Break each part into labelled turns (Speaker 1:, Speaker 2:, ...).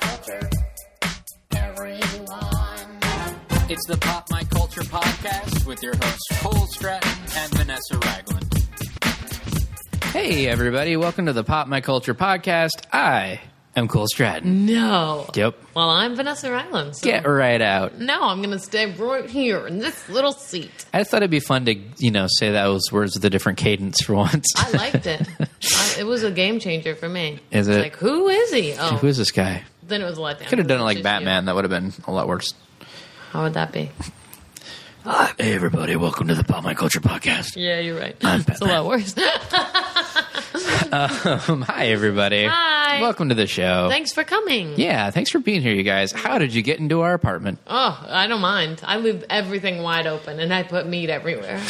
Speaker 1: Culture. Everyone. It's the Pop My Culture podcast with your hosts Cole Stratton and Vanessa Ragland.
Speaker 2: Hey, everybody. Welcome to the Pop My Culture podcast. I am Cole Stratton.
Speaker 3: No.
Speaker 2: Yep.
Speaker 3: Well, I'm Vanessa Ryland. So
Speaker 2: Get right out.
Speaker 3: No, I'm going to stay right here in this little seat.
Speaker 2: I just thought it'd be fun to, you know, say those words with a different cadence for once.
Speaker 3: I liked it. I, it was a game changer for me.
Speaker 2: Is
Speaker 3: It's
Speaker 2: it?
Speaker 3: Like, who is he? Oh,
Speaker 2: Who is this guy?
Speaker 3: then it was a letdown.
Speaker 2: Could have done it like
Speaker 3: Just
Speaker 2: Batman. That would have been a lot worse.
Speaker 3: you. How would that be?
Speaker 2: Hey, everybody. Welcome to the Pop My Culture podcast.
Speaker 3: Yeah, you're right.
Speaker 2: I'm
Speaker 3: It's a lot worse.
Speaker 2: Um, hi, everybody.
Speaker 3: Hi.
Speaker 2: Welcome to the show.
Speaker 3: Thanks for coming.
Speaker 2: yeah, thanks for being here, you guys. How did you get into our apartment?
Speaker 3: Oh, I don't mind. I leave everything wide open and I put meat everywhere.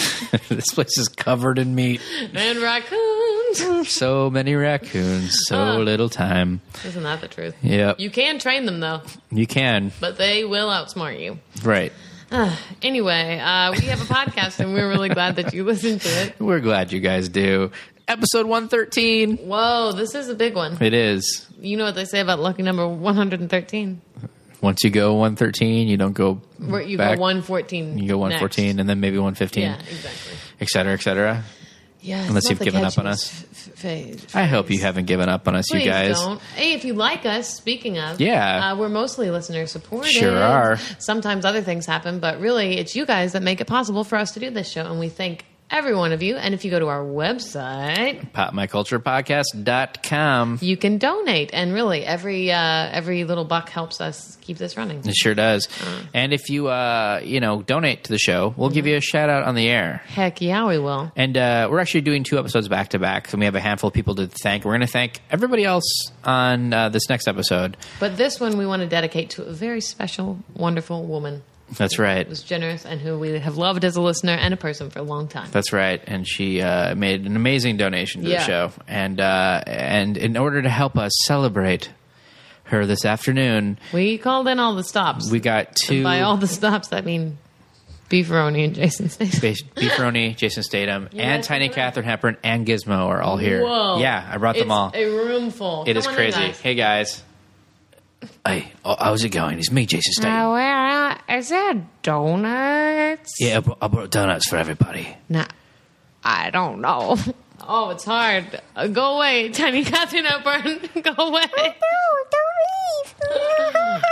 Speaker 2: this place is covered in meat.
Speaker 3: and raccoons.
Speaker 2: So many raccoons, so little time.
Speaker 3: Isn't that the truth?
Speaker 2: Yep.
Speaker 3: Ah. You can train them though,
Speaker 2: you can.
Speaker 3: but they will outsmart you.
Speaker 2: Right.
Speaker 3: Uh, anyway, uh, we have a podcast, and we're really glad that you listened to it.
Speaker 2: We're glad you guys do. Episode 113.
Speaker 3: Whoa, this is a big one.
Speaker 2: It is.
Speaker 3: You know what they say about lucky number 113?
Speaker 2: Once you go 113, you don't go
Speaker 3: Where you
Speaker 2: back.
Speaker 3: go 114.
Speaker 2: You go 114
Speaker 3: next.
Speaker 2: and then maybe 115,
Speaker 3: Yeah, exactly.
Speaker 2: et cetera, et cetera.
Speaker 3: Yeah, it's
Speaker 2: Unless
Speaker 3: not
Speaker 2: you've
Speaker 3: the
Speaker 2: given up on
Speaker 3: catchiest f- phase.
Speaker 2: I hope you haven't given up on us,
Speaker 3: Please
Speaker 2: you guys.
Speaker 3: don't. Hey, if you like us, speaking of,
Speaker 2: Yeah.
Speaker 3: uh, we're mostly listener supported.
Speaker 2: Sure are.
Speaker 3: Sometimes other things happen, but really, it's you guys that make it possible for us to do this show, and we thank every one of you. And if you go to our website,
Speaker 2: PopMyCulturePodcast.com.
Speaker 3: you can donate and really every uh, every little buck helps us keep this running
Speaker 2: It sure does. And if you, uh, you know, donate to the show, we'll
Speaker 3: Mm-hmm.
Speaker 2: give you a shout out on the air.
Speaker 3: heck yeah we will
Speaker 2: And uh, we're actually doing two episodes back to back, and we have a handful of people to thank. We're going to thank everybody else on uh, this next episode.
Speaker 3: but this one we want to dedicate to a very special wonderful woman
Speaker 2: That's right.
Speaker 3: who's generous and who we have loved as a listener and a person for a long time
Speaker 2: That's right, and she uh, made an amazing donation to
Speaker 3: Yeah.
Speaker 2: the show, and uh, and in order to help us celebrate her this afternoon,
Speaker 3: we called in all the stops
Speaker 2: we got two
Speaker 3: by all the stops i mean beefaroni and jason Statham.
Speaker 2: Be- Beefaroni, Jason Statham, and
Speaker 3: that's
Speaker 2: Tiny
Speaker 3: right.
Speaker 2: Catherine Hepburn and Gizmo are all here.
Speaker 3: whoa
Speaker 2: Yeah, I brought them
Speaker 3: It's
Speaker 2: all.
Speaker 3: a room full
Speaker 2: It is crazy. Hey guys. Hey, oh, how's it going? It's me, Jason Statham.
Speaker 3: well, is that donuts?
Speaker 2: Yeah, I brought, I brought donuts for everybody.
Speaker 3: Nah, I don't know. Oh, it's hard. Uh, go away, tiny Catherine Hepburn. go away.
Speaker 4: No, don't leave.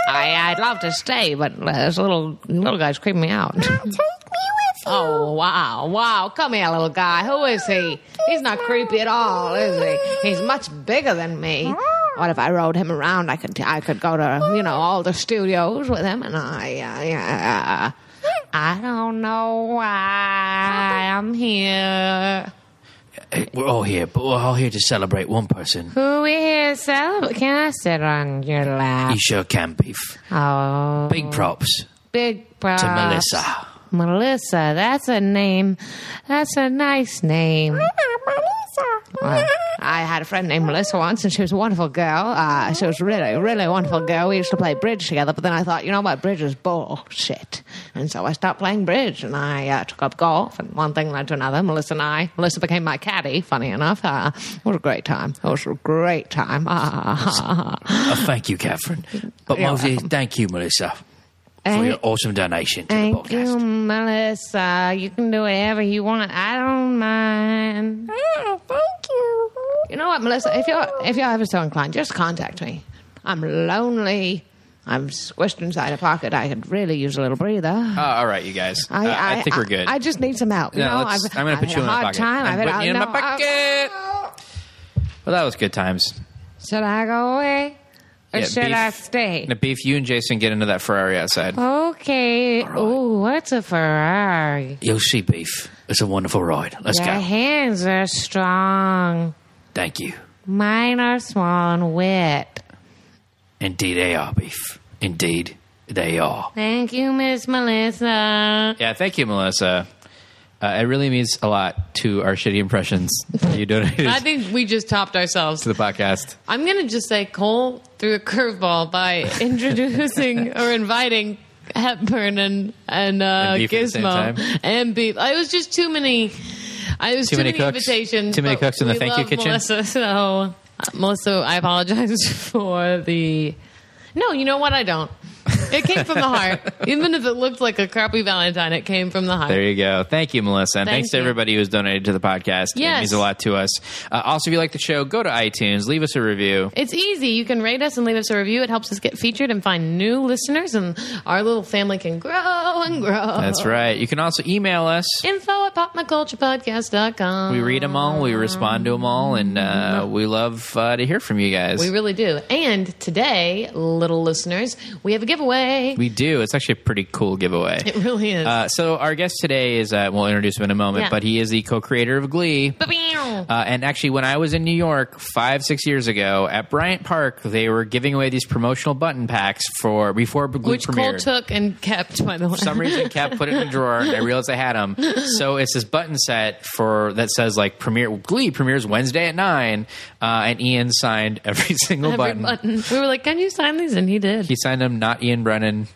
Speaker 3: I, I'd love to stay, but uh, this little little guy's creeping me out.
Speaker 4: Take me with you.
Speaker 3: oh wow, wow! Come here, little guy. Who is he? He's not creepy at all, is he? He's much bigger than me. What if I rode him around? I could I could go to you know all the studios with him, and I uh, uh, I don't know why I'm here.
Speaker 2: Hey, Uh, We're all here, but we're all here to celebrate one person.
Speaker 3: Who is celebrate? Can I sit on your lap?
Speaker 2: You sure can, Beef.
Speaker 3: Oh, Ah.
Speaker 2: Big props
Speaker 3: big props.
Speaker 2: to Melissa.
Speaker 3: Melissa, that's a name. That's a nice name. Uh, I had a friend named Melissa once, and she was a wonderful girl. Uh, she was really, really wonderful girl. We used to play bridge together, but then I thought, you know what, bridge is bullshit, and so I stopped playing bridge, and I uh, took up golf, and one thing led to another. Melissa and I, Melissa became my caddy. Funny enough, uh, it was a great time. It was a great time. Ah.
Speaker 2: Oh, thank you, Catherine. But
Speaker 3: You're
Speaker 2: mostly,
Speaker 3: welcome.
Speaker 2: thank you, Melissa, for
Speaker 3: Thank-
Speaker 2: your awesome donation to
Speaker 3: Thank
Speaker 2: the
Speaker 3: you,
Speaker 2: podcast.
Speaker 3: Melissa. You can do whatever you want. I don't mind.
Speaker 4: Ah, thank you.
Speaker 3: You know what, Melissa? If you're if you're ever so inclined, just contact me. I'm lonely. I'm squished inside a pocket. I could really use a little breather.
Speaker 2: Oh, all right, you guys. Uh, I, think we're good.
Speaker 3: I, just need some help. You
Speaker 2: Yeah,
Speaker 3: know,
Speaker 2: let's-
Speaker 3: I've,
Speaker 2: I'm gonna
Speaker 3: I've
Speaker 2: put you
Speaker 3: had a
Speaker 2: in my
Speaker 3: hard
Speaker 2: pocket. I'm
Speaker 3: Time. I've had
Speaker 2: putting
Speaker 3: a-
Speaker 2: you in my
Speaker 3: no, I-
Speaker 2: pocket. well, that was good times.
Speaker 3: should I go away or
Speaker 2: Yeah,
Speaker 3: should
Speaker 2: beef-
Speaker 3: I stay? Oh.
Speaker 2: Now, Beef, you and Jason get into that Ferrari outside.
Speaker 3: Okay. Oh, what's a Ferrari?
Speaker 2: You'll see, Beef. It's a wonderful ride. Let's
Speaker 3: Your hands are strong.
Speaker 2: Thank you.
Speaker 3: Mine are small and wet.
Speaker 2: Indeed, they are, Beef. Indeed, they are.
Speaker 3: Thank you, Miss Melissa.
Speaker 2: Yeah, thank you, Melissa. Uh, it really means a lot to our shitty impressions that you donated
Speaker 3: I
Speaker 2: to
Speaker 3: think we just topped ourselves.
Speaker 2: the podcast.
Speaker 3: I'm going to just say Cole threw a curveball by introducing or inviting Hepburn and and, uh,
Speaker 2: And beef at the same
Speaker 3: Gizmo
Speaker 2: time.
Speaker 3: and beef. I was just too many. I was
Speaker 2: Too
Speaker 3: too,
Speaker 2: many
Speaker 3: many,
Speaker 2: cooks.
Speaker 3: invitations.
Speaker 2: Too many
Speaker 3: but
Speaker 2: cooks in the
Speaker 3: we
Speaker 2: thank you
Speaker 3: love
Speaker 2: kitchen.
Speaker 3: Melissa, so uh, Melissa, I apologize for the No, you know what? I don't. It came from the heart. Even if it looked like a crappy Valentine, it came from the heart.
Speaker 2: There you go. Thank you, Melissa. And
Speaker 3: Thank
Speaker 2: thanks to
Speaker 3: you.
Speaker 2: everybody who's donated to the podcast. It
Speaker 3: Yes.
Speaker 2: means a lot to us. Uh, also, if you like the show, go to iTunes, leave us a review.
Speaker 3: It's easy. You can rate us and leave us a review. It helps us get featured and find new listeners, and our little family can grow and grow.
Speaker 2: That's right. You can also email us.
Speaker 3: Info at popmyculturepodcast.com.
Speaker 2: We read them all, we respond to them all, and uh, we love uh, to hear from you guys.
Speaker 3: Mm-hmm. We really do. And today, little listeners, we have a giveaway.
Speaker 2: We do. It's actually a pretty cool giveaway.
Speaker 3: it really is.
Speaker 2: Uh, so our guest today is uh, we'll introduce him in a moment,
Speaker 3: Yeah.
Speaker 2: but he is the co-creator of Glee.
Speaker 3: Ba-bam.
Speaker 2: Uh, and actually, when I was in New York five six years ago at Bryant Park, they were giving away these promotional button packs for before Glee
Speaker 3: Which
Speaker 2: premiered.
Speaker 3: Cole took and kept, by the way.
Speaker 2: for some reason kept put it in a drawer and I realized I had them. So it's this button set for that says like premiere Glee premieres Wednesday at nine, uh, and Ian signed every single
Speaker 3: Every
Speaker 2: button.
Speaker 3: button. We were like, can you sign these? And he did.
Speaker 2: He signed them not Ian Brennan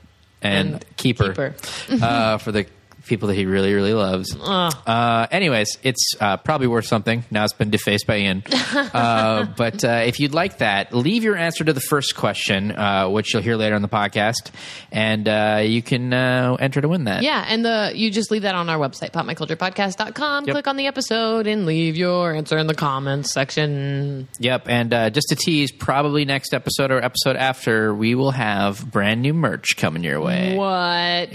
Speaker 2: and,
Speaker 3: And
Speaker 2: Keeper, uh, for the people that he really really loves. Uh, anyways, it's uh, probably worth something. Now it's been defaced by Ian. Uh, but uh, if you'd like that, leave your answer to the first question, uh, which you'll hear later on the podcast, and uh, you can uh, enter to win that.
Speaker 3: Yeah, and the you just leave that on our website, popmyculturepodcast.com.
Speaker 2: Yep.
Speaker 3: Click on the episode and leave your answer in the comments section.
Speaker 2: Yep, and uh, just to tease, probably next episode or episode after, we will have brand new merch coming your way,
Speaker 3: What?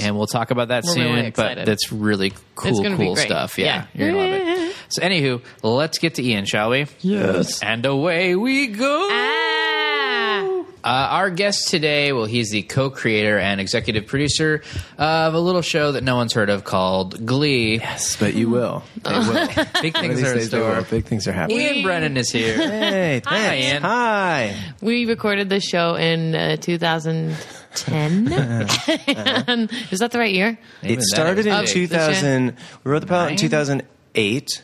Speaker 2: and we'll talk about that
Speaker 3: We're
Speaker 2: soon.
Speaker 3: really
Speaker 2: but
Speaker 3: excited.
Speaker 2: that's really cool,
Speaker 3: gonna be
Speaker 2: cool
Speaker 3: great.
Speaker 2: stuff. Yeah,
Speaker 3: Yeah.
Speaker 2: you're gonna love it. So, anywho, let's get to Ian, shall we? Yes. And away we go.
Speaker 3: Uh, Ah.
Speaker 2: Uh, our guest today, well, he's the co-creator and executive producer of a little show that no one's heard of called Glee.
Speaker 5: Yes, but you will. They will. One of
Speaker 2: Big Mm-hmm. Uh-huh. things
Speaker 5: these
Speaker 2: are in
Speaker 5: days they will.
Speaker 2: store.
Speaker 5: Big things are happening.
Speaker 2: Ian Brennan is here.
Speaker 5: Hey,
Speaker 2: Hi,
Speaker 5: thanks.
Speaker 2: Ian.
Speaker 5: Hi.
Speaker 3: We recorded the show in uh, 2010.
Speaker 5: Uh-huh.
Speaker 3: And- Is that the right year?
Speaker 2: Even
Speaker 5: it
Speaker 2: that
Speaker 5: started
Speaker 2: is
Speaker 5: in
Speaker 2: big.
Speaker 5: 2000. We wrote the pilot in 2008,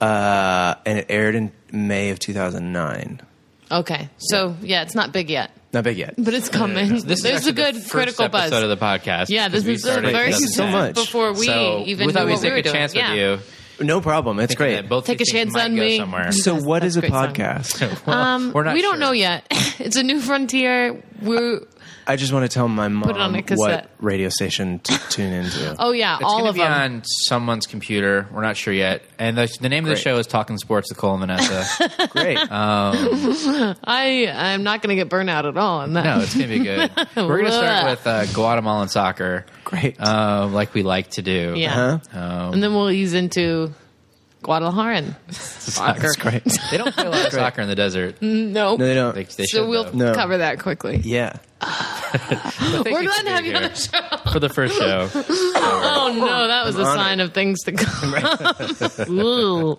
Speaker 5: uh, and it aired in May of 2009.
Speaker 3: Okay. So, yeah, it's not big yet,
Speaker 5: Not big yet.
Speaker 3: but it's coming.
Speaker 2: This is
Speaker 3: There's a
Speaker 2: actually
Speaker 3: good
Speaker 2: the first
Speaker 3: critical
Speaker 2: episode
Speaker 3: buzz.
Speaker 2: of the podcast.
Speaker 3: yeah, this
Speaker 2: because we
Speaker 3: is the
Speaker 2: started in
Speaker 3: first
Speaker 5: Thank you so
Speaker 2: 2010.
Speaker 5: much.
Speaker 3: before we
Speaker 2: so
Speaker 3: even
Speaker 2: we
Speaker 3: knew
Speaker 2: thought we'd
Speaker 3: what we
Speaker 2: take
Speaker 3: were
Speaker 2: a
Speaker 3: doing.
Speaker 2: chance
Speaker 3: Yeah.
Speaker 2: with you.
Speaker 5: no problem. It's great.
Speaker 2: That both
Speaker 3: Take
Speaker 2: these
Speaker 3: a
Speaker 2: things
Speaker 3: chance
Speaker 2: might
Speaker 3: on
Speaker 2: go
Speaker 3: me.
Speaker 2: Somewhere.
Speaker 5: So, what
Speaker 3: That's
Speaker 5: is
Speaker 3: a
Speaker 5: a
Speaker 3: great song.
Speaker 5: podcast?
Speaker 3: Um,
Speaker 2: We're not
Speaker 3: we don't
Speaker 2: sure.
Speaker 3: know yet. it's a new frontier. We're
Speaker 5: I just want to tell my mom
Speaker 3: it on a cassette.
Speaker 5: what radio station to tune into.
Speaker 3: oh yeah,
Speaker 2: It's
Speaker 3: all
Speaker 2: gonna
Speaker 3: of
Speaker 2: be
Speaker 3: them.
Speaker 2: on someone's computer. We're not sure yet. And the, the name of the
Speaker 5: Great.
Speaker 2: show is Talking Sports with Cole and Vanessa.
Speaker 5: Great.
Speaker 3: I I'm not going to get burnout at all on that.
Speaker 2: no, it's gonna be good. We're gonna start with uh, Guatemalan soccer,
Speaker 5: Great.
Speaker 2: uh, like we like to do.
Speaker 3: yeah.
Speaker 5: Uh-huh.
Speaker 2: Um,
Speaker 3: and then we'll ease into Guadalajara.
Speaker 5: That's great.
Speaker 2: they don't play a lot of soccer in the desert.
Speaker 3: Nope.
Speaker 5: No, they don't.
Speaker 2: They, they
Speaker 3: so
Speaker 2: should,
Speaker 3: we'll
Speaker 2: though.
Speaker 5: No.
Speaker 3: cover that quickly.
Speaker 5: yeah.
Speaker 3: We're glad to have you on
Speaker 2: here
Speaker 3: the show.
Speaker 2: for the first show.
Speaker 3: Oh no, that was a
Speaker 5: honored.
Speaker 3: sign of things to come. Ooh.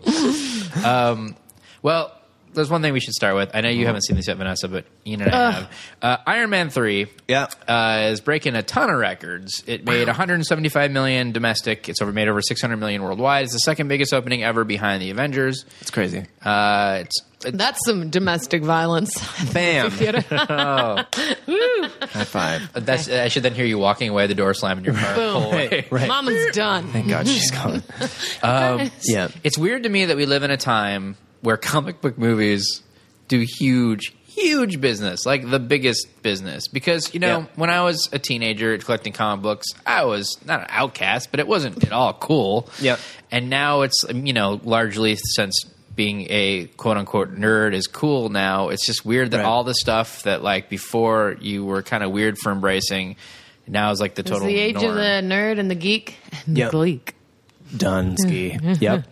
Speaker 2: Well, there's one thing we should start with. I know you haven't seen this yet, Vanessa, but Ian and I have. Uh, Iron Man 3
Speaker 5: Yeah.
Speaker 2: uh, is breaking a ton of records. It made 175 million domestic. It's over made over 600 million worldwide. It's the second biggest opening ever behind the Avengers.
Speaker 5: It's crazy.
Speaker 2: Uh, it's, it's
Speaker 3: That's some domestic violence.
Speaker 5: Bam.
Speaker 3: Theater.
Speaker 5: High five.
Speaker 2: that's. I should then hear you walking away, the door slamming your car. the whole way.
Speaker 5: Right.
Speaker 3: Mama's done.
Speaker 5: Thank God she's gone.
Speaker 3: Mm-hmm.
Speaker 5: Um, Yeah.
Speaker 2: It's weird to me that we live in a time where comic book movies do huge, huge business, like the biggest business. Because, you know,
Speaker 5: Yeah.
Speaker 2: when I was a teenager collecting comic books, I was not an outcast, but it wasn't at all cool.
Speaker 5: Yeah.
Speaker 2: And now it's, um, you know, largely since being a quote unquote nerd is cool now, it's just weird that
Speaker 5: Right.
Speaker 2: all the stuff that, like, before you were kind of weird for embracing. Now is like the
Speaker 3: It's
Speaker 2: total
Speaker 3: the age of
Speaker 2: norm.
Speaker 3: the nerd and the geek and
Speaker 5: Yep.
Speaker 3: the gleek. Mm-hmm.
Speaker 5: Dunsky. yep.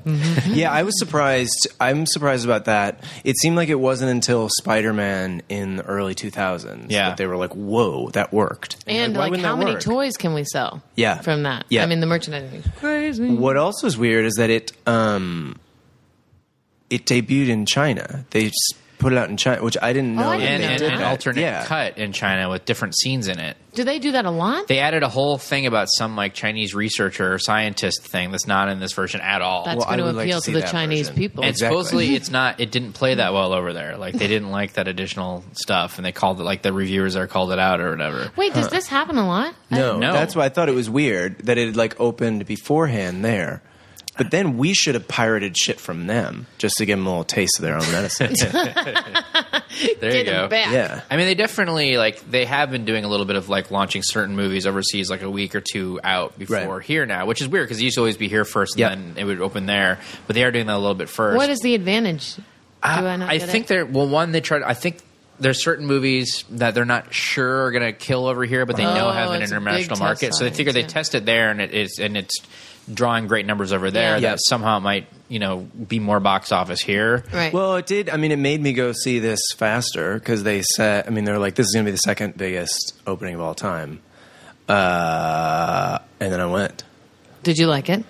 Speaker 5: Yeah, I was surprised. I'm surprised about that. It seemed like it wasn't until Spider Man in the early 2000s
Speaker 2: Yeah.
Speaker 5: that they were like, whoa, that worked.
Speaker 3: And
Speaker 5: why
Speaker 3: like,
Speaker 5: wouldn't
Speaker 3: how
Speaker 5: that
Speaker 3: many
Speaker 5: work?
Speaker 3: toys can we sell?
Speaker 5: Yeah.
Speaker 3: From that.
Speaker 5: Yeah.
Speaker 3: I mean the merchandising. Crazy.
Speaker 5: What also is weird is that it um, it debuted in China. They s- put it out in China, which I didn't know.
Speaker 3: Oh, I
Speaker 5: that
Speaker 2: and,
Speaker 3: didn't
Speaker 5: they
Speaker 3: know
Speaker 2: and
Speaker 5: did
Speaker 2: an
Speaker 5: that.
Speaker 2: alternate
Speaker 5: Yeah.
Speaker 2: cut in China with different scenes in it.
Speaker 3: Do they do that a lot?
Speaker 2: They added a whole thing about some like Chinese researcher or scientist thing that's not in this version at all.
Speaker 3: That's
Speaker 5: Well, I
Speaker 3: going to
Speaker 5: would like to
Speaker 3: appeal to
Speaker 5: see
Speaker 3: the
Speaker 5: that
Speaker 3: Chinese
Speaker 5: version.
Speaker 3: people.
Speaker 2: and
Speaker 5: Exactly.
Speaker 2: supposedly it's not it didn't play that well over there. Like they didn't like that additional stuff and they called it like the reviewers are called it out or whatever.
Speaker 3: Wait, does this happen a lot?
Speaker 5: No,
Speaker 2: know.
Speaker 5: that's why I thought it was weird that it had like opened beforehand there. But then we should have pirated shit from them just to give them a little taste of their own medicine.
Speaker 2: There you
Speaker 6: Get
Speaker 2: go.
Speaker 6: him back.
Speaker 5: yeah.
Speaker 2: I mean, they definitely like they have been doing a little bit of like launching certain movies overseas, like a week or two out before
Speaker 5: Right.
Speaker 2: here now, which is weird because it used to always be here first,
Speaker 5: Yep.
Speaker 2: and then it would open there. But they are doing that a little bit first.
Speaker 6: What is the advantage? Do
Speaker 2: I,
Speaker 6: not
Speaker 2: I
Speaker 6: get
Speaker 2: think
Speaker 6: it?
Speaker 2: they're well. One, they tried. I think there's certain movies that they're not sure are going to kill over here, but they know
Speaker 6: Oh,
Speaker 2: have an
Speaker 6: it's a big
Speaker 2: international
Speaker 6: test
Speaker 2: market. So they
Speaker 6: audience,
Speaker 2: figure they
Speaker 6: yeah.
Speaker 2: test it there, and it is and it's drawing great numbers over there.
Speaker 6: Yeah.
Speaker 2: That
Speaker 5: Yep.
Speaker 2: somehow it might you know be more box office here.
Speaker 6: right.
Speaker 5: Well, it did. I mean, it made me go see this faster because they said, I mean, they're like, this is going to be the second biggest opening of all time. Uh, and then I went,
Speaker 6: Did you like it?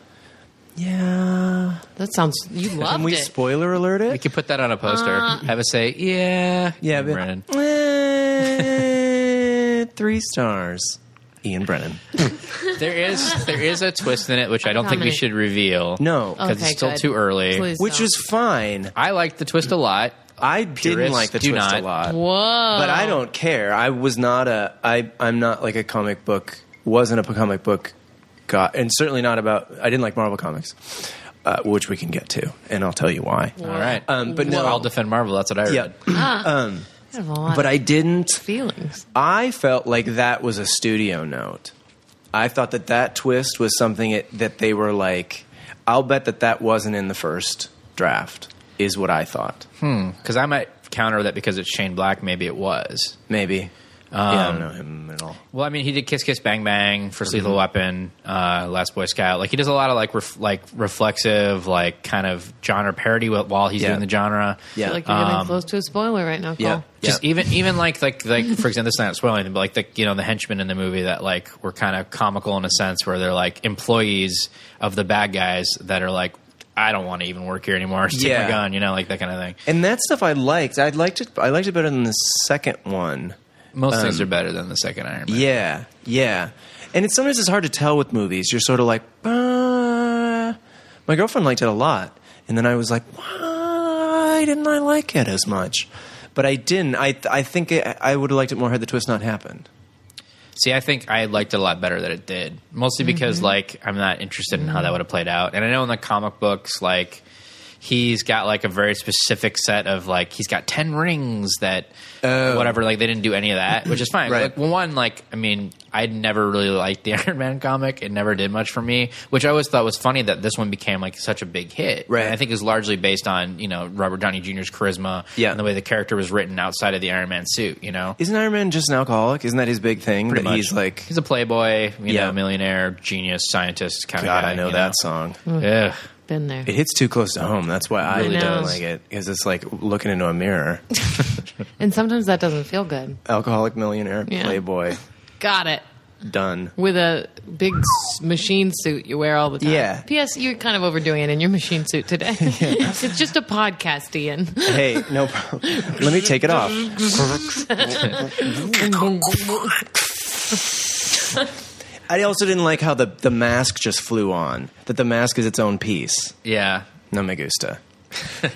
Speaker 5: yeah.
Speaker 6: That sounds. You loved
Speaker 5: Can we
Speaker 6: it.
Speaker 5: spoiler alert
Speaker 2: We
Speaker 5: it?
Speaker 2: could put that on a poster.
Speaker 6: Uh.
Speaker 2: have a say, yeah,
Speaker 5: Yeah, but-
Speaker 2: Brennan.
Speaker 5: Eh, three stars. Ian Brennan.
Speaker 2: There is there is a twist in it which I don't think we
Speaker 6: Nominate.
Speaker 2: should reveal.
Speaker 5: No.
Speaker 2: because
Speaker 6: Okay,
Speaker 2: it's still
Speaker 6: good.
Speaker 2: too early.
Speaker 6: Please
Speaker 5: Which
Speaker 6: don't.
Speaker 5: was fine.
Speaker 2: I liked the twist a lot.
Speaker 5: I
Speaker 2: Purists
Speaker 5: didn't like the
Speaker 2: do
Speaker 5: twist
Speaker 2: not.
Speaker 5: a lot.
Speaker 6: Whoa.
Speaker 5: but I don't care. I was not a. I I'm not like a comic book. Wasn't a comic book guy, and certainly not about. I didn't like Marvel comics, uh, which we can get to, and I'll tell you why.
Speaker 6: Oh.
Speaker 2: All right,
Speaker 5: Um, but no.
Speaker 2: I'll defend Marvel. That's what I read.
Speaker 5: Yeah,
Speaker 6: Uh, I have a lot
Speaker 5: but
Speaker 6: of
Speaker 5: I didn't.
Speaker 6: feelings.
Speaker 5: I felt like that was a studio note. I thought that that twist was something it, that they were like. I'll bet that that wasn't in the first draft. Is what I thought.
Speaker 2: Because I might counter that because it's Shane Black. Maybe it was.
Speaker 5: Maybe. yeah,
Speaker 2: Um,
Speaker 5: I don't know him at all.
Speaker 2: Well, I mean, he did Kiss Kiss Bang Bang for
Speaker 5: Mm-hmm.
Speaker 2: Lethal Weapon, uh, Last Boy Scout. Like he does a lot of like ref- like reflexive, like kind of genre parody wh- while he's
Speaker 5: Yeah.
Speaker 2: doing the genre.
Speaker 5: Yeah.
Speaker 6: I feel like you're getting close to a spoiler right now, Cole.
Speaker 5: Yeah.
Speaker 2: Just even even like like like for example, this is not spoiling, anything, but like the you know the henchmen in the movie that like were kind of comical in a sense where they're like employees of the bad guys that are like I don't want to even work here anymore. Just Take
Speaker 5: Yeah.
Speaker 2: my gun, you know, like that kind of thing.
Speaker 5: And that stuff I liked. I liked it. I liked it better than the second one.
Speaker 2: Most
Speaker 5: Um,
Speaker 2: things are better than the second Iron Man.
Speaker 5: Yeah, yeah. And it's sometimes it's hard to tell with movies. You're sort of like, "Uh." my girlfriend liked it a lot, and then I was like, why didn't I like it as much? But I didn't. I I think it, I would have liked it more had the twist not happened.
Speaker 2: See, I think I liked it a lot better that it did, mostly because
Speaker 5: Mm-hmm.
Speaker 2: like I'm not interested in how that would have played out. And I know in the comic books, like he's got like a very specific set of like he's got ten rings that whatever. Like they didn't do any of that, which is fine.
Speaker 5: Oh. Right.
Speaker 2: Like one, like I mean, I never really liked the Iron Man comic. It never did much for me, which I always thought was funny that this one became like such a big hit.
Speaker 5: Right.
Speaker 2: And I think is largely based on you know Robert Downey Jr.'s charisma
Speaker 5: Yeah.
Speaker 2: and the way the character was written outside of the Iron Man suit. You know,
Speaker 5: Isn't Iron Man just an alcoholic? Isn't that his big thing? that
Speaker 2: much.
Speaker 5: he's like,
Speaker 2: He's a playboy, you
Speaker 5: Yeah.
Speaker 2: know, millionaire, genius, scientist kind
Speaker 5: God,
Speaker 2: of guy.
Speaker 5: I know
Speaker 2: you
Speaker 5: that song.
Speaker 2: Ugh.
Speaker 6: Been there.
Speaker 5: It hits too close to home. That's why I
Speaker 6: Really
Speaker 5: don't
Speaker 6: does.
Speaker 5: like it because it's like looking into a mirror.
Speaker 6: And sometimes that doesn't feel good.
Speaker 5: alcoholic millionaire,
Speaker 6: Yeah.
Speaker 5: playboy,
Speaker 6: Got it.
Speaker 5: done.
Speaker 6: With a big s- machine suit you wear all the time.
Speaker 5: Yeah.
Speaker 6: P.S. You're kind of overdoing it in your machine suit today. it's just a podcast, Ian.
Speaker 5: Hey, no problem. Let me take it off. I also didn't like how the, the mask just flew on. That the mask is its own piece.
Speaker 2: Yeah.
Speaker 5: No me gusta.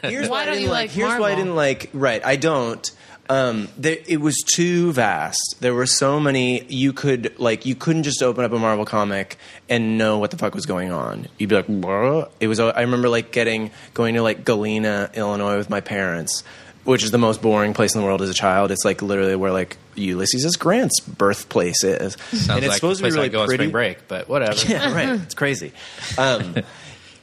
Speaker 5: Here's
Speaker 6: Why
Speaker 5: I
Speaker 6: don't
Speaker 5: didn't
Speaker 6: you like
Speaker 5: Here's why I
Speaker 6: Marvel?
Speaker 5: didn't like. Right, I don't. Um, there, it was too vast. There were so many. You could like you couldn't just open up a Marvel comic and know what the fuck was going on. You'd be like, "What?" it was. I remember like getting going to like Galena, Illinois, with my parents, which is the most boring place in the world as a child. It's like literally where like Ulysses S. Grant's birthplace is,
Speaker 2: Sounds
Speaker 5: and it's
Speaker 2: like
Speaker 5: supposed to
Speaker 2: the place
Speaker 5: be really
Speaker 2: I go on
Speaker 5: pretty.
Speaker 2: spring break, but whatever.
Speaker 5: Yeah, right. It's crazy. Um,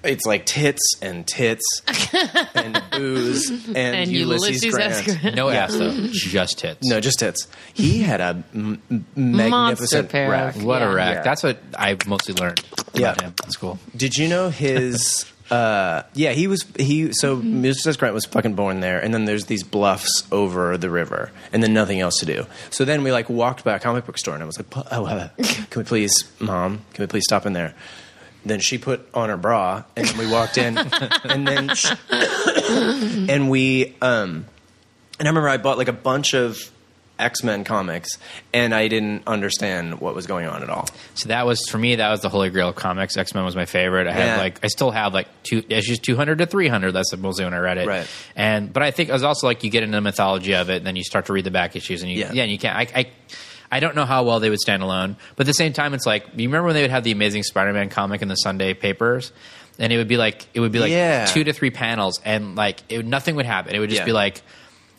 Speaker 5: it's like tits and tits and booze and,
Speaker 6: And
Speaker 5: Ulysses,
Speaker 6: Ulysses
Speaker 5: Grant.
Speaker 6: S. Grant.
Speaker 2: No ass though, just hits.
Speaker 5: No, just tits. He had a m- m- magnificent
Speaker 6: pair of-
Speaker 5: rack.
Speaker 2: What a
Speaker 6: Yeah.
Speaker 2: rack.
Speaker 5: Yeah.
Speaker 2: That's what I mostly learned. about
Speaker 5: Yeah.
Speaker 2: him. That's cool.
Speaker 5: Did you know his? Uh, yeah, he was he. So Ulysses S. Grant was fucking born there, and then there's these bluffs over the river, and then nothing else to do. So then we like walked by a comic book store, and I was like, "Oh, uh, can we please, mom? Can we please stop in there?" Then she put on her bra, and then we walked in, and then she, and we um, and I remember I bought like a bunch of X Men comics, and I didn't understand what was going on at all.
Speaker 2: So that was for me. That was the holy grail of comics. X Men was my favorite. I had
Speaker 5: Yeah.
Speaker 2: like I still have like two issues, two hundred to three hundred. That's mostly when I read it.
Speaker 5: Right.
Speaker 2: And but I think it was also like you get into the mythology of it, and then you start to read the back issues, and you yeah,
Speaker 5: Yeah.
Speaker 2: and you can't. I, I I don't know how well they would stand alone, but at the same time, it's like you remember when they would have the Amazing Spider Man comic in the Sunday papers. and it would be like it would be like
Speaker 5: Yeah.
Speaker 2: two to three panels, and like it, would- nothing would happen. It would just
Speaker 5: Yeah.
Speaker 2: be like,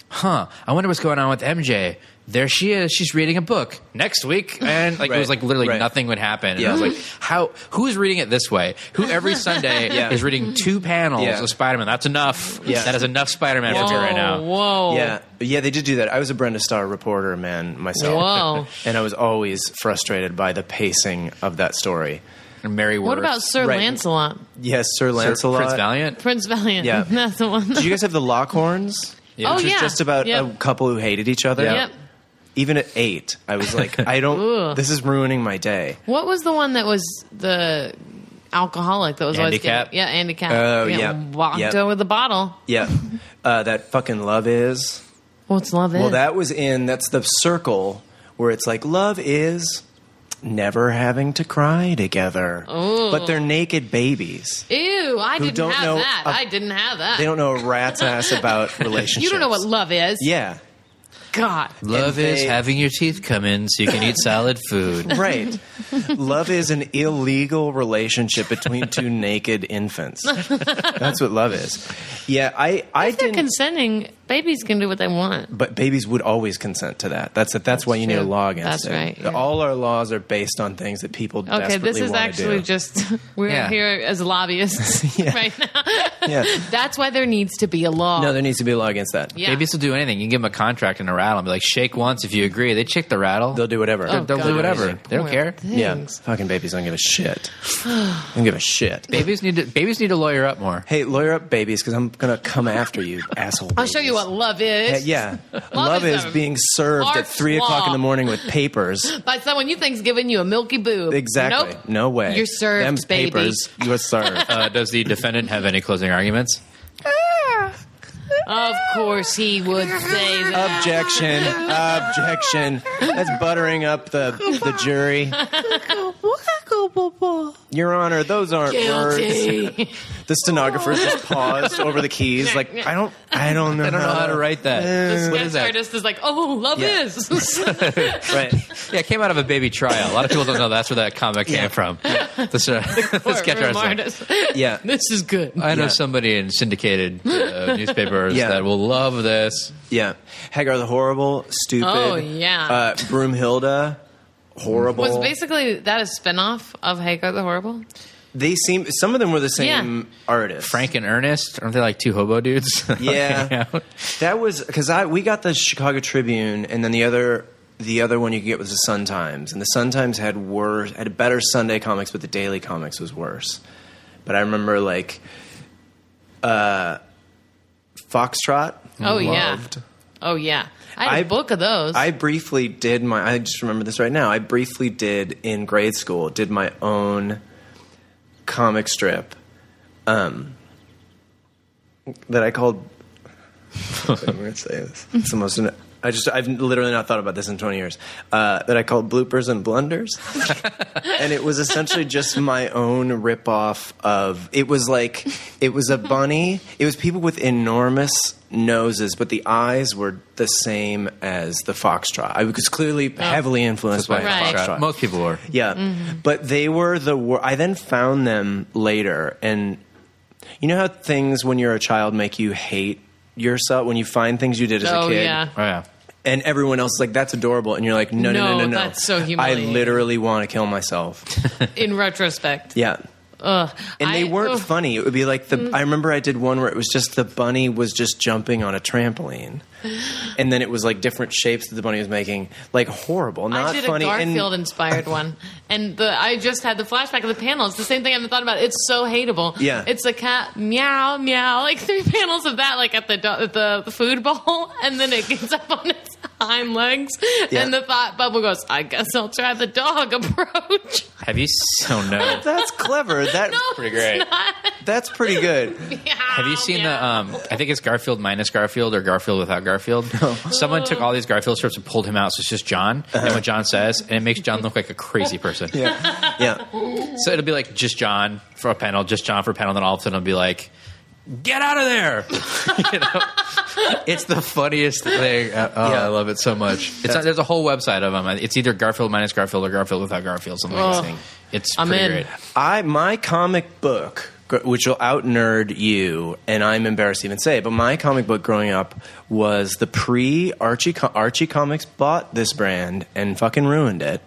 Speaker 2: huh? I wonder what's going on with MJ. There she is. She's reading a book next week, and like it was
Speaker 5: Right.
Speaker 2: like literally
Speaker 5: Right.
Speaker 2: nothing would happen. And
Speaker 5: Yeah.
Speaker 2: I was like, how? Who's reading it this way? Who every Sunday
Speaker 5: Yeah.
Speaker 2: is reading two panels
Speaker 5: Yeah.
Speaker 2: of Spider Man? That's enough.
Speaker 5: Yeah.
Speaker 2: That is enough Spider Man for me
Speaker 3: whoa,
Speaker 2: right
Speaker 6: Oh,
Speaker 2: now.
Speaker 3: whoa,
Speaker 5: Yeah, yeah, they did do that. I was a Brenda Starr reporter, man, myself.
Speaker 3: Whoa.
Speaker 5: and I was always frustrated by the pacing of that story.
Speaker 2: And Mary
Speaker 3: What
Speaker 2: Worth.
Speaker 3: about Sir
Speaker 5: Right.
Speaker 3: Lancelot?
Speaker 5: Yes, Sir
Speaker 2: Sir
Speaker 5: Lancelot.
Speaker 2: Prince Valiant?
Speaker 3: Prince Valiant.
Speaker 5: Yeah.
Speaker 3: That's the one.
Speaker 5: Did you guys have the Lockhorns?
Speaker 2: Yeah.
Speaker 3: Oh,
Speaker 5: Which
Speaker 3: yeah.
Speaker 5: was just about a
Speaker 3: Yep.
Speaker 5: couple who hated each other.
Speaker 2: Yeah.
Speaker 3: Yep.
Speaker 5: Even at eight, I was like, I
Speaker 3: Ooh.
Speaker 5: don't. this is ruining my day.
Speaker 3: What was the one that was the alcoholic that was
Speaker 2: Handicap?
Speaker 3: always getting, yeah, handicap.
Speaker 5: Oh,
Speaker 3: yeah,
Speaker 5: yep,
Speaker 3: walked
Speaker 5: yep.
Speaker 3: in with a bottle.
Speaker 5: Yeah, uh, that fucking love is.
Speaker 3: What's love
Speaker 5: Well,
Speaker 3: is?
Speaker 5: that was in that's the circle where it's like love is never having to cry together, but they're naked babies.
Speaker 3: Ew, I didn't
Speaker 5: don't
Speaker 3: have
Speaker 5: know
Speaker 3: that.
Speaker 5: a-
Speaker 3: I didn't have that.
Speaker 5: They don't know a rat's ass about relationships.
Speaker 3: you don't know what love is.
Speaker 5: Yeah,
Speaker 3: God.
Speaker 2: Love
Speaker 5: And
Speaker 2: is
Speaker 5: they-
Speaker 2: having your teeth come in so you can eat solid food.
Speaker 5: right. love is an illegal relationship between two naked infants. That's what love is. Yeah, I I
Speaker 3: If they're
Speaker 5: didn't.
Speaker 3: consenting, babies can do what they want.
Speaker 5: but babies would always consent to that. That's that's, that's why you need a
Speaker 3: true.
Speaker 5: law against
Speaker 3: That's
Speaker 5: it.
Speaker 3: right, yeah.
Speaker 5: All our laws are based on things that people
Speaker 3: Okay, this is actually
Speaker 5: do.
Speaker 3: just we're
Speaker 2: Yeah.
Speaker 3: here as lobbyists right now.
Speaker 5: yeah.
Speaker 3: That's why there needs to be a law.
Speaker 5: No, there needs to be a law against that.
Speaker 3: yeah.
Speaker 2: Babies will do anything. You can give them a contract and a rattle and be like, shake once if you agree. They check the rattle.
Speaker 5: They'll do whatever.
Speaker 3: Oh,
Speaker 2: They'll
Speaker 3: God.
Speaker 2: do whatever.
Speaker 5: Amazing.
Speaker 2: They don't
Speaker 3: Poor
Speaker 2: care.
Speaker 5: yeah,
Speaker 3: things.
Speaker 5: fucking babies don't give a shit. don't give a shit.
Speaker 2: Babies need to babies need to lawyer up more.
Speaker 5: Hey, lawyer up, babies, because I'm gonna come after you, asshole.
Speaker 3: I'll show you what love is.
Speaker 5: Yeah, yeah. love,
Speaker 3: is
Speaker 5: is,
Speaker 3: a
Speaker 5: being served at
Speaker 3: large
Speaker 5: three o'clock in
Speaker 3: law.
Speaker 5: the morning with papers.
Speaker 3: By someone you think's giving you a milky boob.
Speaker 5: Exactly.
Speaker 3: Nope.
Speaker 5: No way.
Speaker 3: You're served,
Speaker 5: Them's
Speaker 3: baby.
Speaker 5: papers. You're served.
Speaker 2: Uh, does the defendant have any closing arguments?
Speaker 1: Ah.
Speaker 3: Of course he would say that.
Speaker 5: Objection. Objection. That's buttering up the the jury. Your Honor, those aren't words.
Speaker 3: Guilty.
Speaker 5: The stenographer just paused over the keys, like I don't, I don't know.
Speaker 2: I don't know how to write that.
Speaker 3: the
Speaker 2: What
Speaker 3: sketch
Speaker 2: is that?
Speaker 3: artist is like, oh, love
Speaker 5: Yeah.
Speaker 3: is.
Speaker 5: Right.
Speaker 2: Yeah, it came out of a baby trial. A lot of people don't know that's where that comic came from. The, the sketch
Speaker 3: Courtroom
Speaker 2: artist.
Speaker 3: artist.
Speaker 5: Yeah.
Speaker 3: This is good.
Speaker 2: I know
Speaker 5: Yeah.
Speaker 2: somebody in syndicated uh, newspapers
Speaker 5: Yeah.
Speaker 2: that will love this.
Speaker 5: Yeah, Hagar the Horrible, stupid.
Speaker 3: Oh, yeah.
Speaker 5: uh, Broomhilda, horrible.
Speaker 3: was basically that a spinoff of Hagar the Horrible?
Speaker 5: they seem some of them were the same artist.
Speaker 2: Frank and Ernest, aren't they like two hobo dudes?
Speaker 5: Yeah,
Speaker 2: Hang out.
Speaker 5: that was because I we got the Chicago Tribune, and then the other the other one you could get was the Sun Times, and the Sun Times had worse had better Sunday comics, but the Daily Comics was worse. But I remember like, uh, Foxtrot.
Speaker 3: Oh
Speaker 5: loved.
Speaker 3: yeah. Oh yeah. I had a
Speaker 5: I-
Speaker 3: book of those.
Speaker 5: I briefly did my. I just remember this right now. I briefly did in grade school. Did my own comic strip, um, that I called. I'm gonna say this. It's the most. I just. I've literally not thought about this in 20 years. Uh, that I called bloopers and blunders, and it was essentially just my own ripoff of. It was like it was a bunny. It was people with enormous noses, but the eyes were the same as the foxtrot. I was clearly heavily influenced by
Speaker 3: Right.
Speaker 5: the foxtrot.
Speaker 2: Most people were.
Speaker 5: Yeah,
Speaker 3: Mm-hmm.
Speaker 5: but they were the. Wor- I then found them later, and you know how things when you're a child make you hate yourself when you find things you did as
Speaker 3: oh
Speaker 5: a kid,
Speaker 3: yeah.
Speaker 2: Oh, yeah.
Speaker 5: and everyone else is like, "That's adorable," and you're like, "No, no, no,
Speaker 3: No,
Speaker 5: no, no."
Speaker 3: that's so
Speaker 5: I
Speaker 3: humiliating.
Speaker 5: literally want to kill myself.
Speaker 3: In retrospect.
Speaker 5: Yeah.
Speaker 3: Ugh.
Speaker 5: And they
Speaker 3: I-
Speaker 5: weren't
Speaker 3: ugh. Mm.
Speaker 5: funny. It would be like the. I remember I did one where it was just the bunny was just jumping on a trampoline, and then it was like different shapes that the bunny was making, like horrible, not
Speaker 3: I did
Speaker 5: funny.
Speaker 3: a
Speaker 5: and-
Speaker 3: Garfield inspired one, and the I just had the flashback of the panel. It's the same thing I haven't thought about. It's so hateable.
Speaker 5: Yeah.
Speaker 3: it's a cat meow meow, like three panels of that, like at the do- at the, the food bowl, and then it gets up on its hind legs,
Speaker 5: Yeah.
Speaker 3: and the thought bubble goes, "I guess I'll try the dog approach."
Speaker 2: Have you? s- Oh no.
Speaker 5: that's clever. That
Speaker 2: Pretty great.
Speaker 5: that's pretty good.
Speaker 2: Have you seen the?
Speaker 5: uh,
Speaker 2: Um, I think it's Garfield minus Garfield or Garfield without Garfield. Someone took all these Garfield strips and pulled him out, so it's just John and what John says, and it makes John look like a crazy person.
Speaker 5: Yeah. Yeah.
Speaker 2: So it'll be like just John for a panel, just John for a panel, then all of a sudden it'll be like, "Get out of there!" You know? It's the funniest thing. Uh, oh,
Speaker 5: Yeah.
Speaker 2: I love it so much. It's not, there's a whole website of them. It's either Garfield minus Garfield or Garfield without Garfield. Something like
Speaker 3: Oh.
Speaker 2: that. It's
Speaker 3: I'm
Speaker 2: pretty
Speaker 3: in.
Speaker 2: great.
Speaker 5: I my comic book gr- which will out nerd you, and I'm embarrassed to even say. it, But my comic book growing up was the pre Archie. Co- Archie Comics bought this brand and fucking ruined it.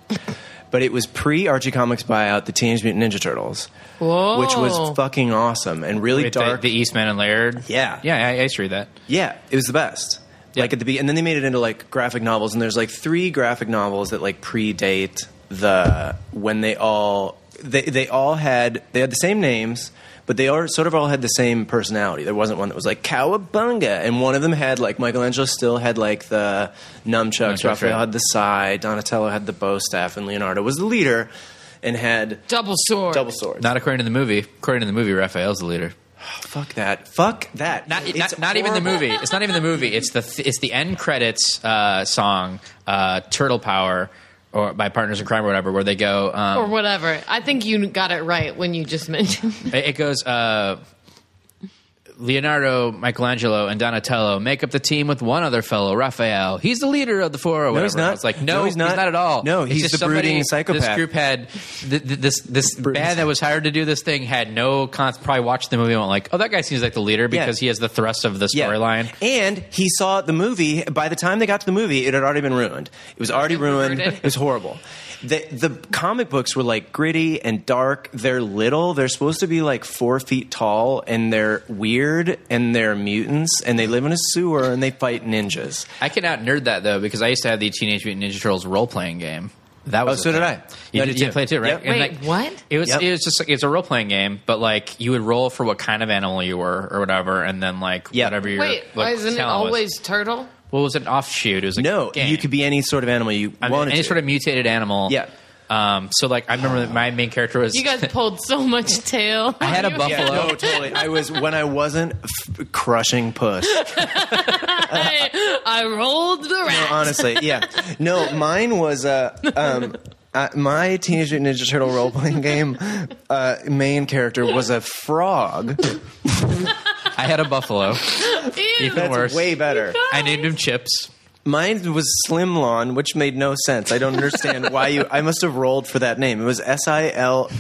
Speaker 5: But it was pre Archie Comics buyout the Teenage Mutant Ninja Turtles,
Speaker 6: Whoa.
Speaker 5: which
Speaker 3: Oh.
Speaker 5: was fucking awesome and really
Speaker 2: With the,
Speaker 5: dark.
Speaker 2: the Eastman and Laird.
Speaker 5: Yeah.
Speaker 2: yeah, I, I used to read that.
Speaker 5: Yeah, it was the best. Like at the be- and then they made it into like graphic novels, and there's like three graphic novels that like predate the when they all they they all had they had the same names, but they all sort of all had the same personality. There wasn't one that was like Cowabunga, and one of them had like Michelangelo still had like the nunchucks,
Speaker 2: Nunchucks,
Speaker 5: Raphael
Speaker 2: right.
Speaker 5: had the side, Donatello had the bow staff, and Leonardo was the leader and had
Speaker 6: Double sword.
Speaker 5: double swords.
Speaker 2: Not according to the movie. According to the movie, Raphael's the leader.
Speaker 5: fuck that. Fuck that.
Speaker 2: Not, e-,
Speaker 5: It's
Speaker 2: not, not even the
Speaker 5: horrible.
Speaker 2: movie. It's not even the movie. It's the th- it's the end credits uh, song, uh, Turtle Power, or by Partners in Crime or whatever, where they go. Um,
Speaker 6: Or whatever. I think you got it right when you just mentioned.
Speaker 2: It, it goes uh, Leonardo, Michelangelo, and Donatello make up the team with one other fellow, Raphael. He's the leader of the four. Or whatever.
Speaker 5: No, he's not.
Speaker 2: It's like no, he's, not. at all.
Speaker 5: No,
Speaker 2: It's
Speaker 5: he's
Speaker 2: just
Speaker 5: the
Speaker 2: somebody-
Speaker 5: brooding
Speaker 2: This
Speaker 5: psychopath.
Speaker 2: group had th- th- this this
Speaker 5: Brooding
Speaker 2: band that was hired to do this thing had no cons. Probably watched the movie and went like, oh, that guy seems like the leader because he has the thrust of the
Speaker 5: Yeah.
Speaker 2: storyline.
Speaker 5: And he saw the movie. By the time they got to the movie, it had already been ruined. It was already ruined.
Speaker 6: Ruined.
Speaker 5: It was horrible. The, the comic books were like gritty and dark. They're little. They're supposed to be like four feet tall, and they're weird, and they're mutants, and they live in a sewer, and they fight ninjas.
Speaker 2: I can out nerd that though because I used to have the Teenage Mutant Ninja Turtles role playing game. That was
Speaker 5: Oh,
Speaker 2: a
Speaker 5: so did
Speaker 2: thing.
Speaker 5: I.
Speaker 2: You
Speaker 5: I
Speaker 2: did,
Speaker 5: did
Speaker 2: you
Speaker 5: too.
Speaker 2: play it too, right?
Speaker 5: Yep.
Speaker 2: And,
Speaker 6: Wait, what?
Speaker 2: It was
Speaker 5: Yep.
Speaker 2: it was just like, it's a role playing game, but like you would roll for what kind of animal you were or whatever, and then like
Speaker 5: Yep.
Speaker 2: whatever your
Speaker 6: Wait,
Speaker 2: like,
Speaker 6: why isn't it
Speaker 2: talent was.
Speaker 6: always turtle?
Speaker 2: Well, it was an offshoot. It was like
Speaker 5: No,
Speaker 2: game.
Speaker 5: you could be any sort of animal you
Speaker 2: I mean,
Speaker 5: wanted.
Speaker 2: any
Speaker 5: to.
Speaker 2: sort of mutated animal.
Speaker 5: Yeah.
Speaker 2: Um. So like I remember that my main character was
Speaker 6: You guys pulled so much tail.
Speaker 2: I had a buffalo.
Speaker 5: Yeah, no, totally. I was when I wasn't f- crushing puss.
Speaker 6: I, I rolled the rat.
Speaker 5: No, honestly, yeah. No, mine was uh, um, uh, my Teenage Mutant Ninja Turtle role playing game uh, main character was a frog.
Speaker 2: I had a buffalo.
Speaker 6: Ew.
Speaker 2: Even
Speaker 5: That's
Speaker 2: worse.
Speaker 5: way better.
Speaker 2: I named him Chips.
Speaker 5: Mine was Slim Lawn, which made no sense. I don't understand why you. I must have rolled for that name. It was S I L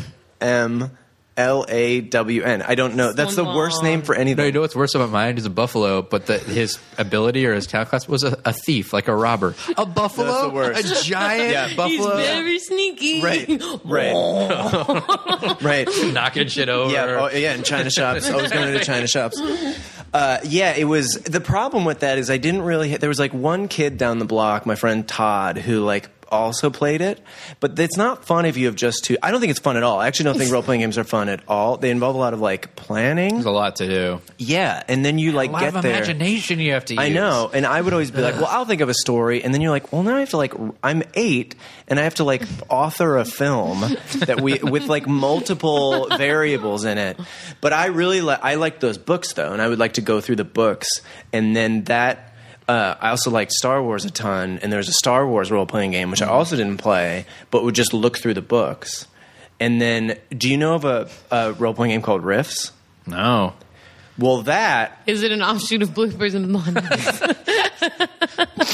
Speaker 5: M L A W N. I don't know. That's the
Speaker 6: Slim
Speaker 5: worst
Speaker 6: Lawn.
Speaker 5: name for
Speaker 2: No, you
Speaker 5: anything.
Speaker 2: know what's worse about mine is a buffalo, but the, his ability or his talent class was a, a thief, like a robber. A buffalo,
Speaker 5: That's the worst.
Speaker 2: a giant
Speaker 5: Yeah.
Speaker 6: He's
Speaker 2: buffalo,
Speaker 6: very sneaky.
Speaker 5: Right, right, right.
Speaker 2: knocking shit over.
Speaker 5: Yeah, oh, yeah, in China shops. Always going to China shops. Uh, yeah, it was the problem with that is I didn't really. There was like one kid down the block, my friend Todd, who like also played it, but it's not fun if you have just two. I don't think it's fun at all. I actually don't think role playing games are fun at all. They involve a lot of like planning.
Speaker 2: There's a lot to do.
Speaker 5: Yeah, and then you like
Speaker 2: A lot
Speaker 5: get
Speaker 2: of
Speaker 5: there.
Speaker 2: imagination you have to use.
Speaker 5: I know, and I would always be like, "Well, I'll think of a story," and then you're like, "Well, now I have to like, r- I'm eight, and I have to like author a film that we with like multiple variables in it." But I really like I liked those books though, and I would like to go through the books, and then that. Uh, I also liked Star Wars a ton, and there was a Star Wars role playing game which I also didn't play, but would just look through the books. And then, do you know of a, a role playing game called Riffs?
Speaker 2: No.
Speaker 5: Well, that
Speaker 6: Is it an offshoot of bloopers and blondes?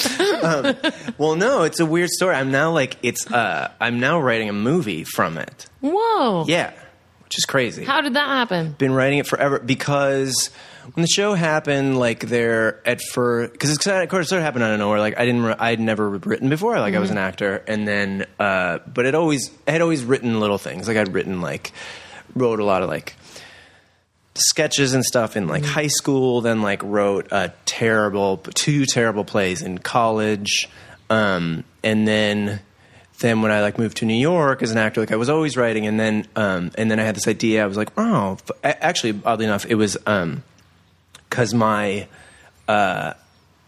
Speaker 5: Well, no, it's a weird story. I'm now like it's uh I'm now writing a movie from it.
Speaker 6: Whoa.
Speaker 5: Yeah. Which is crazy.
Speaker 6: How did that happen?
Speaker 5: Been writing it forever because when the show happened, like there at first, because it's kind of, of course it sort of happened out of nowhere. Like I didn't, re- I'd never written before. Like I was an actor, and then, uh, but it always, I had always written little things. Like I'd written like, wrote a lot of like sketches and stuff in like high school. Then like wrote a terrible, two terrible plays in college, um, and then then when I like moved to New York as an actor, like I was always writing. And then um, and then I had this idea. I was like, oh, f- a- actually, oddly enough, it was because my uh,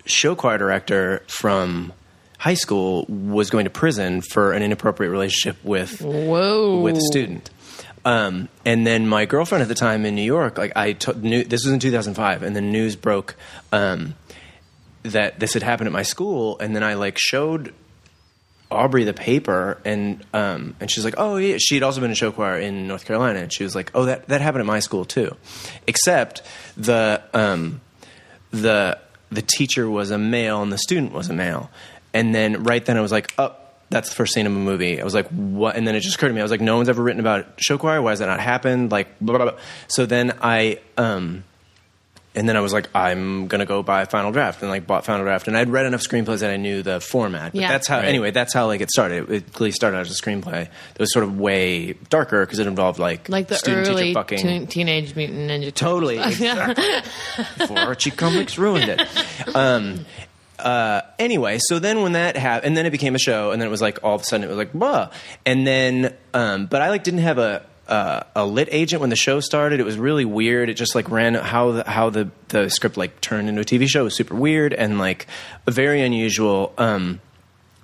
Speaker 5: show choir director from high school was going to prison for an inappropriate relationship with
Speaker 6: Whoa.
Speaker 5: with a student. Um, and then my girlfriend at the time in New York, like I to- knew this was in 2005, and the news broke um, that this had happened at my school, and then I like showed Aubrey the paper, and um, and she's like, oh yeah, she had also been in show choir in North Carolina, and she was like, oh that that happened at my school too, except the um, the the teacher was a male and the student was a male, and then right then I was like, oh, that's the first scene of a movie. I was like, what? And then it just occurred to me. I was like, no one's ever written about show choir. Why has that not happened? Like, blah, blah, blah. So then I, um, and then I was like, I'm gonna go buy Final Draft, and like bought Final Draft, and I'd read enough screenplays that I knew the format. But
Speaker 6: Yeah.
Speaker 5: that's how,
Speaker 2: Right.
Speaker 5: anyway, that's how like it started. It, it Glee started as a screenplay that was sort of way darker because it involved like
Speaker 6: Like the
Speaker 5: student
Speaker 6: early
Speaker 5: teacher fucking
Speaker 6: teen- Teenage Mutant Ninja Turtles.
Speaker 5: Totally. Exactly. Before Archie Comics ruined it. Um, uh, anyway, so then when that happened, and then it became a show, and then it was like all of a sudden it was like, blah. And then, um, but I like didn't have a. Uh, a lit agent when the show started it was really weird it just like ran how the, how the, the script like turned into a tv show was super weird and like very unusual um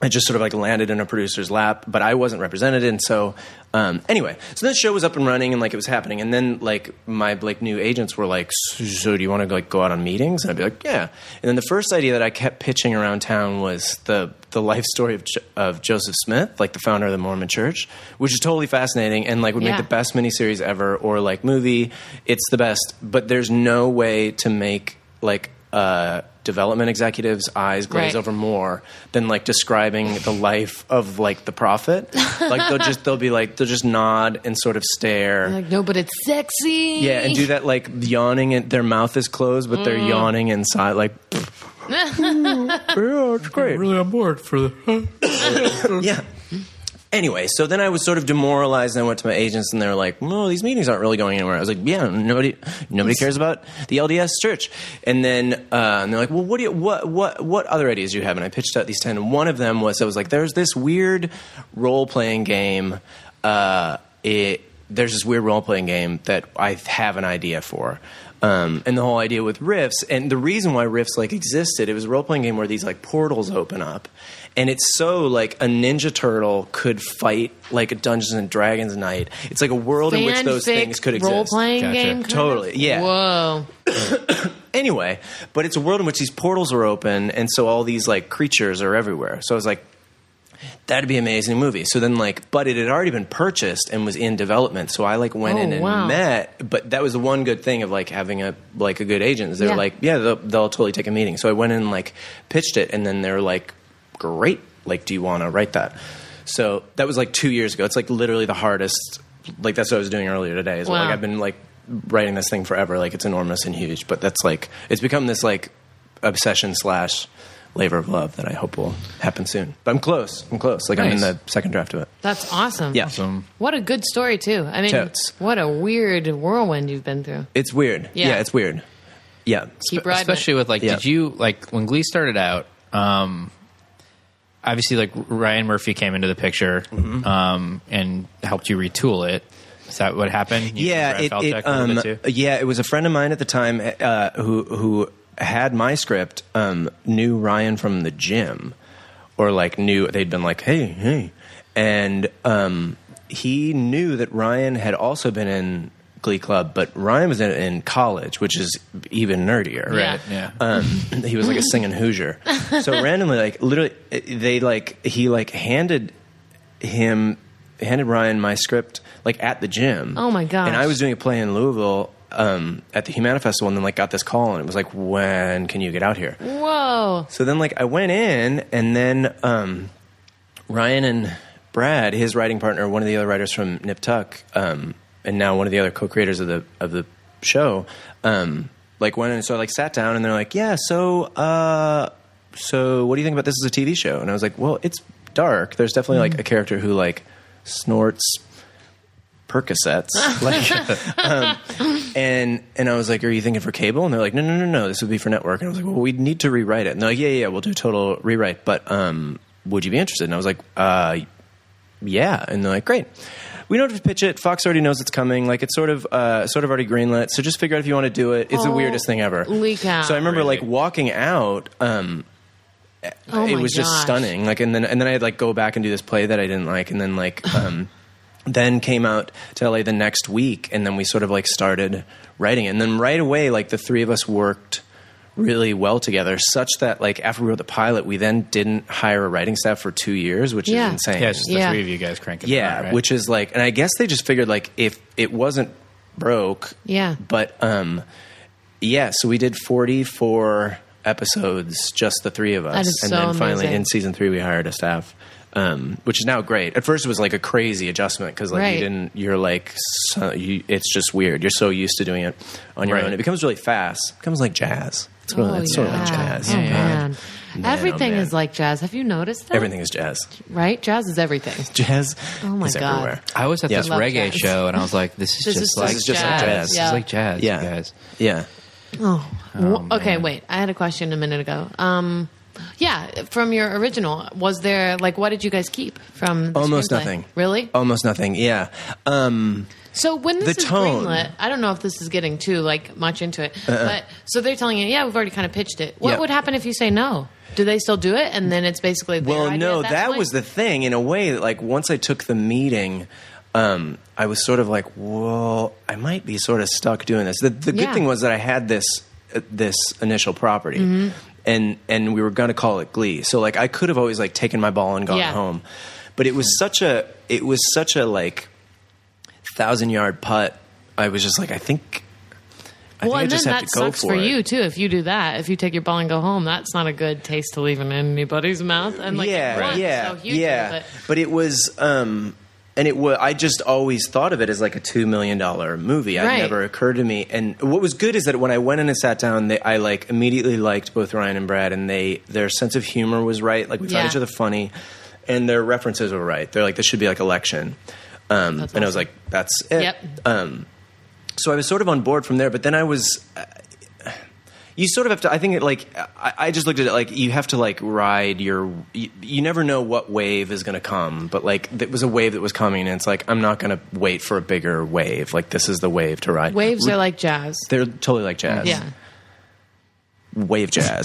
Speaker 5: it just sort of like landed in a producer's lap, but I wasn't represented. And so, um, anyway, so this show was up and running and like it was happening. And then like my like new agents were like, so do you want to like go out on meetings? And I'd be like, yeah. And then the first idea that I kept pitching around town was the, the life story of, Jo- of Joseph Smith, like the founder of the Mormon church, which is totally fascinating and like would
Speaker 6: Yeah.
Speaker 5: make the best miniseries ever or like movie. It's the best, but there's no way to make like, uh, development executives eyes
Speaker 6: Right.
Speaker 5: glaze over more than like describing the life of like the prophet. Like they'll just they'll be like they'll just nod and sort of stare.
Speaker 6: Like, no, but it's sexy.
Speaker 5: yeah, and do that like yawning and their mouth is closed, but they're yawning inside. Like, yeah, it's great.
Speaker 2: Really on board for the.
Speaker 5: Yeah. Anyway, so then I was sort of demoralized, and I went to my agents, and they were like, "Well, these meetings aren't really going anywhere." I was like, "Yeah, nobody, nobody cares about the LDS Church." And then uh, and they're like, "Well, what do you, what, what, what other ideas do you have?" And I pitched out these ten, and one of them was I was like, "There's this weird role playing game. Uh, it there's this weird role playing game that I have an idea for." Um, and the whole idea with riffs, and the reason why riffs like existed, it was a role playing game where these like portals open up, and it's so like a Ninja Turtle could fight like a Dungeons and Dragons knight. It's like a world in which those things could exist.
Speaker 6: Role playing
Speaker 2: Gotcha.
Speaker 6: game. kind of?
Speaker 5: Totally, yeah.
Speaker 6: Whoa.
Speaker 5: Anyway, but it's a world in which these portals are open, and so all these like creatures are everywhere. So I was like, that'd be an amazing movie. So then like, but it had already been purchased and was in development. So I like went
Speaker 6: Oh,
Speaker 5: in and
Speaker 6: wow.
Speaker 5: met. But that was the one good thing of like having a like a good agent. Is they're
Speaker 6: Yeah.
Speaker 5: like, yeah, they'll, they'll totally take a meeting. So I went in and like pitched it, and then they're like, great. Like, do you want to write that? So that was like two years ago. It's like literally the hardest. Like that's what I was doing earlier today. Is
Speaker 6: Wow.
Speaker 5: like I've been like writing this thing forever. Like it's enormous and huge, but that's like it's become this like obsession slash labor of love that I hope will happen soon. But I'm close. I'm close. Like I'm in
Speaker 2: Nice.
Speaker 5: the second draft of it.
Speaker 6: That's awesome.
Speaker 5: Yeah.
Speaker 2: Awesome.
Speaker 6: What a good story, too. I mean,
Speaker 5: Totes.
Speaker 6: what a weird whirlwind you've been through.
Speaker 5: It's weird.
Speaker 6: Yeah.
Speaker 5: Yeah, it's weird. Yeah.
Speaker 6: Keep riding. it.
Speaker 2: especially with like
Speaker 5: Yeah.
Speaker 2: did you like when glee started out um obviously like ryan murphy came into the picture
Speaker 5: Mm-hmm.
Speaker 2: um and helped you retool it is that what happened You
Speaker 5: yeah,
Speaker 2: draft
Speaker 5: it,
Speaker 2: Altec
Speaker 5: it,
Speaker 2: a little
Speaker 5: um,
Speaker 2: bit too?
Speaker 5: yeah, it was a friend of mine at the time uh, who who had my script, um, knew Ryan from the gym, or like knew they'd been like, hey, hey, and um, he knew that Ryan had also been in Glee Club, but Ryan was in, in college, which is even nerdier, right?
Speaker 6: Yeah.
Speaker 2: yeah
Speaker 5: um, he was like a singing Hoosier. So randomly, like literally, they like he like handed him handed Ryan my script like at the gym.
Speaker 6: Oh, my gosh.
Speaker 5: And I was doing a play in Louisville um, at the Humana Festival, and then like got this call, and it was like, when can you get out here?
Speaker 6: Whoa.
Speaker 5: So then, like, I went in, and then um, Ryan and Brad, his writing partner, one of the other writers from Nip Tuck, um, and now one of the other co-creators of the of the show, um, like went in and so I like sat down, and they're like, "Yeah, so uh, so what do you think about this as a TV show?" And I was like, "Well, it's dark. There's definitely like a character who like snorts." Percocets, like, um, and and I was like, "Are you thinking for cable?" And they're like, "No, no, no, no. This would be for network." And I was like, "Well, we need to rewrite it." And they're like, "Yeah, yeah, yeah, we'll do a total rewrite, but um, would you be interested?" And I was like, "Uh, yeah." And they're like, "Great. We don't have to pitch it. Fox already knows it's coming. Like, it's sort of uh, sort of already greenlit. So just figure out if you want to do it. It's the weirdest thing ever."
Speaker 6: leak out.
Speaker 5: So I remember like
Speaker 2: Really?
Speaker 5: walking out. Um,
Speaker 6: Oh
Speaker 5: it
Speaker 6: my
Speaker 5: was just
Speaker 6: gosh.
Speaker 5: stunning. Like, and then and then I had like go back and do this play that I didn't like, and then like. Um, then came out to LA the next week, and then we sort of like started writing. it. And then right away, like the three of us worked really well together, such that like after we wrote the pilot, we then didn't hire a writing staff for two years, which
Speaker 6: Yeah.
Speaker 5: is insane.
Speaker 2: yeah it's just the
Speaker 6: Yeah.
Speaker 2: three of you guys cranking it
Speaker 5: yeah,
Speaker 2: out, right?
Speaker 5: which is like, and I guess they just figured like if it wasn't broke,
Speaker 6: Yeah.
Speaker 5: But um, yeah, so we did forty four episodes, just the three of us,
Speaker 3: That is
Speaker 5: and
Speaker 3: so
Speaker 5: then finally
Speaker 3: amazing.
Speaker 5: in season three we hired a staff, um, which is now great. At first it was like a crazy adjustment because like
Speaker 3: Right.
Speaker 5: you didn't, you're like, so, you, it's just weird. You're so used to doing it on your
Speaker 2: Right.
Speaker 5: own. It becomes really fast. It becomes like jazz. It's, really, it's sort of like jazz.
Speaker 3: Oh,
Speaker 5: God.
Speaker 3: man.
Speaker 5: Man, oh,
Speaker 3: Everything
Speaker 5: man.
Speaker 3: is like jazz. Have you noticed that?
Speaker 5: Everything is jazz.
Speaker 3: Right? Jazz is everything.
Speaker 5: Jazz
Speaker 3: Oh, my
Speaker 5: is
Speaker 3: God.
Speaker 5: everywhere.
Speaker 2: I was at
Speaker 5: Yeah.
Speaker 2: this
Speaker 5: Love
Speaker 2: reggae
Speaker 3: jazz.
Speaker 2: show, and I was like, "This is
Speaker 3: This
Speaker 2: just
Speaker 3: is
Speaker 2: like
Speaker 5: just jazz.
Speaker 2: This
Speaker 3: Yeah.
Speaker 2: is like jazz,
Speaker 5: Yeah.
Speaker 2: you guys."
Speaker 5: Yeah.
Speaker 3: Oh, wh- okay.
Speaker 2: man.
Speaker 3: Wait, I had a question a minute ago. Um, yeah, from your original, was there like what did you guys keep from the
Speaker 5: Almost
Speaker 3: screenplay?
Speaker 5: nothing.
Speaker 3: Really?
Speaker 5: Almost nothing. Yeah. Um,
Speaker 3: so when this
Speaker 5: the
Speaker 3: is
Speaker 5: tone. Uh-uh.
Speaker 3: greenlit, I don't know if this is getting too like much into it, but so they're telling you, yeah, we've already kind of pitched it. What
Speaker 5: Yeah.
Speaker 3: would happen if you say no? Do they still do it? And then it's basically their
Speaker 5: well
Speaker 3: idea
Speaker 5: no
Speaker 3: at that,
Speaker 5: that
Speaker 3: point?
Speaker 5: was the thing in a way that like once i took the meeting um, i was sort of like whoa i might be sort of stuck doing this the, the
Speaker 3: Yeah.
Speaker 5: good thing was that i had this uh, this initial property
Speaker 3: Mm-hmm.
Speaker 5: and and we were going to call it glee so like i could have always like taken my ball and gone
Speaker 3: Yeah.
Speaker 5: home but it was such a it was such a like thousand yard putt i was just like i think I
Speaker 3: well,
Speaker 5: think I
Speaker 3: and
Speaker 5: just
Speaker 3: then
Speaker 5: have
Speaker 3: that
Speaker 5: to go
Speaker 3: sucks
Speaker 5: for,
Speaker 3: for,
Speaker 5: it.
Speaker 3: you too. If you do that, if you take your ball and go home, that's not a good taste to leave in anybody's mouth. And like,
Speaker 5: yeah,
Speaker 3: it runs
Speaker 5: yeah,
Speaker 3: so hugely,
Speaker 5: yeah.
Speaker 3: but-
Speaker 5: But, it was, um, and it was. I just always thought of it as like a two million dollar movie. It
Speaker 3: Right.
Speaker 5: never occurred to me. And what was good is that when I went in and sat down, they, I like immediately liked both Ryan and Brad, and they their sense of humor was right. Like we
Speaker 3: Yeah.
Speaker 5: found each other funny, and their references were right. They're like this should be like election, um, and
Speaker 3: That's
Speaker 5: I was
Speaker 3: awesome.
Speaker 5: like that's it.
Speaker 3: Yep.
Speaker 5: Um, so I was sort of on board from there, but then I was you sort of have to i think it like I, I just looked at it like you have to like ride your you, you never know what wave is going to come but like it was a wave that was coming and it's like i'm not going to wait for a bigger wave like this is the wave to ride
Speaker 3: waves are like jazz.
Speaker 5: they're totally like jazz
Speaker 3: Yeah.
Speaker 5: wave jazz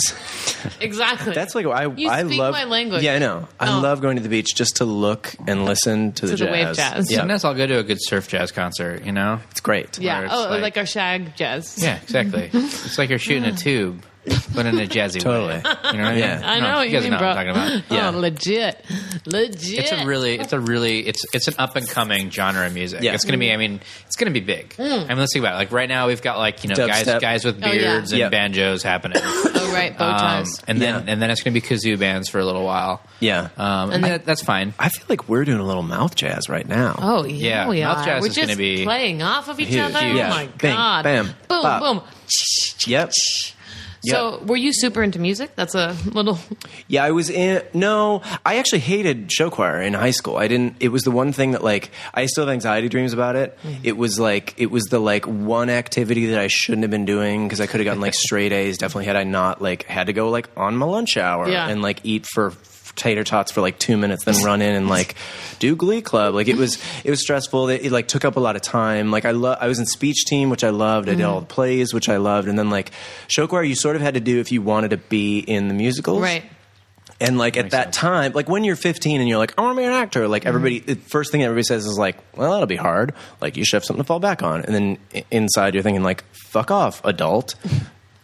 Speaker 3: Exactly.
Speaker 5: that's like i
Speaker 3: You
Speaker 5: i
Speaker 3: speak
Speaker 5: love
Speaker 3: my language.
Speaker 5: yeah i know i
Speaker 3: Oh.
Speaker 5: love going to the beach just to look and listen to,
Speaker 3: To the wave jazz.
Speaker 5: yeah
Speaker 2: And that's all go to a good surf jazz concert, you know?
Speaker 5: it's great
Speaker 3: Yeah.
Speaker 2: where it's
Speaker 3: Oh, like,
Speaker 2: like-
Speaker 3: our shag jazz.
Speaker 2: Yeah, exactly. it's like you're shooting a tube, but in a jazzy
Speaker 5: Totally.
Speaker 2: way. You know what I mean?
Speaker 5: Yeah.
Speaker 3: I know
Speaker 2: No,
Speaker 3: what you,
Speaker 2: guys
Speaker 3: mean,
Speaker 2: know
Speaker 3: bro.
Speaker 2: what I'm talking about.
Speaker 5: Yeah.
Speaker 3: Oh, legit, legit.
Speaker 2: It's a really, it's a really, it's it's an up and coming genre of music.
Speaker 5: Yeah.
Speaker 2: It's gonna be, I mean, it's gonna be big. I mean, let's think about it. Like right now, we've got like you know guys
Speaker 5: Dubstep.
Speaker 2: guys with
Speaker 3: Hmm. Oh, yeah.
Speaker 2: beards and
Speaker 5: Yeah.
Speaker 2: banjos happening.
Speaker 3: oh right, bow
Speaker 2: Um,
Speaker 3: ties.
Speaker 2: and then
Speaker 5: Yeah.
Speaker 2: and then it's going to be kazoo bands for a little while.
Speaker 5: Yeah.
Speaker 2: um, and that, that's fine.
Speaker 5: i feel like we're doing a little mouth jazz right now
Speaker 3: oh yeah,
Speaker 2: yeah,
Speaker 3: we
Speaker 2: mouth
Speaker 3: are.
Speaker 2: jazz
Speaker 3: We're
Speaker 2: is
Speaker 3: just
Speaker 2: gonna be
Speaker 3: playing off of each
Speaker 5: huge.
Speaker 3: other.
Speaker 5: Yeah.
Speaker 3: Oh my
Speaker 5: Bang,
Speaker 3: god!
Speaker 5: bam,
Speaker 3: boom,
Speaker 5: bop.
Speaker 3: boom.
Speaker 5: yep
Speaker 3: So, were you super into music? That's a little.
Speaker 5: Yeah, I was in. No, I actually hated show choir in high school. I didn't. It was the one thing that like I still have anxiety dreams about it.
Speaker 3: Mm-hmm.
Speaker 5: It was like it was the like one activity that I shouldn't have been doing because I could have gotten like straight A's. Definitely had I not like had to go like on my lunch hour
Speaker 3: Yeah.
Speaker 5: and like eat for f- tater tots for like two minutes, then run in and like do Glee Club. Like it was it was stressful. It, it like took up a lot of time. Like I lo- I was in speech team, which I loved. I did
Speaker 3: Mm-hmm.
Speaker 5: all the plays, which I loved, and then like show choir, you sort of had to do if you wanted to be in the musicals,
Speaker 3: Right.
Speaker 5: and like at that time, like when you're 15 and you're like, I want to be an actor. Like everybody, the first thing everybody says is like, well, that'll be hard. Like you should have something to fall back on. And then i- inside you're thinking like, fuck off, adult.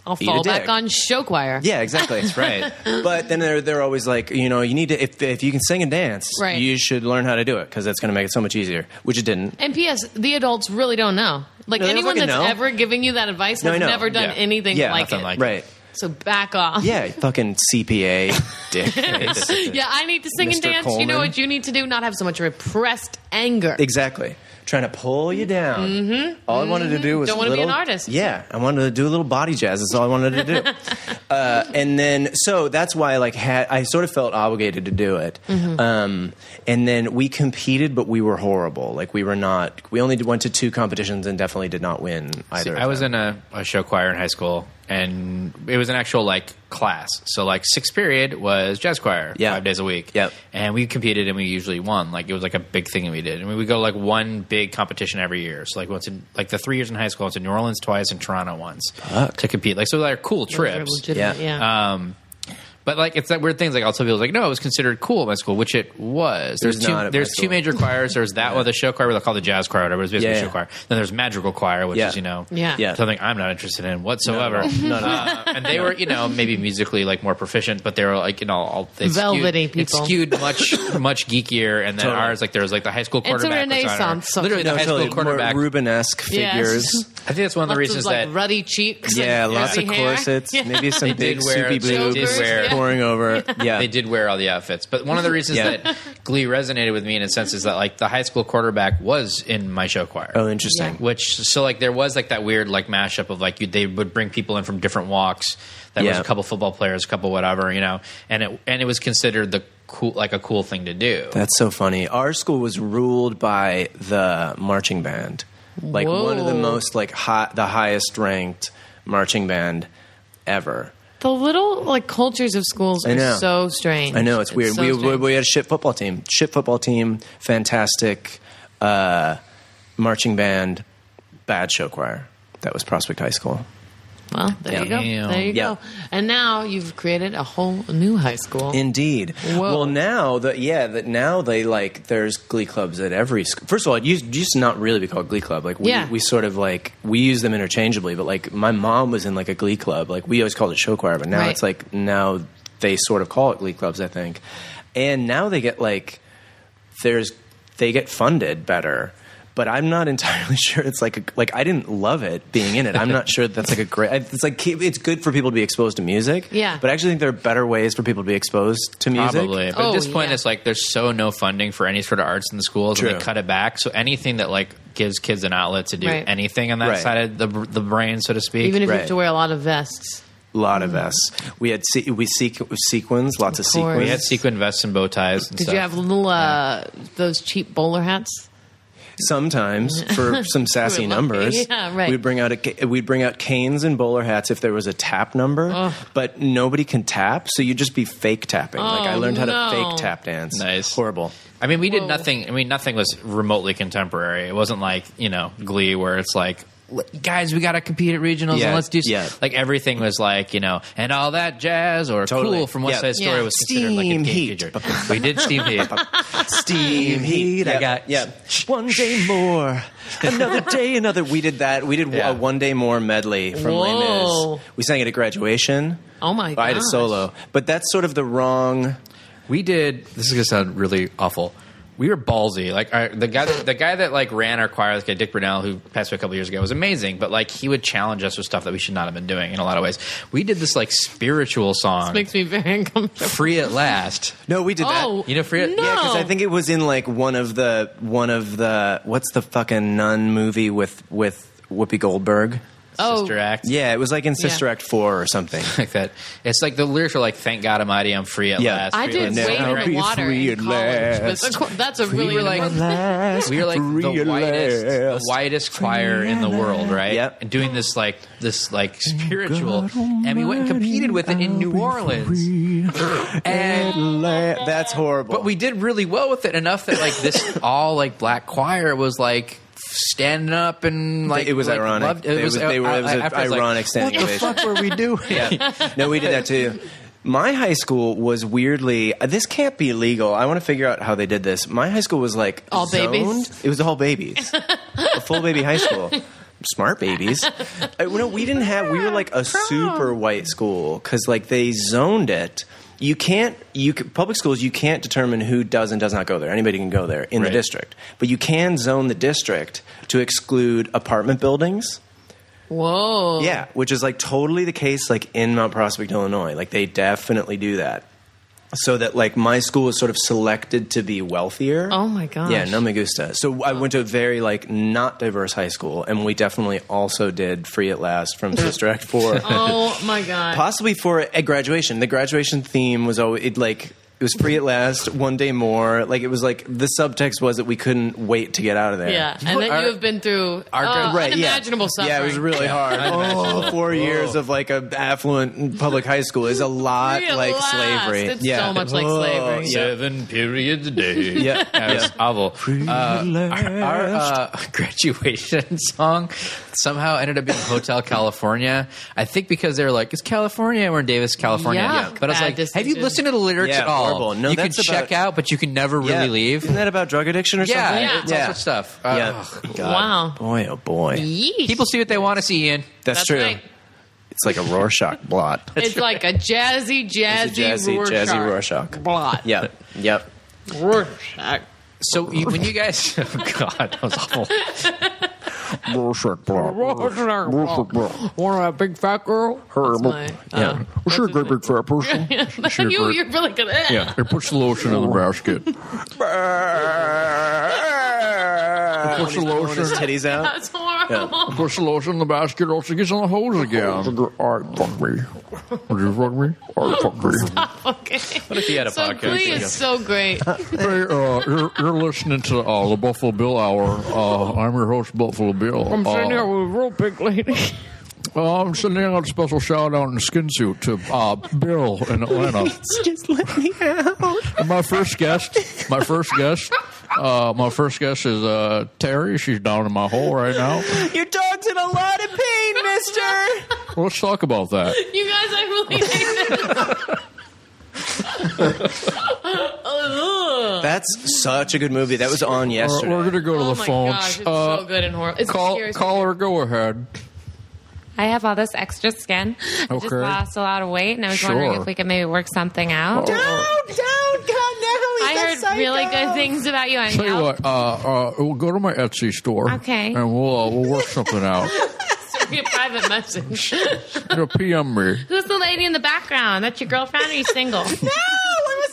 Speaker 3: I'll
Speaker 5: Eat a
Speaker 3: fall back
Speaker 5: dick.
Speaker 3: on show choir.
Speaker 5: Yeah, exactly. That's
Speaker 2: right.
Speaker 5: But then they're they're always like, you know, you need to if if you can sing and dance,
Speaker 3: Right.
Speaker 5: you should learn how to do it because that's going to make it so much easier. Which it didn't.
Speaker 3: And P.S. The adults really don't know. Like
Speaker 5: No, they don't
Speaker 3: anyone that's
Speaker 5: fucking know.
Speaker 3: ever giving you that advice
Speaker 5: No, I
Speaker 3: has
Speaker 5: know.
Speaker 3: never done
Speaker 2: Yeah.
Speaker 3: anything
Speaker 5: Yeah,
Speaker 3: like
Speaker 2: nothing
Speaker 3: it.
Speaker 2: like it.
Speaker 5: Right.
Speaker 3: so back off.
Speaker 5: Yeah, you fucking CPA dick. face.
Speaker 3: Yeah, I need to sing and
Speaker 5: Mr.
Speaker 3: dance. You know
Speaker 5: Coleman.
Speaker 3: what you need to do? Not have so much repressed anger.
Speaker 5: Exactly. Trying to pull you down. Mm-hmm. All I wanted to do was
Speaker 3: Don't wanna be
Speaker 5: little-
Speaker 3: an artist.
Speaker 5: Yeah, I wanted to do a little body jazz. That's all I wanted to do. uh, and then, so that's why, like, had, I sort of felt obligated to do it.
Speaker 3: Mm-hmm.
Speaker 5: Um, and then we competed, but we were horrible. Like, we were not. We only went to two competitions and definitely did not win either.
Speaker 2: See,
Speaker 5: of
Speaker 2: I was
Speaker 5: them.
Speaker 2: in a, a show choir in high school, and it was an actual like class. So like sixth period was jazz choir,
Speaker 5: Yeah.
Speaker 2: five days a week.
Speaker 5: Yep.
Speaker 2: And we competed, and we usually won. Like it was like a big thing that we did, and we would go to, like one big competition every year. So like once in like the three years in high school, I was in New Orleans twice and Toronto once to compete. Like so, they're cool
Speaker 3: Those are
Speaker 2: trips.
Speaker 3: legitimate,
Speaker 5: Yeah. Uh,
Speaker 3: yeah.
Speaker 2: Um, But like it's that weird thing. Like also people was like, no, it was considered cool at my school, which it was. There's
Speaker 5: was
Speaker 2: two
Speaker 5: not at my
Speaker 2: there's two
Speaker 5: school.
Speaker 2: major choirs. There's that one, the show choir, they're called the jazz choir, or whatever. It was basically
Speaker 5: Yeah,
Speaker 2: show
Speaker 5: yeah.
Speaker 2: choir. Then there's madrigal choir, which
Speaker 5: Yeah.
Speaker 2: is you know
Speaker 3: Yeah.
Speaker 5: Yeah.
Speaker 2: something I'm not interested in whatsoever.
Speaker 5: No, no, no.
Speaker 2: Uh, and they were you know maybe musically like more proficient, but they were like you know all they skewed-
Speaker 3: Velvety
Speaker 2: it
Speaker 3: people.
Speaker 2: skewed much much geekier. And then
Speaker 5: Totally.
Speaker 2: ours like there was like the high school
Speaker 3: a
Speaker 2: quarterback. was on our-
Speaker 3: renaissance something.
Speaker 2: Literally the
Speaker 5: No,
Speaker 2: high
Speaker 5: totally.
Speaker 2: school quarterback.
Speaker 5: More Rubenesque
Speaker 3: Yes.
Speaker 5: figures.
Speaker 2: I think that's one of the
Speaker 3: Lots
Speaker 2: reasons
Speaker 3: like
Speaker 2: that
Speaker 3: ruddy cheeks.
Speaker 5: Yeah,
Speaker 3: and
Speaker 5: lots of
Speaker 3: frizzy hair.
Speaker 5: corsets.
Speaker 3: Yeah.
Speaker 5: Maybe some
Speaker 2: They did
Speaker 5: big
Speaker 2: wear-
Speaker 5: soupy
Speaker 2: they
Speaker 5: boobs
Speaker 3: did wear-
Speaker 5: pouring over. Yeah,
Speaker 2: they did wear all the outfits. But one of the reasons
Speaker 5: Yeah.
Speaker 2: that Glee resonated with me in a sense is that like the high school quarterback was in my show choir.
Speaker 5: Oh, interesting.
Speaker 3: Yeah.
Speaker 2: Which so like there was like that weird like mashup of like you, they would bring people in from different walks. That was
Speaker 5: Yeah.
Speaker 2: a couple football players, a couple whatever, you know, and it and it was considered the cool like a cool thing to do.
Speaker 5: That's so funny. Our school was ruled by the marching band, like one of the
Speaker 3: Whoa.
Speaker 5: most like high, the highest ranked marching band ever.
Speaker 3: The little like cultures of schools
Speaker 5: I know.
Speaker 3: are so strange.
Speaker 5: I know it's weird.
Speaker 3: so
Speaker 5: we, we
Speaker 3: strange.
Speaker 5: we had a shit football team, shit football team, fantastic uh, marching band, bad show choir. That was Prospect High School.
Speaker 3: Well, there you go.
Speaker 2: Damn.
Speaker 3: There you
Speaker 5: Yeah.
Speaker 3: go. And now you've created a whole new high school.
Speaker 5: Indeed.
Speaker 3: Whoa.
Speaker 5: Well, now that yeah, that now they like there's glee clubs at every. Sc- First of all, it used, it used to not really be called glee club. Like we
Speaker 3: Yeah.
Speaker 5: we sort of like we use them interchangeably. But like my mom was in like a glee club. Like we always called it show choir, but now
Speaker 3: Right.
Speaker 5: it's like now they sort of call it glee clubs. I think, and now they get like there's they get funded better. But I'm not entirely sure it's like a, like I didn't love it being in it. I'm not sure that's like a great. It's like keep- it's good for people to be exposed to music.
Speaker 3: Yeah.
Speaker 5: But I actually think there are better ways for people to be exposed to music.
Speaker 2: Probably, but
Speaker 3: Oh,
Speaker 2: at this point,
Speaker 3: yeah.
Speaker 2: it's like there's so no funding for any sort of arts in the schools, and
Speaker 5: True.
Speaker 2: they cut it back. So anything that like gives kids an outlet to do
Speaker 3: Right.
Speaker 2: anything on that
Speaker 5: Right.
Speaker 2: side of the the brain, so to speak,
Speaker 3: Even if you
Speaker 5: Right.
Speaker 3: have to wear a lot of vests.
Speaker 5: A lot of us. We had se- we sequ- sequins, lots of,
Speaker 3: course.
Speaker 5: sequins.
Speaker 2: we had sequin vests and bow ties. And
Speaker 3: Did
Speaker 2: stuff.
Speaker 3: you have little uh, those cheap bowler hats?
Speaker 5: Sometimes for some sassy
Speaker 3: lucky.
Speaker 5: numbers,
Speaker 3: Yeah, right.
Speaker 5: we'd bring out a, ca- we'd bring out canes and bowler hats if there was a tap number, but nobody can tap, so you'd just be fake tapping. like I
Speaker 3: Oh,
Speaker 5: learned how
Speaker 3: no.
Speaker 5: to fake tap dance.
Speaker 2: Nice.
Speaker 5: horrible.
Speaker 2: I mean, we
Speaker 3: Whoa.
Speaker 2: did nothing. I mean, nothing was remotely contemporary. It wasn't like you know Glee, where it's like, "L- guys, we got to compete at regionals
Speaker 5: Yeah,
Speaker 2: and let's do. s-"
Speaker 5: yeah.
Speaker 2: Like everything was like you know, and all that jazz or
Speaker 5: Totally.
Speaker 2: cool from West
Speaker 5: Yeah.
Speaker 2: Side Story
Speaker 3: Yeah.
Speaker 2: was considered like a
Speaker 5: Steam
Speaker 2: game
Speaker 5: heat.
Speaker 2: changer. we did steam heat.
Speaker 5: Steam heat.
Speaker 2: I
Speaker 5: I
Speaker 2: got-
Speaker 5: got yeah. One day more, another day, another. We did that. We did
Speaker 2: Yeah.
Speaker 5: a one day more medley from
Speaker 3: Whoa.
Speaker 5: Les Mis. We sang it at graduation.
Speaker 3: Oh my god!
Speaker 5: I had a solo, but that's sort of the wrong.
Speaker 2: We did. This is gonna sound really awful. We were ballsy. Like our, the guy, that, the guy that like ran our choir, this guy Dick Brunell, who passed away a couple years ago, was amazing. But like he would challenge us with stuff that we should not have been doing in a lot of ways. We did this like spiritual song,
Speaker 3: Makes me very uncomfortable.
Speaker 2: "Free at Last."
Speaker 5: No, we did
Speaker 3: Oh,
Speaker 5: that.
Speaker 2: You know, for-
Speaker 3: no.
Speaker 2: yeah,
Speaker 5: Yeah, because I think it was in like one of the one of the what's the fucking nun movie with with Whoopi Goldberg?
Speaker 3: oh,
Speaker 2: Sister Act.
Speaker 5: Yeah, it was like in Sister
Speaker 3: Yeah.
Speaker 5: Act Four or something.
Speaker 2: like that. It's like the lyrics are like, "Thank God Almighty, I'm free at
Speaker 5: Yeah.
Speaker 2: last."
Speaker 3: I
Speaker 2: free
Speaker 3: did
Speaker 2: at
Speaker 5: Now
Speaker 2: last.
Speaker 3: wait in
Speaker 5: be
Speaker 3: the water
Speaker 5: free
Speaker 3: in
Speaker 5: at
Speaker 3: college.
Speaker 5: last.
Speaker 3: That's a- That's a
Speaker 2: We
Speaker 3: really
Speaker 2: were like,
Speaker 3: important-
Speaker 2: we were like the
Speaker 5: free at
Speaker 2: whitest, the
Speaker 5: last.
Speaker 2: whitest choir in the world, right?
Speaker 5: Yep.
Speaker 2: And doing this like this like spiritual, and we went and competed with it in New Orleans, and
Speaker 5: La- That's horrible.
Speaker 2: but we did really well with it enough that like this all like black choir was like standing up and like
Speaker 5: it was
Speaker 2: like,
Speaker 5: ironic.
Speaker 2: loved-
Speaker 5: it was, they were, it was
Speaker 2: I-
Speaker 5: an
Speaker 2: after I was like,
Speaker 5: ironic standing
Speaker 2: "What the
Speaker 5: ovation.
Speaker 2: fuck were we doing?
Speaker 5: Yeah. No, we did that too. My high school was weirdly. This can't be legal. I want to figure out how they did this. My high school was like
Speaker 3: All
Speaker 5: zoned.
Speaker 3: babies?
Speaker 5: It was all babies, a full baby high school. Smart babies. I, no, we didn't have. We were like a super white school because like they zoned it. You can't. You can, public schools. You can't determine who does and does not go there. Anybody can go there in
Speaker 2: Right.
Speaker 5: the district, but you can zone the district to exclude apartment buildings.
Speaker 3: whoa.
Speaker 5: Yeah, which is like totally the case like in Mount Prospect, Illinois. Like they definitely do that. So that like my school was sort of selected to be wealthier.
Speaker 3: Oh my gosh.
Speaker 5: Yeah, no me gusta. So I went to a very like not diverse high school and we definitely also did Free at Last from Sister Act 4.
Speaker 3: Oh my god.
Speaker 5: Possibly for a graduation. The graduation theme was always it, like It was free at last. One day more. Like it was like the subtext was that we couldn't wait to get out of there.
Speaker 3: Yeah, and then
Speaker 5: Our-
Speaker 3: you have been through
Speaker 5: our-
Speaker 3: uh,
Speaker 5: right, yeah.
Speaker 3: unimaginable suffering.
Speaker 5: Yeah, it was really hard. oh, four years of like a affluent public high school is a lot
Speaker 3: Real
Speaker 5: like
Speaker 3: last.
Speaker 5: slavery.
Speaker 3: It's
Speaker 5: yeah,
Speaker 3: so
Speaker 5: Oh,
Speaker 3: much like slavery.
Speaker 2: Seven periods a day.
Speaker 5: Yeah.
Speaker 2: that was awful. Uh, our our, uh, graduation song somehow ended up being Hotel California. I think because they were like, "It's California, we're in Davis, California."
Speaker 3: Yeah.
Speaker 2: But I was
Speaker 3: Bad
Speaker 2: like, "Have you
Speaker 3: decision.
Speaker 2: listened to the lyrics
Speaker 5: Yeah,
Speaker 2: at all?
Speaker 5: horrible. No,
Speaker 2: you can
Speaker 5: that's
Speaker 2: check
Speaker 5: about-
Speaker 2: out, but you can never really
Speaker 5: Yeah.
Speaker 2: leave."
Speaker 5: Isn't that about drug addiction or
Speaker 2: Yeah,
Speaker 5: something?
Speaker 3: Yeah.
Speaker 2: it's all sorts of stuff.
Speaker 5: Yeah.
Speaker 2: Ugh.
Speaker 5: God.
Speaker 3: Wow.
Speaker 5: Boy, oh boy.
Speaker 3: Yeesh.
Speaker 2: people see what they want to see. Ian,
Speaker 5: That's,
Speaker 3: That's
Speaker 5: true.
Speaker 3: right.
Speaker 5: It's like a Rorschach blot.
Speaker 3: It's like a jazzy, jazzy,
Speaker 5: It's a jazzy,
Speaker 3: Rorschach.
Speaker 5: jazzy Rorschach.
Speaker 3: Blot.
Speaker 5: Yep. Yep.
Speaker 3: Rorschach.
Speaker 2: so you, when you guys, oh God, that was awful.
Speaker 7: Rorschach blot.
Speaker 3: Rorschach.
Speaker 7: Rorschach
Speaker 3: blot.
Speaker 7: blot.
Speaker 3: Want a big fat girl?
Speaker 7: Her,
Speaker 3: That's my, uh,
Speaker 7: Was she a great big fat person? She a
Speaker 3: you,
Speaker 7: great-
Speaker 3: you're really good at
Speaker 7: Yeah, it puts the lotion in the basket. Puts the
Speaker 5: When his
Speaker 7: lotion.
Speaker 5: titties out.
Speaker 3: That's horrible.
Speaker 7: Puts the lotion in the basket, or she gets on the hose again. All right, fuck me. Would you fuck me? All right, fuck me.
Speaker 3: Okay.
Speaker 2: What if he had a
Speaker 3: So
Speaker 2: podcast?
Speaker 3: Glee is so great.
Speaker 7: Hey, uh, you're, you're listening to uh, the Buffalo Bill Hour. Uh, I'm your host, Buffalo Bill. I'm sitting here with a real big lady. Uh, I'm sending out a special shout out in a skin suit to uh, Bill in Atlanta.
Speaker 4: Just let me out.
Speaker 7: And my first guest, my first guest, uh, my first guest is uh, Terry. She's down in my hole right now.
Speaker 5: Your dog's in a lot of pain, mister.
Speaker 7: Well, let's talk about that.
Speaker 3: You guys, I really hate this.
Speaker 5: That's such a good movie. That was on
Speaker 7: All right,
Speaker 5: yesterday.
Speaker 7: we're gonna go to
Speaker 3: Oh
Speaker 7: the
Speaker 3: my
Speaker 7: phones.
Speaker 3: gosh, it's
Speaker 7: Uh,
Speaker 3: so good and horrible. It's
Speaker 7: Call,
Speaker 3: scary.
Speaker 7: caller, go ahead.
Speaker 8: I have all this extra skin. I just
Speaker 7: Okay.
Speaker 8: lost a lot of weight, and I was wondering
Speaker 7: Sure.
Speaker 8: if we could maybe work something out.
Speaker 4: don't come now.
Speaker 7: Oh,
Speaker 8: I heard really good things about you. And
Speaker 7: Tell you
Speaker 8: now-
Speaker 7: what, uh, uh, we'll go to my Etsy store.
Speaker 8: Okay.
Speaker 7: And we'll uh, we'll work something out.
Speaker 3: Send me a private message.
Speaker 7: You know, PM me.
Speaker 8: Who's the lady in the background? That's your girlfriend or you single?
Speaker 4: No, I'm a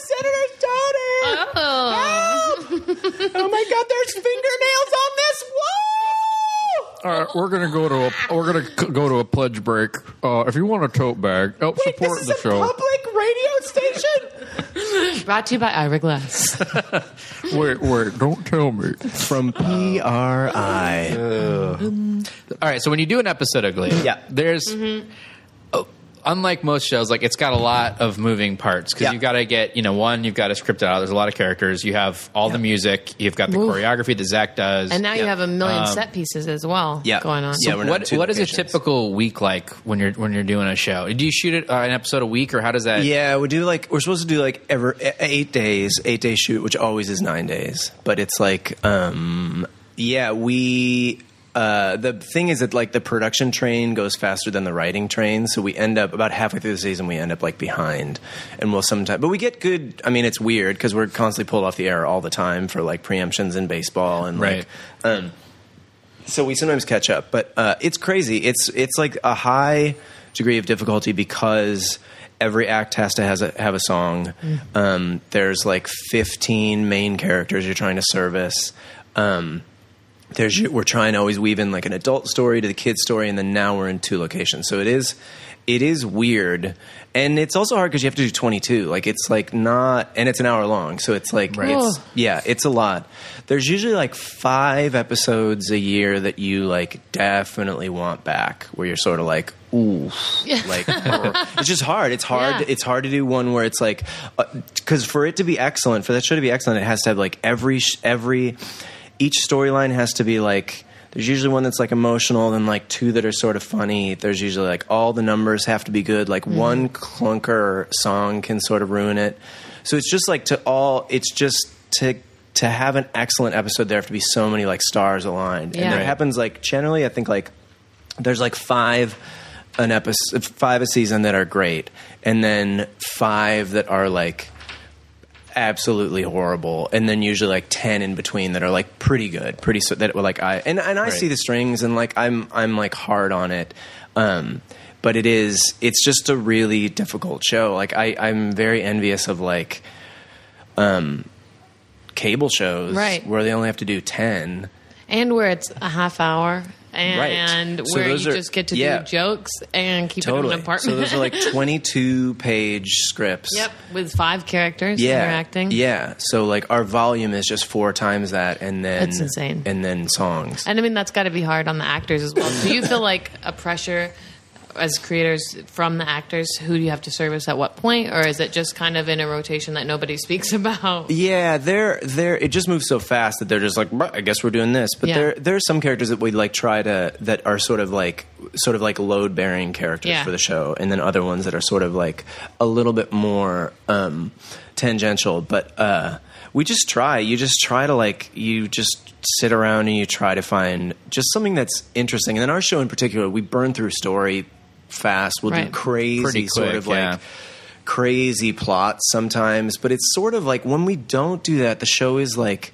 Speaker 4: senator's daughter.
Speaker 8: oh.
Speaker 4: oh my God, there's fingernails on this wall.
Speaker 7: All right, we're gonna go to a we're gonna c- go to a pledge break. Uh, if you want a tote bag, help support
Speaker 4: this
Speaker 7: the
Speaker 4: is a
Speaker 7: show.
Speaker 4: public radio station.
Speaker 3: Brought to you by Ira Glass.
Speaker 7: Wait, wait, don't tell me.
Speaker 5: From PRI.
Speaker 2: All right, so when you do an episode of Glee,
Speaker 5: Yeah. Mm-hmm.
Speaker 2: there's oh, unlike most shows, like it's got a lot of moving parts because
Speaker 5: Yeah.
Speaker 2: you've got to get you know one, you've got to script it out. There's a lot of characters. You have all the music. You've got the choreography that Zach does.
Speaker 3: And now you
Speaker 5: Yeah.
Speaker 3: have a million
Speaker 7: Um,
Speaker 3: set pieces as well
Speaker 5: Yeah.
Speaker 3: going on.
Speaker 5: Yeah, we're now
Speaker 2: what
Speaker 5: two
Speaker 2: what is a
Speaker 5: locations.
Speaker 2: typical week like when you're when you're doing a show? Do you shoot it, uh, an episode a week or how does that?
Speaker 5: Yeah, we do like we're supposed to do like ever e- eight days, eight day shoot, which always is nine days. But it's like, um, yeah, we. Uh, the thing is that like the production train goes faster than the writing train, so we end up about halfway through the season we end up like behind, and we'll sometimes. But we get good. I mean, it's weird because we're constantly pulled off the air all the time for like preemptions in baseball and
Speaker 2: Right.
Speaker 5: like um, so we sometimes catch up, but uh, it's crazy. It's it's like a high degree of difficulty because every act has to has a, have a song. Um, there's like 15 main characters you're trying to service. Um, there's we're trying to always weave in like an adult story to the kid story, and then now we're in two locations. So it is it is weird, and it's also hard because you have to do 22. Like it's like not, and it's an hour long, so it's like
Speaker 2: Right.
Speaker 5: it's yeah, it's a lot. There's usually like five episodes a year that you like definitely want back, where you're sort of like, ooh, like it's just hard. It's hard.
Speaker 3: Yeah.
Speaker 5: It's hard to do one where it's like, because for it to be excellent, for that show to be excellent, it has to have like every sh- every each storyline has to be like. There's usually one that's like emotional, then like two that are sort of funny. There's usually like all the numbers have to be good. Like one clunker song can sort of ruin it. So it's just like to all. It's just to to have an excellent episode. There have to be so many like stars aligned,
Speaker 3: Yeah.
Speaker 5: and there
Speaker 3: Right.
Speaker 5: happens like generally. I think like there's like five an episode five a season that are great and then five that are like absolutely horrible and then usually like 10 in between that are like pretty good pretty so that were like i and, and i see the strings and like i'm i'm like hard on it um but it is it's just a really difficult show like i i'm very envious of like um cable shows
Speaker 3: Right.
Speaker 5: where they only have to do 10
Speaker 3: And where it's a half hour and
Speaker 5: Right. So
Speaker 3: where you
Speaker 5: those are-
Speaker 3: just get to
Speaker 5: yeah.
Speaker 3: do jokes and keep it in an
Speaker 5: Totally. So
Speaker 3: apartment.
Speaker 5: those are like 22 page scripts.
Speaker 3: yep, with five characters
Speaker 5: Yeah.
Speaker 3: interacting.
Speaker 5: Yeah. So like our volume is just four times that, and then
Speaker 3: That's insane.
Speaker 5: And then songs.
Speaker 3: And I mean, that's got to be hard on the actors as well. Do you feel like a pressure as creators from the actors? Who do you have to service at what point? Or is it just kind of in a rotation that nobody speaks about?
Speaker 5: Yeah, they're they're it just moves so fast that they're just like "Bruh, I guess we're doing this. But
Speaker 3: Yeah.
Speaker 5: there there are some characters that we like try to that are sort of like sort of like load bearing characters
Speaker 3: Yeah.
Speaker 5: for the show, and then other ones that are sort of like a little bit more um, tangential. But uh, we just try. You just try to like you just sit around and you try to find just something that's interesting. And then our show in particular, we burn through story fast. We'll do
Speaker 3: Right.
Speaker 5: crazy
Speaker 2: Pretty
Speaker 5: sort
Speaker 2: quick,
Speaker 5: of like
Speaker 2: yeah.
Speaker 5: crazy plots sometimes, but it's sort of like when we don't do that, the show is like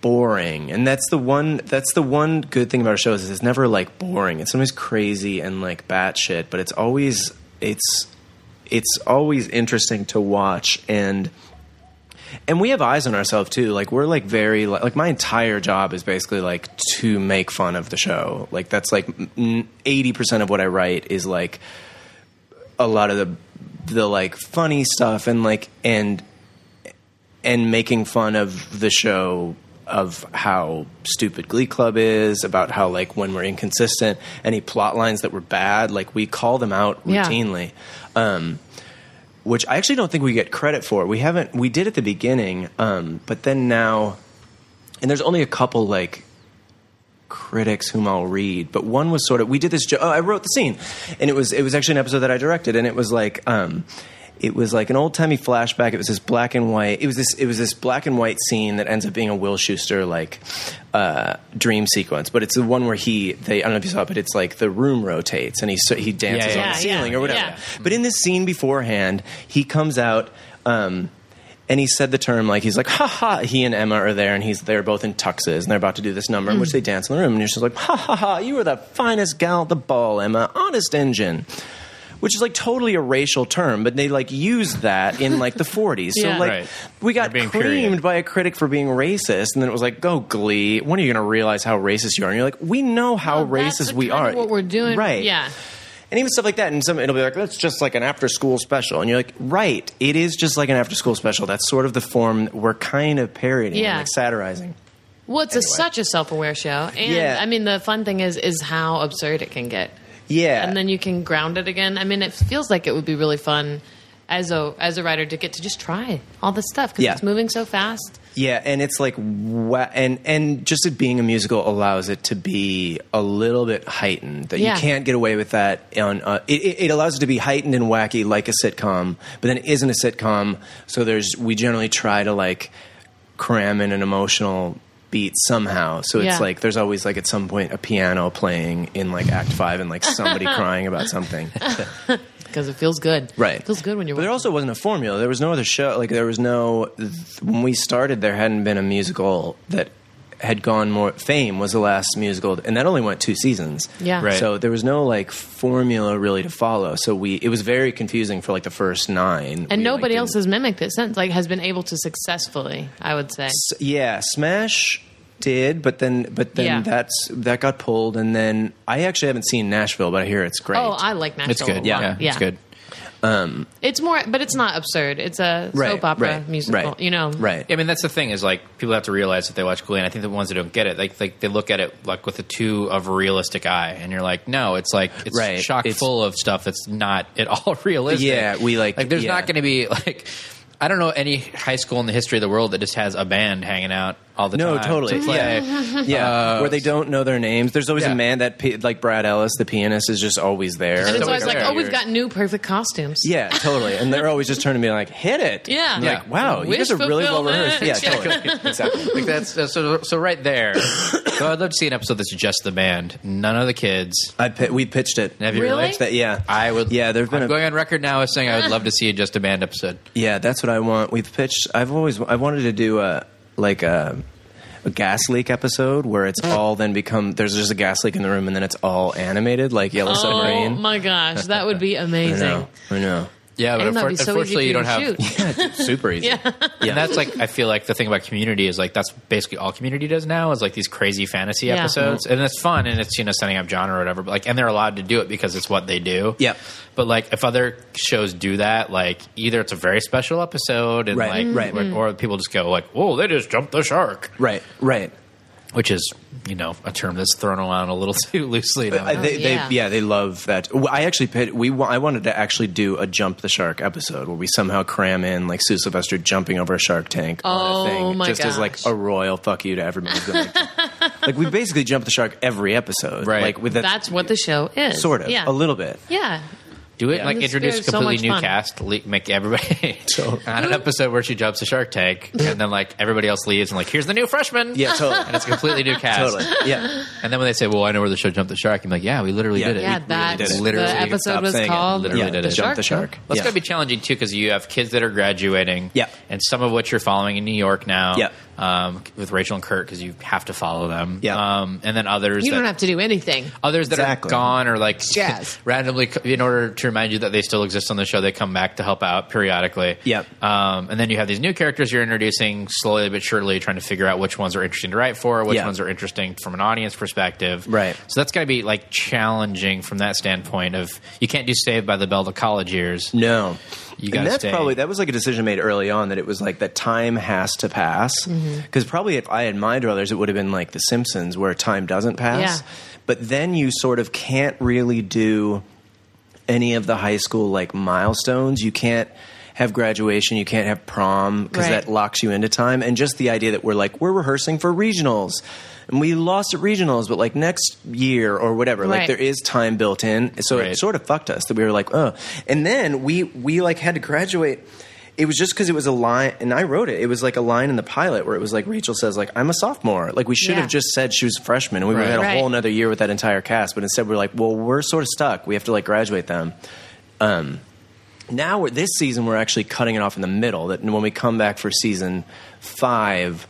Speaker 5: boring. And that's the one that's the one good thing about our shows is it's never like boring. It's always crazy and like batshit, but it's always it's it's always interesting to watch and and we have eyes on ourselves too. Like we're like very like, like my entire job is basically like to make fun of the show. Like that's like eighty percent of what I write is like a lot of the the like funny stuff and like and and making fun of the show of how stupid Glee Club is, about how like when we're inconsistent, any plot lines that were bad, like we call them out
Speaker 3: Yeah.
Speaker 5: routinely. Um, which I actually don't think we get credit for. We haven't. We did at the beginning, um, but then now, and there's only a couple like critics whom I'll read, but one was sort of we did this. Jo- oh, I wrote the scene, and it was it was actually an episode that I directed, and it was like um, it was like an old timey flashback. It was this black and white. It was this it was this black and white scene that ends up being a Will Schuster like uh, dream sequence, but it's the one where he they I don't know if you saw it, but it's like the room rotates and he so he dances
Speaker 2: Yeah,
Speaker 5: on
Speaker 2: yeah,
Speaker 5: the ceiling
Speaker 3: yeah,
Speaker 5: or whatever.
Speaker 3: yeah.
Speaker 5: But in this scene beforehand, he comes out. Um, and he said the term like he's like ha ha he and emma are there and he's they're both in tuxes and they're about to do this number
Speaker 3: Hmm.
Speaker 5: in which they dance in the room and you're just like ha ha ha you were the finest gal at the ball emma honest engine which is like totally a racial term but they like used that in like the 40s
Speaker 3: Yeah.
Speaker 5: so like
Speaker 2: Right.
Speaker 5: we got
Speaker 2: For being
Speaker 5: creamed
Speaker 2: period.
Speaker 5: by a critic for being racist and then it was like go glee when are you going to realize how racist you are and you're like we know how
Speaker 3: That's
Speaker 5: racist
Speaker 3: the
Speaker 5: we
Speaker 3: kind
Speaker 5: are
Speaker 3: of what we're doing.
Speaker 5: right
Speaker 3: Yeah.
Speaker 5: and even stuff like that. And some it'll be like that's just like an after school special, and you're like, right, it is just like an after school special. That's sort of the form we're kind of parodying, and,
Speaker 3: Yeah.
Speaker 5: like satirizing.
Speaker 3: Well, it's a, such a self-aware show, and
Speaker 5: Yeah.
Speaker 3: I mean, the fun thing is is how absurd it can get,
Speaker 5: Yeah,
Speaker 3: and then you can ground it again. I mean, it feels like it would be really fun as a as a writer to get to just try all this stuff because
Speaker 5: Yeah.
Speaker 3: it's moving so fast.
Speaker 5: yeah, and it's like wa- and and just it being a musical allows it to be a little bit heightened. That
Speaker 3: Yeah.
Speaker 5: you can't get away with that. On uh, it, it it allows it to be heightened and wacky like a sitcom, but then it isn't a sitcom. So there's we generally try to like cram in an emotional beat somehow. So it's
Speaker 3: Yeah.
Speaker 5: like there's always like at some point a piano playing in like Act Five and like somebody crying about something.
Speaker 3: because it feels good.
Speaker 5: Right.
Speaker 3: It feels good when you're.
Speaker 5: But there
Speaker 3: watching.
Speaker 5: also wasn't a formula. There was no other show. Like there was no when we started. There hadn't been a musical that had gone more. Fame was the last musical, and that only went two seasons.
Speaker 3: Yeah. Right.
Speaker 5: So there was no like formula really to follow. So we it was very confusing for like the first nine.
Speaker 3: and
Speaker 5: We, like,
Speaker 3: nobody
Speaker 5: didn't-
Speaker 3: else has mimicked it since. Like, has been able to successfully. I would say.
Speaker 5: yeah, Smash did, but then but then
Speaker 3: Yeah.
Speaker 5: that's that got pulled, and then I actually haven't seen Nashville, but I hear it's great.
Speaker 3: Oh, I like Nashville.
Speaker 2: It's good.
Speaker 3: a
Speaker 2: Yeah.
Speaker 3: lot.
Speaker 2: It's good.
Speaker 3: It's more, but it's not absurd. It's a soap opera musical. You know.
Speaker 5: right?
Speaker 2: I mean, that's the thing is like people have to realize if they watch Glee, and I think the ones that don't get it, like like they look at it like with a too of a realistic eye, and you're like, no, it's like it's
Speaker 5: Right.
Speaker 2: chock
Speaker 5: It's-
Speaker 2: full of stuff that's not at all realistic.
Speaker 5: Yeah, we, like-
Speaker 2: like there's
Speaker 5: yeah.
Speaker 2: not going to be like. I don't know any high school in the history of the world that just has a band hanging out all the
Speaker 5: No,
Speaker 2: time.
Speaker 5: totally.
Speaker 2: to play.
Speaker 5: Yeah, yeah. Uh, where they don't know their names. There's always
Speaker 2: Yeah.
Speaker 5: a man that pi- like Brad Ellis, the pianist, is just always there.
Speaker 3: And it's
Speaker 2: So
Speaker 3: always
Speaker 2: it's
Speaker 3: like,
Speaker 2: there.
Speaker 3: oh, we've got new perfect costumes.
Speaker 5: yeah, totally. And they're always just turning to me like, hit it.
Speaker 3: Yeah.
Speaker 5: And
Speaker 3: Yeah.
Speaker 5: Like, wow, you
Speaker 3: Wish
Speaker 5: guys are really well rehearsed. Yeah,
Speaker 3: fulfillment.
Speaker 5: totally. exactly.
Speaker 2: Like that's uh, so. So right there. so I'd love to see an episode that's just the band, none of the kids.
Speaker 5: I pi- we pitched it.
Speaker 2: Have you really?
Speaker 5: Pitched that, yeah.
Speaker 2: I would.
Speaker 5: Yeah, there've been
Speaker 2: I'm
Speaker 5: a-
Speaker 2: going on record now as saying I would love to see a just a band episode.
Speaker 5: Yeah, that's what I want. We've pitched. I've always I wanted to do a like a, a gas leak episode where it's
Speaker 3: Mm.
Speaker 5: all then become there's just a gas leak in the room and then it's all animated like Yellow
Speaker 3: Oh
Speaker 5: Submarine.
Speaker 3: my gosh, that would be
Speaker 5: I
Speaker 3: amazing.
Speaker 5: know. I know.
Speaker 2: Yeah, but
Speaker 3: And that'd be
Speaker 2: unfor-
Speaker 3: so easy for
Speaker 2: unfortunately, you
Speaker 3: to
Speaker 2: don't have.
Speaker 3: shoot.
Speaker 5: Super easy.
Speaker 2: And that's like I feel like the thing about Community is like that's basically all Community does now is like these crazy fantasy
Speaker 3: Yeah.
Speaker 2: episodes, and it's fun and it's you know setting up genre or whatever. But like, and they're allowed to do it because it's what they do.
Speaker 5: Yep.
Speaker 2: But like, if other shows do that, like either it's a very special episode, and
Speaker 5: Right,
Speaker 2: like,
Speaker 5: right.
Speaker 2: or, or people just go like, "Whoa, they just jumped the shark,"
Speaker 5: Right. Right.
Speaker 2: which is you know a term that's thrown around a little too loosely.
Speaker 5: I-
Speaker 2: Now.
Speaker 5: Uh, they,
Speaker 3: Oh, yeah.
Speaker 5: They, yeah, they love that. W- I actually pit, we wa- I wanted to actually do a jump the shark episode where we somehow cram in like Sue Sylvester jumping over a shark tank on
Speaker 3: Oh,
Speaker 5: a thing,
Speaker 3: my
Speaker 5: just as like
Speaker 3: gosh.
Speaker 5: a royal fuck you to everybody. who's been, like, like we basically jump the shark every episode,
Speaker 2: Right.
Speaker 5: Like with that
Speaker 3: That's what the show is.
Speaker 5: sort of
Speaker 3: Yeah.
Speaker 5: a little bit.
Speaker 3: Yeah.
Speaker 2: Do it like
Speaker 3: It's-
Speaker 2: introduce a
Speaker 3: it's so
Speaker 2: completely
Speaker 3: much
Speaker 2: new
Speaker 3: fun.
Speaker 2: cast, le- make everybody on an episode where she jumps a shark tank, and then like everybody else leaves, and like here's the new freshman.
Speaker 5: Yeah,
Speaker 2: and
Speaker 5: totally,
Speaker 2: it's a completely new cast.
Speaker 5: totally. Yeah,
Speaker 2: And then when they say, "Well, I know where the show jumped the shark," I'm like, "Yeah, we literally
Speaker 5: Yeah.
Speaker 2: did it.
Speaker 3: Yeah,
Speaker 2: We
Speaker 3: that
Speaker 5: did it.
Speaker 2: Literally,
Speaker 3: the
Speaker 2: you can
Speaker 3: episode
Speaker 2: stop
Speaker 3: was
Speaker 2: saying it.
Speaker 3: called
Speaker 2: Literally
Speaker 5: yeah.
Speaker 2: did it.
Speaker 5: jump the shark.
Speaker 2: Well, it's
Speaker 5: Yeah.
Speaker 2: going to be challenging too because you have kids that are graduating,
Speaker 5: Yeah.
Speaker 2: and some of which are following in New York now,
Speaker 5: Yeah.
Speaker 2: um, with Rachel and Kurt because you have to follow them,
Speaker 5: Yeah.
Speaker 2: um, and then others
Speaker 3: You
Speaker 2: that,
Speaker 3: don't have to do anything.
Speaker 2: others that
Speaker 5: Exactly.
Speaker 2: are gone or like
Speaker 3: Yes.
Speaker 2: randomly co- in order to remind you that they still exist on the show they come back to help out periodically
Speaker 5: Yep.
Speaker 2: um, and then you have these new characters you're introducing slowly but surely trying to figure out which ones are interesting to write for which
Speaker 5: Yeah.
Speaker 2: ones are interesting from an audience perspective
Speaker 5: Right.
Speaker 2: so that's going to be like challenging from that standpoint of you can't do saved by the bell the college years
Speaker 5: no.
Speaker 2: You
Speaker 5: and
Speaker 2: gotta
Speaker 5: that's
Speaker 2: stay.
Speaker 5: probably that was like a decision made early on that it was like that time has to pass
Speaker 3: Mm-hmm.
Speaker 5: because probably if I had my druthers it would have been like The Simpsons where time doesn't pass,
Speaker 3: Yeah.
Speaker 5: but then you sort of can't really do any of the high school like milestones. You can't have graduation, you can't have prom because
Speaker 3: Right.
Speaker 5: that locks you into time. And just the idea that we're like we're rehearsing for regionals and we lost at regionals, but like next year or whatever, like
Speaker 3: Right.
Speaker 5: there is time built in. So
Speaker 2: Right.
Speaker 5: it sort of fucked us that we were like, oh. And then we we like had to graduate. It was just because it was a line, and I wrote it. It was like a line in the pilot where it was like Rachel says, like I'm a sophomore. Like we should
Speaker 3: Yeah.
Speaker 5: have just said she was a freshman, and we would have had a
Speaker 3: Right.
Speaker 5: whole another year with that entire cast. But instead, we're like, well, we're sort of stuck. We have to like graduate them. Um, now we're this season we're actually cutting it off in the middle. That when we come back for season five,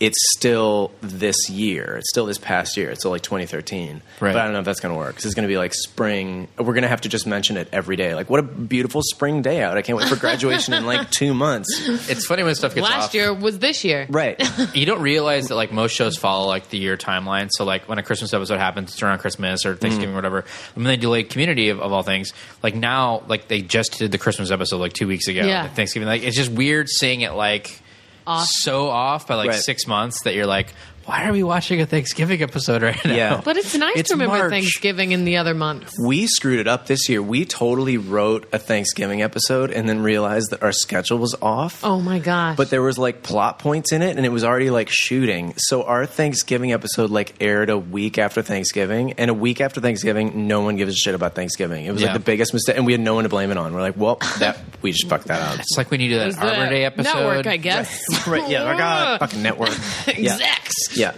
Speaker 5: it's still this year. It's still this past year. It's still like 2013.
Speaker 2: Right.
Speaker 5: But I don't know if that's going to work. 'cause it's going to be like spring. We're going to have to just mention it every day. Like, what a beautiful spring day out! I can't wait for graduation in like two months.
Speaker 2: it's funny when stuff gets
Speaker 3: Last
Speaker 2: off.
Speaker 3: year was this year.
Speaker 5: Right.
Speaker 2: you don't realize that like most shows follow like the year timeline. So like when a Christmas episode happens, it's around Christmas or
Speaker 5: Mm-hmm.
Speaker 2: Thanksgiving or whatever. And when they delayed Community of, of all things, like now, like they just did the Christmas episode like two weeks ago.
Speaker 3: Yeah.
Speaker 2: like, Thanksgiving, like it's just weird seeing it like
Speaker 3: Off.
Speaker 2: so off by like
Speaker 5: Right.
Speaker 2: six months that you're like, why are we watching a Thanksgiving episode right now?
Speaker 5: Yeah.
Speaker 3: But it's nice
Speaker 2: It's
Speaker 3: to remember
Speaker 2: March.
Speaker 3: Thanksgiving in the other months.
Speaker 5: we screwed it up this year. We totally wrote a Thanksgiving episode and then realized that our schedule was off.
Speaker 3: Oh my gosh.
Speaker 5: But there was like plot points in it, and it was already like shooting. So our Thanksgiving episode like aired a week after Thanksgiving, and a week after Thanksgiving, no one gives a shit about Thanksgiving. It was
Speaker 2: Yeah.
Speaker 5: like the biggest mistake, and we had no one to blame it on. We're like, well, that we just fucked that
Speaker 2: It's like when you do that
Speaker 3: was
Speaker 2: Arbor
Speaker 3: the
Speaker 2: Day episode.
Speaker 3: Network, I guess.
Speaker 5: up. right? Yeah. Like, ah, fucking network. Yeah.
Speaker 3: Execs.
Speaker 5: Yeah.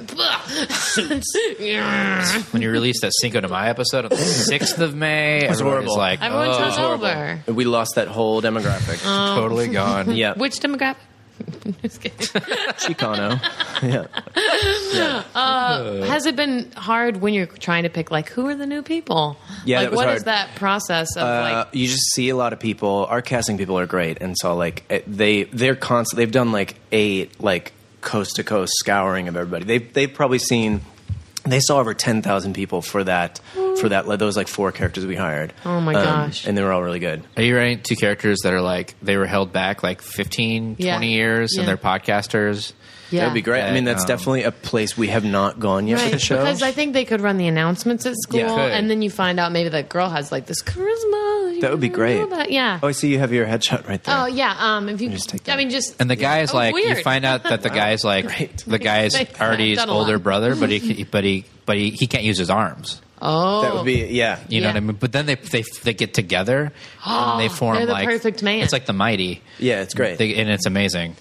Speaker 3: Yeah.
Speaker 2: When you released that Cinco de Mayo episode on the sixth of May,
Speaker 5: was
Speaker 2: everyone
Speaker 5: horrible.
Speaker 2: was like,
Speaker 3: Everyone's
Speaker 2: oh,
Speaker 3: hungover.
Speaker 5: We lost that whole demographic.
Speaker 2: totally
Speaker 3: Um.
Speaker 2: gone.
Speaker 5: yeah.
Speaker 3: Which demographic? Just kidding.
Speaker 5: Chicano. yeah. Uh,
Speaker 3: Has it been hard when you're trying to pick like who are the new people?
Speaker 5: Yeah,
Speaker 3: like
Speaker 5: that was
Speaker 3: what
Speaker 5: hard.
Speaker 3: is that process of
Speaker 5: Uh,
Speaker 3: like
Speaker 5: you just see a lot of people. Our casting people are great, and so like it- they they're constant. They've done like eight like coast to coast scouring of everybody. They they've probably seen. They saw over ten thousand people for that for that those like four characters we hired. Um,
Speaker 3: Oh my gosh.
Speaker 5: And they were all really good.
Speaker 2: Are you writing two characters that are like they were held back like 15,
Speaker 3: Yeah.
Speaker 2: 20 years
Speaker 3: Yeah.
Speaker 2: and they're podcasters?
Speaker 3: yeah.
Speaker 5: That'd be great. I mean, that's
Speaker 2: Um,
Speaker 5: definitely a place we have not gone yet
Speaker 3: Right,
Speaker 5: for the show.
Speaker 3: because I think they could run the announcements at school,
Speaker 5: Yeah.
Speaker 2: Could.
Speaker 3: and then you find out maybe that girl has like this charisma. you
Speaker 5: That would be
Speaker 3: don't
Speaker 5: great.
Speaker 3: know about- Yeah.
Speaker 5: oh, I see you have your headshot right there.
Speaker 3: Oh yeah. Um, if you,
Speaker 5: just take
Speaker 3: I
Speaker 5: that.
Speaker 3: mean, just
Speaker 2: And the guy is
Speaker 3: Oh,
Speaker 2: like, you
Speaker 3: weird.
Speaker 2: find out that the guy is like the guy's
Speaker 3: Thanks.
Speaker 2: already
Speaker 3: I've
Speaker 2: his
Speaker 3: done a lot.
Speaker 2: older brother, but he but he but he, he can't use his arms.
Speaker 3: oh,
Speaker 5: That would be yeah.
Speaker 2: You know
Speaker 3: Yeah.
Speaker 2: what I mean? But then they they they get together and they form
Speaker 3: They're the
Speaker 2: like
Speaker 3: perfect man.
Speaker 2: It's like the mighty.
Speaker 5: Yeah, it's great.
Speaker 2: They- and it's amazing.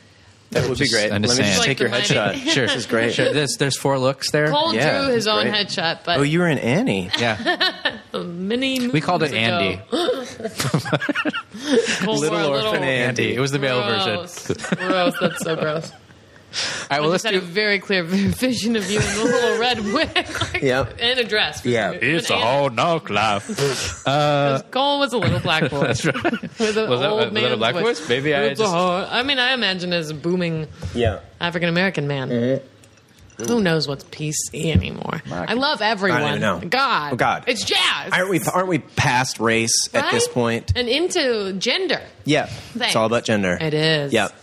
Speaker 5: that would
Speaker 2: just
Speaker 5: be great. Let
Speaker 2: understand.
Speaker 5: me
Speaker 2: Just
Speaker 5: just
Speaker 2: like
Speaker 5: take your
Speaker 3: the mighty-
Speaker 5: headshot.
Speaker 2: Sure,
Speaker 5: This is great.
Speaker 2: Sure, there's there's four looks there.
Speaker 3: Cole
Speaker 5: Yeah,
Speaker 3: Oh, drew his own
Speaker 5: great.
Speaker 3: headshot, but
Speaker 5: Oh, you were in Annie.
Speaker 2: Yeah,
Speaker 3: many
Speaker 2: we called it
Speaker 3: moons ago.
Speaker 2: Andy.
Speaker 3: Cole wore a
Speaker 5: Little Orphan Annie.
Speaker 2: Andy. It was the male version.
Speaker 3: Gross. gross. That's so gross.
Speaker 2: All right, well,
Speaker 3: I
Speaker 2: let's
Speaker 3: just had
Speaker 2: do.
Speaker 3: a very clear vision of you in the little red wig like,
Speaker 5: Yep.
Speaker 3: and a dress.
Speaker 5: Yeah.
Speaker 7: It's a whole knock life.
Speaker 3: Cole was a little black boy.
Speaker 2: That's right.
Speaker 3: With an
Speaker 2: Was that
Speaker 3: old
Speaker 2: a little
Speaker 3: man's
Speaker 2: black voice? Maybe I
Speaker 3: It's a
Speaker 2: just-
Speaker 3: whole- I mean, I imagine as a booming
Speaker 5: Yeah.
Speaker 3: African American man. Who knows what's PC anymore? I love everyone.
Speaker 5: Mm-hmm. I don't even know.
Speaker 3: God,
Speaker 5: Oh, God.
Speaker 3: it's jazz.
Speaker 5: Aren't we? Aren't we past race at
Speaker 3: right?
Speaker 5: this point?
Speaker 3: and into gender.
Speaker 5: Yeah. It's
Speaker 3: Thanks.
Speaker 5: all about gender.
Speaker 3: It is.
Speaker 5: Yep.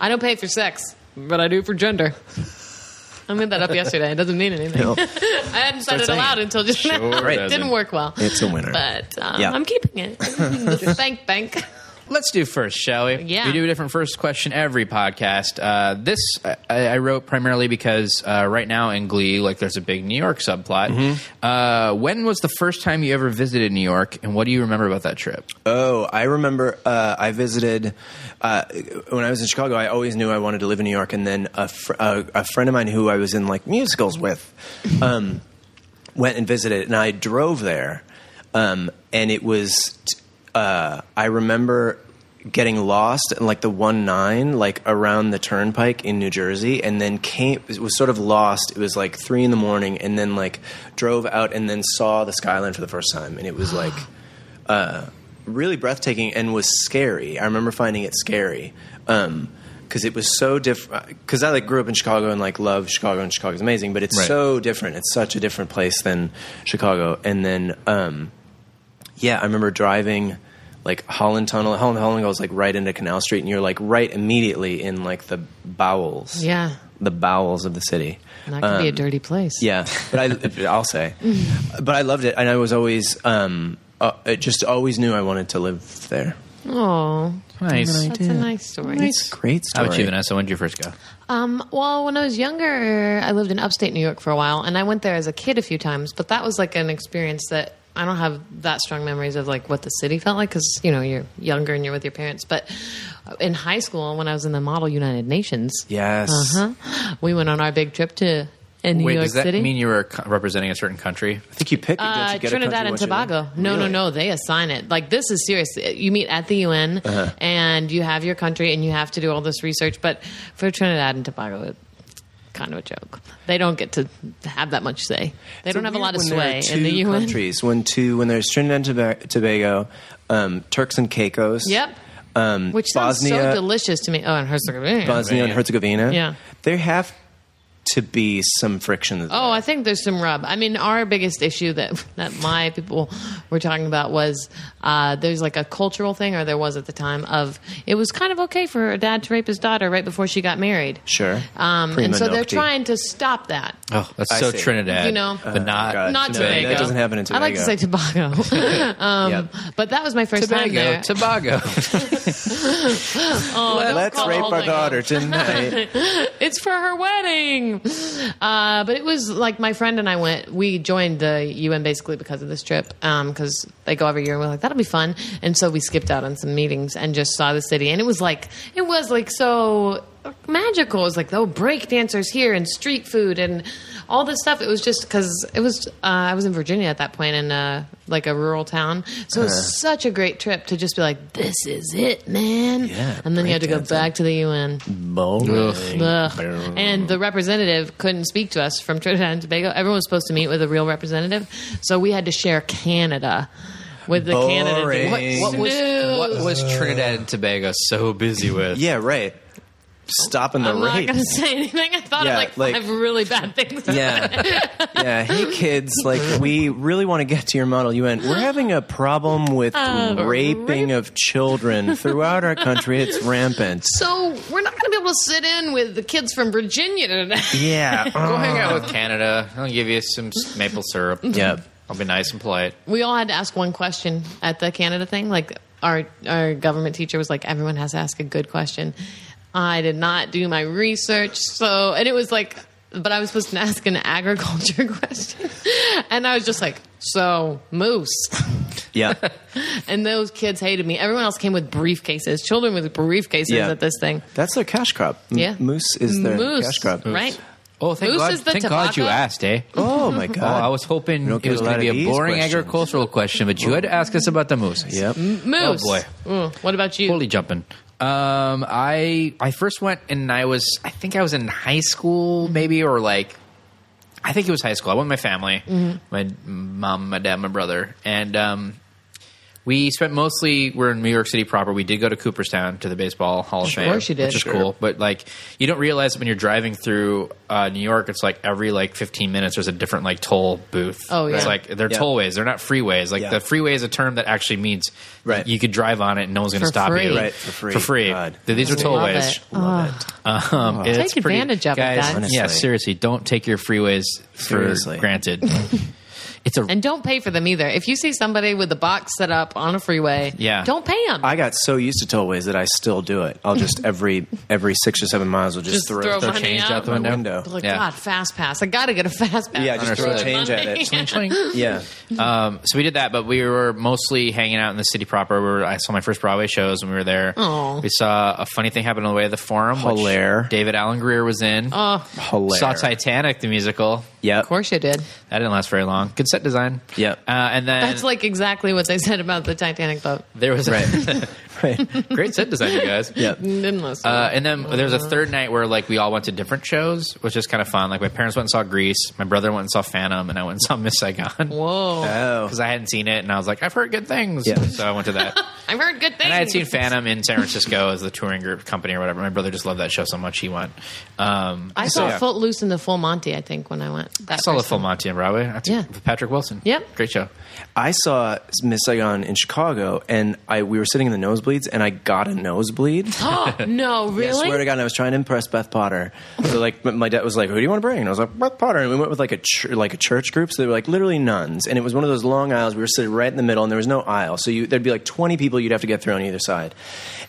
Speaker 3: I don't pay for sex, but I do for gender. I made that up yesterday. It doesn't mean anything.
Speaker 5: No.
Speaker 3: I hadn't said
Speaker 5: Start
Speaker 3: it
Speaker 5: saying
Speaker 3: aloud
Speaker 5: it.
Speaker 3: until just now.
Speaker 2: Sure
Speaker 3: It didn't
Speaker 2: doesn't.
Speaker 3: work well.
Speaker 5: It's a winner.
Speaker 3: But um,
Speaker 5: Yeah.
Speaker 3: I'm keeping it. the thank bank.
Speaker 2: Let's do first, shall we?
Speaker 3: Yeah.
Speaker 2: We do a different first question every podcast. Uh, this I, I wrote primarily because uh, right now in Glee, like there's a big New York subplot.
Speaker 5: Mm-hmm.
Speaker 2: Uh, when was the first time you ever visited New York, and what do you remember about that trip?
Speaker 5: Oh, I remember uh, I visited uh, when I was in Chicago. I always knew I wanted to live in New York, and then a, fr- a, a friend of mine who I was in like musicals with um, went and visited, and I drove there, um, and it was. t- Uh, I remember getting lost in like the one nine, like around the turnpike in New Jersey, and then came it was sort of lost. It was like three in the morning, and then like drove out and then saw the skyline for the first time, and it was like really breathtaking and was scary. I remember finding it scary because it was so different. Because I like grew up in Chicago and like love Chicago and Chicago's amazing, but it's
Speaker 2: Right.
Speaker 5: so different. It's such a different place than Chicago. And then um, yeah, I remember driving like Holland Tunnel. Holland Holland goes like right into Canal Street, and you're like right immediately in like the bowels.
Speaker 3: Yeah.
Speaker 5: the bowels of the city.
Speaker 3: That could be a dirty place.
Speaker 5: Um, Yeah, but I, I'll say, but I loved it, and I was always, um, uh, I just always knew I wanted to live there.
Speaker 3: Oh,
Speaker 2: Nice.
Speaker 3: that's a nice story.
Speaker 5: It's a great
Speaker 2: How
Speaker 5: story.
Speaker 2: about you, Vanessa? When did you first go?
Speaker 3: Um, well, when I was younger, I lived in upstate New York for a while, and I went there as a kid a few times. But that was like an experience that I don't have that strong memories of, like what the city felt like, because you know you're younger and you're with your parents. But in high school, when I was in the Model United Nations,
Speaker 5: Yes.
Speaker 3: uh-huh, we went on our big trip to in New
Speaker 2: Wait,
Speaker 3: York
Speaker 2: does that
Speaker 3: City.
Speaker 2: mean you were co- representing a certain country?
Speaker 5: I think you picked. it, don't
Speaker 3: uh,
Speaker 5: you get a
Speaker 3: Trinidad
Speaker 5: country
Speaker 3: and
Speaker 5: once you're
Speaker 3: Tobago.
Speaker 5: there?
Speaker 3: No, no,
Speaker 5: Really?
Speaker 3: no. They assign it. Like this is serious. You meet at the UN
Speaker 5: Uh-huh.
Speaker 3: and you have your country and you have to do all this research. But for Trinidad and Tobago, it's kind of a joke. They don't get to have that much say. They
Speaker 5: It's
Speaker 3: don't have a
Speaker 5: weird
Speaker 3: lot of
Speaker 5: when there are
Speaker 3: sway in the
Speaker 5: two
Speaker 3: UN.
Speaker 5: countries. When two, when there's Trinidad and Toba- Tobago, um, Turks and Caicos.
Speaker 3: Yep.
Speaker 5: Um,
Speaker 3: Which sounds
Speaker 5: Bosnia,
Speaker 3: so delicious to me. Oh, and Herzegovina.
Speaker 5: Bosnia and Herzegovina.
Speaker 3: Yeah.
Speaker 5: There have to be some friction.
Speaker 3: Oh, I think there's some rub. I mean, our biggest issue that that my people were talking about was uh, there's like a cultural thing, or there was at the time of it was kind of okay for a dad to rape his daughter right before she got married.
Speaker 5: Sure.
Speaker 3: Um, and
Speaker 5: Prima
Speaker 3: so they're
Speaker 5: nocti.
Speaker 3: trying to stop that.
Speaker 2: Oh, that's
Speaker 5: I
Speaker 2: so
Speaker 5: see. Uh,
Speaker 2: Trinidad.
Speaker 3: You know.
Speaker 2: but not
Speaker 5: God.
Speaker 3: Not
Speaker 5: No,
Speaker 3: Tobago.
Speaker 5: that doesn't happen in
Speaker 3: I like to say Tobago, um, but that was my first time
Speaker 2: Tobago.
Speaker 3: there.
Speaker 2: Tobago.
Speaker 3: Oh, don't
Speaker 5: Let's
Speaker 3: call
Speaker 5: rape
Speaker 3: the whole
Speaker 5: our
Speaker 3: thing out.
Speaker 5: daughter tonight.
Speaker 3: it's for her wedding. Uh, but it was like my friend and I went. We joined the UN basically because of this trip, because they go every year, and we're like, that'll be fun. And so we skipped out on some meetings and just saw the city, and it was like it was like so magical. It was like oh, break dancers here and street food and all this stuff. It was just because it was. Uh, I was in Virginia at that point in uh, like a rural town, so
Speaker 5: Uh-huh.
Speaker 3: it was such a great trip to just be like, this is it, man.
Speaker 5: Yeah,
Speaker 3: and then you had to go
Speaker 5: breakdancing.
Speaker 3: back to the UN. Ugh. And the representative couldn't speak to us from Trinidad and Tobago. Everyone was supposed to meet with a real representative, so we had to share Canada with the Canada.
Speaker 5: Boring.
Speaker 2: what, was,
Speaker 3: Snooze.
Speaker 2: what was Trinidad and Tobago so busy with?
Speaker 5: Yeah, right. Stopping the
Speaker 3: I'm not
Speaker 5: rape.
Speaker 3: going to say anything. I thought
Speaker 5: Yeah,
Speaker 3: of like,
Speaker 5: like-
Speaker 3: five really bad things.
Speaker 5: Yeah. Yeah. Hey, kids, like, we really want to get to your Model UN. We're having a problem with
Speaker 3: Uh,
Speaker 5: raping of children throughout our country. It's rampant.
Speaker 3: So we're not going to be able to sit in with the kids from Virginia today.
Speaker 5: Yeah.
Speaker 2: Go
Speaker 5: uh,
Speaker 2: hang out with Canada. I'll give you some s- maple syrup.
Speaker 5: Yeah.
Speaker 2: I'll be nice and polite.
Speaker 3: We all had to ask one question at the Canada thing. Like our our government teacher was like, everyone has to ask a good question. I did not do my research, so and it was like, but I was supposed to ask an agriculture question, and I was just like, so moose,
Speaker 5: Yeah.
Speaker 3: and those kids hated me. Everyone else came with briefcases, children with briefcases
Speaker 5: Yeah.
Speaker 3: at this thing.
Speaker 5: That's their cash crop. M-
Speaker 3: Yeah.
Speaker 5: Moose is their
Speaker 3: moose,
Speaker 5: cash crop.
Speaker 3: right?
Speaker 2: Oh, thank
Speaker 3: Moose
Speaker 2: God!
Speaker 3: is the
Speaker 2: thank God you
Speaker 3: tobacco.
Speaker 2: asked, eh?
Speaker 5: Oh, my
Speaker 2: Oh,
Speaker 5: God.
Speaker 2: I was hoping
Speaker 5: don't
Speaker 2: it
Speaker 5: get
Speaker 2: was
Speaker 5: a
Speaker 2: going
Speaker 5: lot
Speaker 2: to be
Speaker 5: of
Speaker 2: a
Speaker 5: these
Speaker 2: boring
Speaker 5: questions.
Speaker 2: agricultural question, but you had to ask us about the moose.
Speaker 5: Yep.
Speaker 3: Moose.
Speaker 2: Oh, boy.
Speaker 3: Mm, what about you?
Speaker 2: Holy jumping. Um, I I first went and I was I think I was in high school maybe or like I think it was high school. I went with my family,
Speaker 3: Mm-hmm.
Speaker 2: my mom, my dad, my brother, and um, we spent mostly we're in New York City proper. We did go to Cooperstown to the baseball Hall of
Speaker 3: Of
Speaker 2: Fame,
Speaker 3: course you did.
Speaker 2: which is
Speaker 3: Sure.
Speaker 2: cool. But like you don't realize when you're driving through uh, New York, it's like every like 15 minutes there's a different like toll booth.
Speaker 3: Oh, yeah.
Speaker 2: it's like they're
Speaker 5: Yeah.
Speaker 2: tollways. They're not freeways. Like
Speaker 5: Yeah.
Speaker 2: the freeway is a term that actually means
Speaker 5: Right.
Speaker 2: you could drive on it and no one's going to
Speaker 3: For
Speaker 2: stop
Speaker 3: free.
Speaker 2: you
Speaker 5: Right, for free.
Speaker 2: For free.
Speaker 5: God.
Speaker 2: These are
Speaker 3: Love
Speaker 2: tollways.
Speaker 3: it.
Speaker 5: Love it.
Speaker 2: Um, it's
Speaker 3: Take
Speaker 2: pretty-
Speaker 3: advantage of it,
Speaker 2: guys,
Speaker 3: guys.
Speaker 5: Honestly.
Speaker 2: Yeah, seriously, don't take your freeways for
Speaker 5: Seriously.
Speaker 2: granted. it's a
Speaker 3: And don't pay for them either. If you see somebody with a box set up on a freeway,
Speaker 2: Yeah.
Speaker 3: don't pay them.
Speaker 5: I got so used to tollways that I still do it. I'll just every every six or seven miles, I'll just,
Speaker 3: Just
Speaker 5: throw,
Speaker 3: throw
Speaker 5: throw
Speaker 3: money
Speaker 5: change
Speaker 3: out
Speaker 5: out the
Speaker 3: my
Speaker 5: window.
Speaker 3: like
Speaker 2: yeah.
Speaker 3: God, fast pass. I gotta get a fast pass.
Speaker 5: Yeah, just throw
Speaker 2: Understood.
Speaker 5: change at it. Yeah,
Speaker 2: um, so we did that, but we were mostly hanging out in the city proper. We were, I saw my first Broadway shows when we were there.
Speaker 3: Aw.
Speaker 2: We saw a funny thing happen on the way to the forum. which
Speaker 5: Hilaire.
Speaker 2: David Allen Greer was in.
Speaker 3: Oh,
Speaker 5: hilarious.
Speaker 2: saw Titanic the musical.
Speaker 5: Yep.
Speaker 3: of course you did.
Speaker 2: That didn't last very long. Good set design.
Speaker 5: Yep.
Speaker 2: Uh, and then
Speaker 3: That's like exactly what they said about the Titanic boat.
Speaker 2: there was a
Speaker 5: Right.
Speaker 2: great set design, you guys.
Speaker 5: Yep.
Speaker 3: Didn't listen.
Speaker 2: Uh, and then there was a third night where like we all went to different shows, which is kind of fun. Like my parents went and saw Grease, my brother went and saw Phantom, and I went and saw Miss Saigon
Speaker 3: Whoa.
Speaker 5: Oh,
Speaker 2: because I hadn't seen it, and I was like, I've heard good things,
Speaker 5: Yeah.
Speaker 2: so I went to that.
Speaker 3: I've heard good things.
Speaker 2: and I had seen Phantom in San Francisco as the touring group company or whatever. My brother just loved that show so much he went. Um,
Speaker 3: I
Speaker 2: so,
Speaker 3: saw
Speaker 2: yeah.
Speaker 3: Footloose and the Full Monty, I think, when I went. That
Speaker 2: I saw the
Speaker 3: first
Speaker 2: full
Speaker 3: time.
Speaker 2: Monty on Broadway. That's
Speaker 3: Yeah.
Speaker 2: Patrick Wilson.
Speaker 3: Yep.
Speaker 2: great show.
Speaker 5: I saw Miss Saigon in Chicago, and I we were sitting in the nosebleeds, and I got a nosebleed.
Speaker 3: Oh, no, really?
Speaker 5: I swear to God, and I was trying to impress Beth Potter. So like, my- my dad was like, "Who do you want to bring?" And I was like, "Beth Potter." And we went with like a ch- like a church group, so they were like literally nuns, and it was one of those long aisles. We were sitting right in the middle, and there was no aisle, so you, there'd be like twenty people you'd have to get through on either side.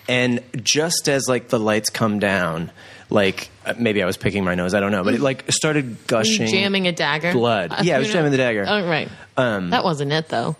Speaker 5: And just as like the lights come down, like uh, maybe I was picking my nose, I don't know, but it like started gushing,
Speaker 3: jamming a dagger. Uh,
Speaker 5: blood. Yeah, I was
Speaker 3: Who
Speaker 5: jamming the
Speaker 3: knows?
Speaker 5: dagger. Um,
Speaker 3: Oh, right. that wasn't it, though.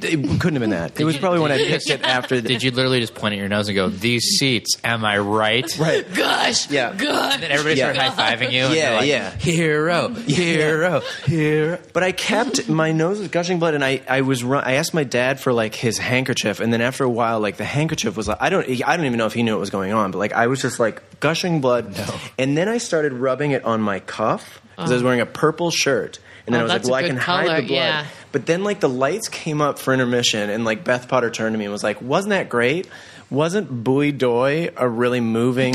Speaker 5: It couldn't have been that. It was probably when I picked it after. The,
Speaker 2: Did you literally just point at your nose and go, "These seats, am I right?"
Speaker 5: right.
Speaker 3: Gosh.
Speaker 5: Yeah.
Speaker 3: Good.
Speaker 2: And everybody
Speaker 5: Yeah.
Speaker 2: started high fiving you. and
Speaker 5: Yeah,
Speaker 2: you're like,
Speaker 5: yeah.
Speaker 2: Hero, hero.
Speaker 5: oh, here. But I kept my nose was gushing blood, and I I was run, I asked my dad for like his handkerchief, and then after a while, like the handkerchief was like I don't I don't even know if he knew what was going on, but like I was just like gushing blood, and then I started rubbing it on my cuff because I was wearing a purple shirt, and then
Speaker 3: Oh,
Speaker 5: I was like,
Speaker 3: that's a
Speaker 5: well, I
Speaker 3: good
Speaker 5: can
Speaker 3: color,
Speaker 5: hide the blood.
Speaker 3: yeah.
Speaker 5: But then like the lights came up for intermission, and like Beth Potter turned to me and was like, "Wasn't that great? Wasn't Bowie Doy a really moving?"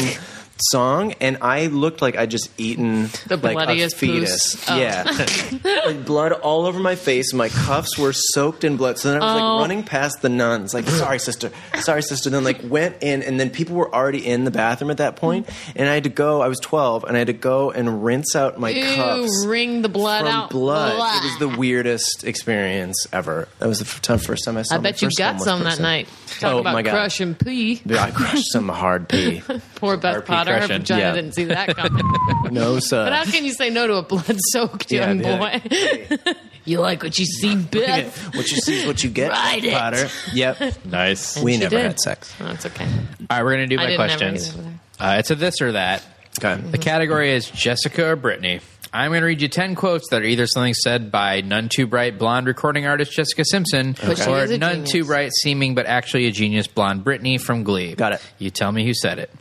Speaker 5: song and I looked like I'd just eaten
Speaker 3: The
Speaker 5: like
Speaker 3: bloodiest
Speaker 5: a
Speaker 3: poos.
Speaker 5: fetus.
Speaker 3: Oh.
Speaker 5: Yeah, like blood all over my face. My cuffs were soaked in blood. So then I was
Speaker 3: Oh.
Speaker 5: like running past the nuns, like, sorry, sister, sorry, sister. Then like went in, and then people were already in the bathroom at that point, and I had to go. I was twelve, and I had to go and rinse out my cuffs
Speaker 3: Ew, wring the blood
Speaker 5: from
Speaker 3: out.
Speaker 5: blood.
Speaker 3: Blah.
Speaker 5: It was the weirdest experience ever. That was the f- time, first time I saw.
Speaker 3: I
Speaker 5: my
Speaker 3: bet you
Speaker 5: first
Speaker 3: got
Speaker 5: homeless
Speaker 3: some that
Speaker 5: person.
Speaker 3: night. Talk
Speaker 5: Oh,
Speaker 3: about
Speaker 5: my God.
Speaker 3: crush and pee.
Speaker 5: Yeah, I crushed some hard pee.
Speaker 3: Poor Beth
Speaker 2: RP
Speaker 3: Potter. Her
Speaker 2: crushing.
Speaker 3: vagina
Speaker 5: Yeah.
Speaker 3: didn't see that coming.
Speaker 5: No, sir.
Speaker 3: but how can you say no to a blood soaked young
Speaker 5: Yeah,
Speaker 3: boy? you like what you see, Beth?
Speaker 5: what you see is what you get,
Speaker 3: Ride it.
Speaker 5: Potter. Yep.
Speaker 2: Nice.
Speaker 5: We
Speaker 3: she
Speaker 5: never
Speaker 3: did.
Speaker 5: had sex.
Speaker 3: Oh, it's okay.
Speaker 2: All right, we're gonna do
Speaker 3: I
Speaker 2: my
Speaker 3: didn't have
Speaker 2: questions.
Speaker 3: any over
Speaker 2: Uh, it's a this or that.
Speaker 5: Okay.
Speaker 3: Hmm.
Speaker 2: The
Speaker 3: Mm-hmm.
Speaker 2: category is Jessica or Brittany. I'm going to read you 10 quotes that are either something said by none too bright blonde recording artist Jessica Simpson
Speaker 3: she
Speaker 2: or
Speaker 3: is a
Speaker 2: none
Speaker 3: genius.
Speaker 2: too bright seeming but actually a genius blonde Brittany from Glee.
Speaker 5: Got it.
Speaker 2: You tell me who said it.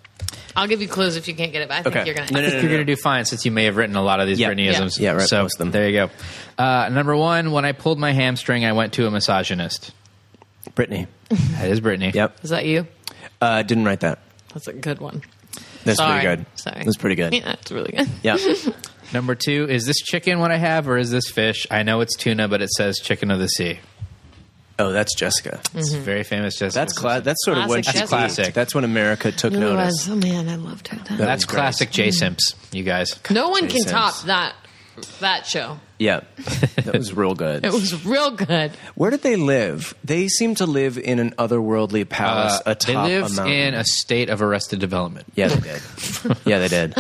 Speaker 3: I'll give you clues if you can't get it, but I think
Speaker 5: Okay.
Speaker 3: you're going to.
Speaker 5: No,
Speaker 2: I
Speaker 5: no,
Speaker 2: think you're going to do fine since you may have written a lot of these
Speaker 5: Yeah.
Speaker 2: Brittanyisms.
Speaker 5: Yeah. Yeah, right,
Speaker 2: So
Speaker 5: most of them.
Speaker 2: there you go. Uh, number one, when I pulled my hamstring, I went to a misogynist.
Speaker 5: Brittany.
Speaker 2: That is Brittany.
Speaker 5: Yep.
Speaker 3: Is that you?
Speaker 5: Uh, didn't write that.
Speaker 3: That's a good one.
Speaker 5: That's
Speaker 3: Sorry.
Speaker 5: pretty good.
Speaker 3: Sorry.
Speaker 5: That's pretty good.
Speaker 3: Yeah, that's really good.
Speaker 5: Yeah.
Speaker 2: Number two, is this chicken what I have or is this fish? I know it's tuna, but it says chicken of the sea.
Speaker 5: oh, that's Jessica.
Speaker 2: It's very famous Jessica.
Speaker 5: That's
Speaker 2: Simpson.
Speaker 5: cla- That's sort of when
Speaker 3: Mm-hmm. Classic Jessica.
Speaker 5: she
Speaker 2: Classic.
Speaker 5: That's when America took
Speaker 3: It
Speaker 5: notice.
Speaker 3: was. Oh, man, I loved her. That
Speaker 2: That's
Speaker 5: great.
Speaker 2: classic J Simps, you guys.
Speaker 3: no one
Speaker 5: Jay
Speaker 3: can
Speaker 5: Sims.
Speaker 3: top that that show.
Speaker 5: Yeah. That was real good.
Speaker 3: It was real good.
Speaker 5: Where did they live? They seem to live in an otherworldly palace
Speaker 2: Uh, they
Speaker 5: atop
Speaker 2: lived
Speaker 5: a mountain.
Speaker 2: in a state of arrested development.
Speaker 5: yeah, they did. yeah, they did.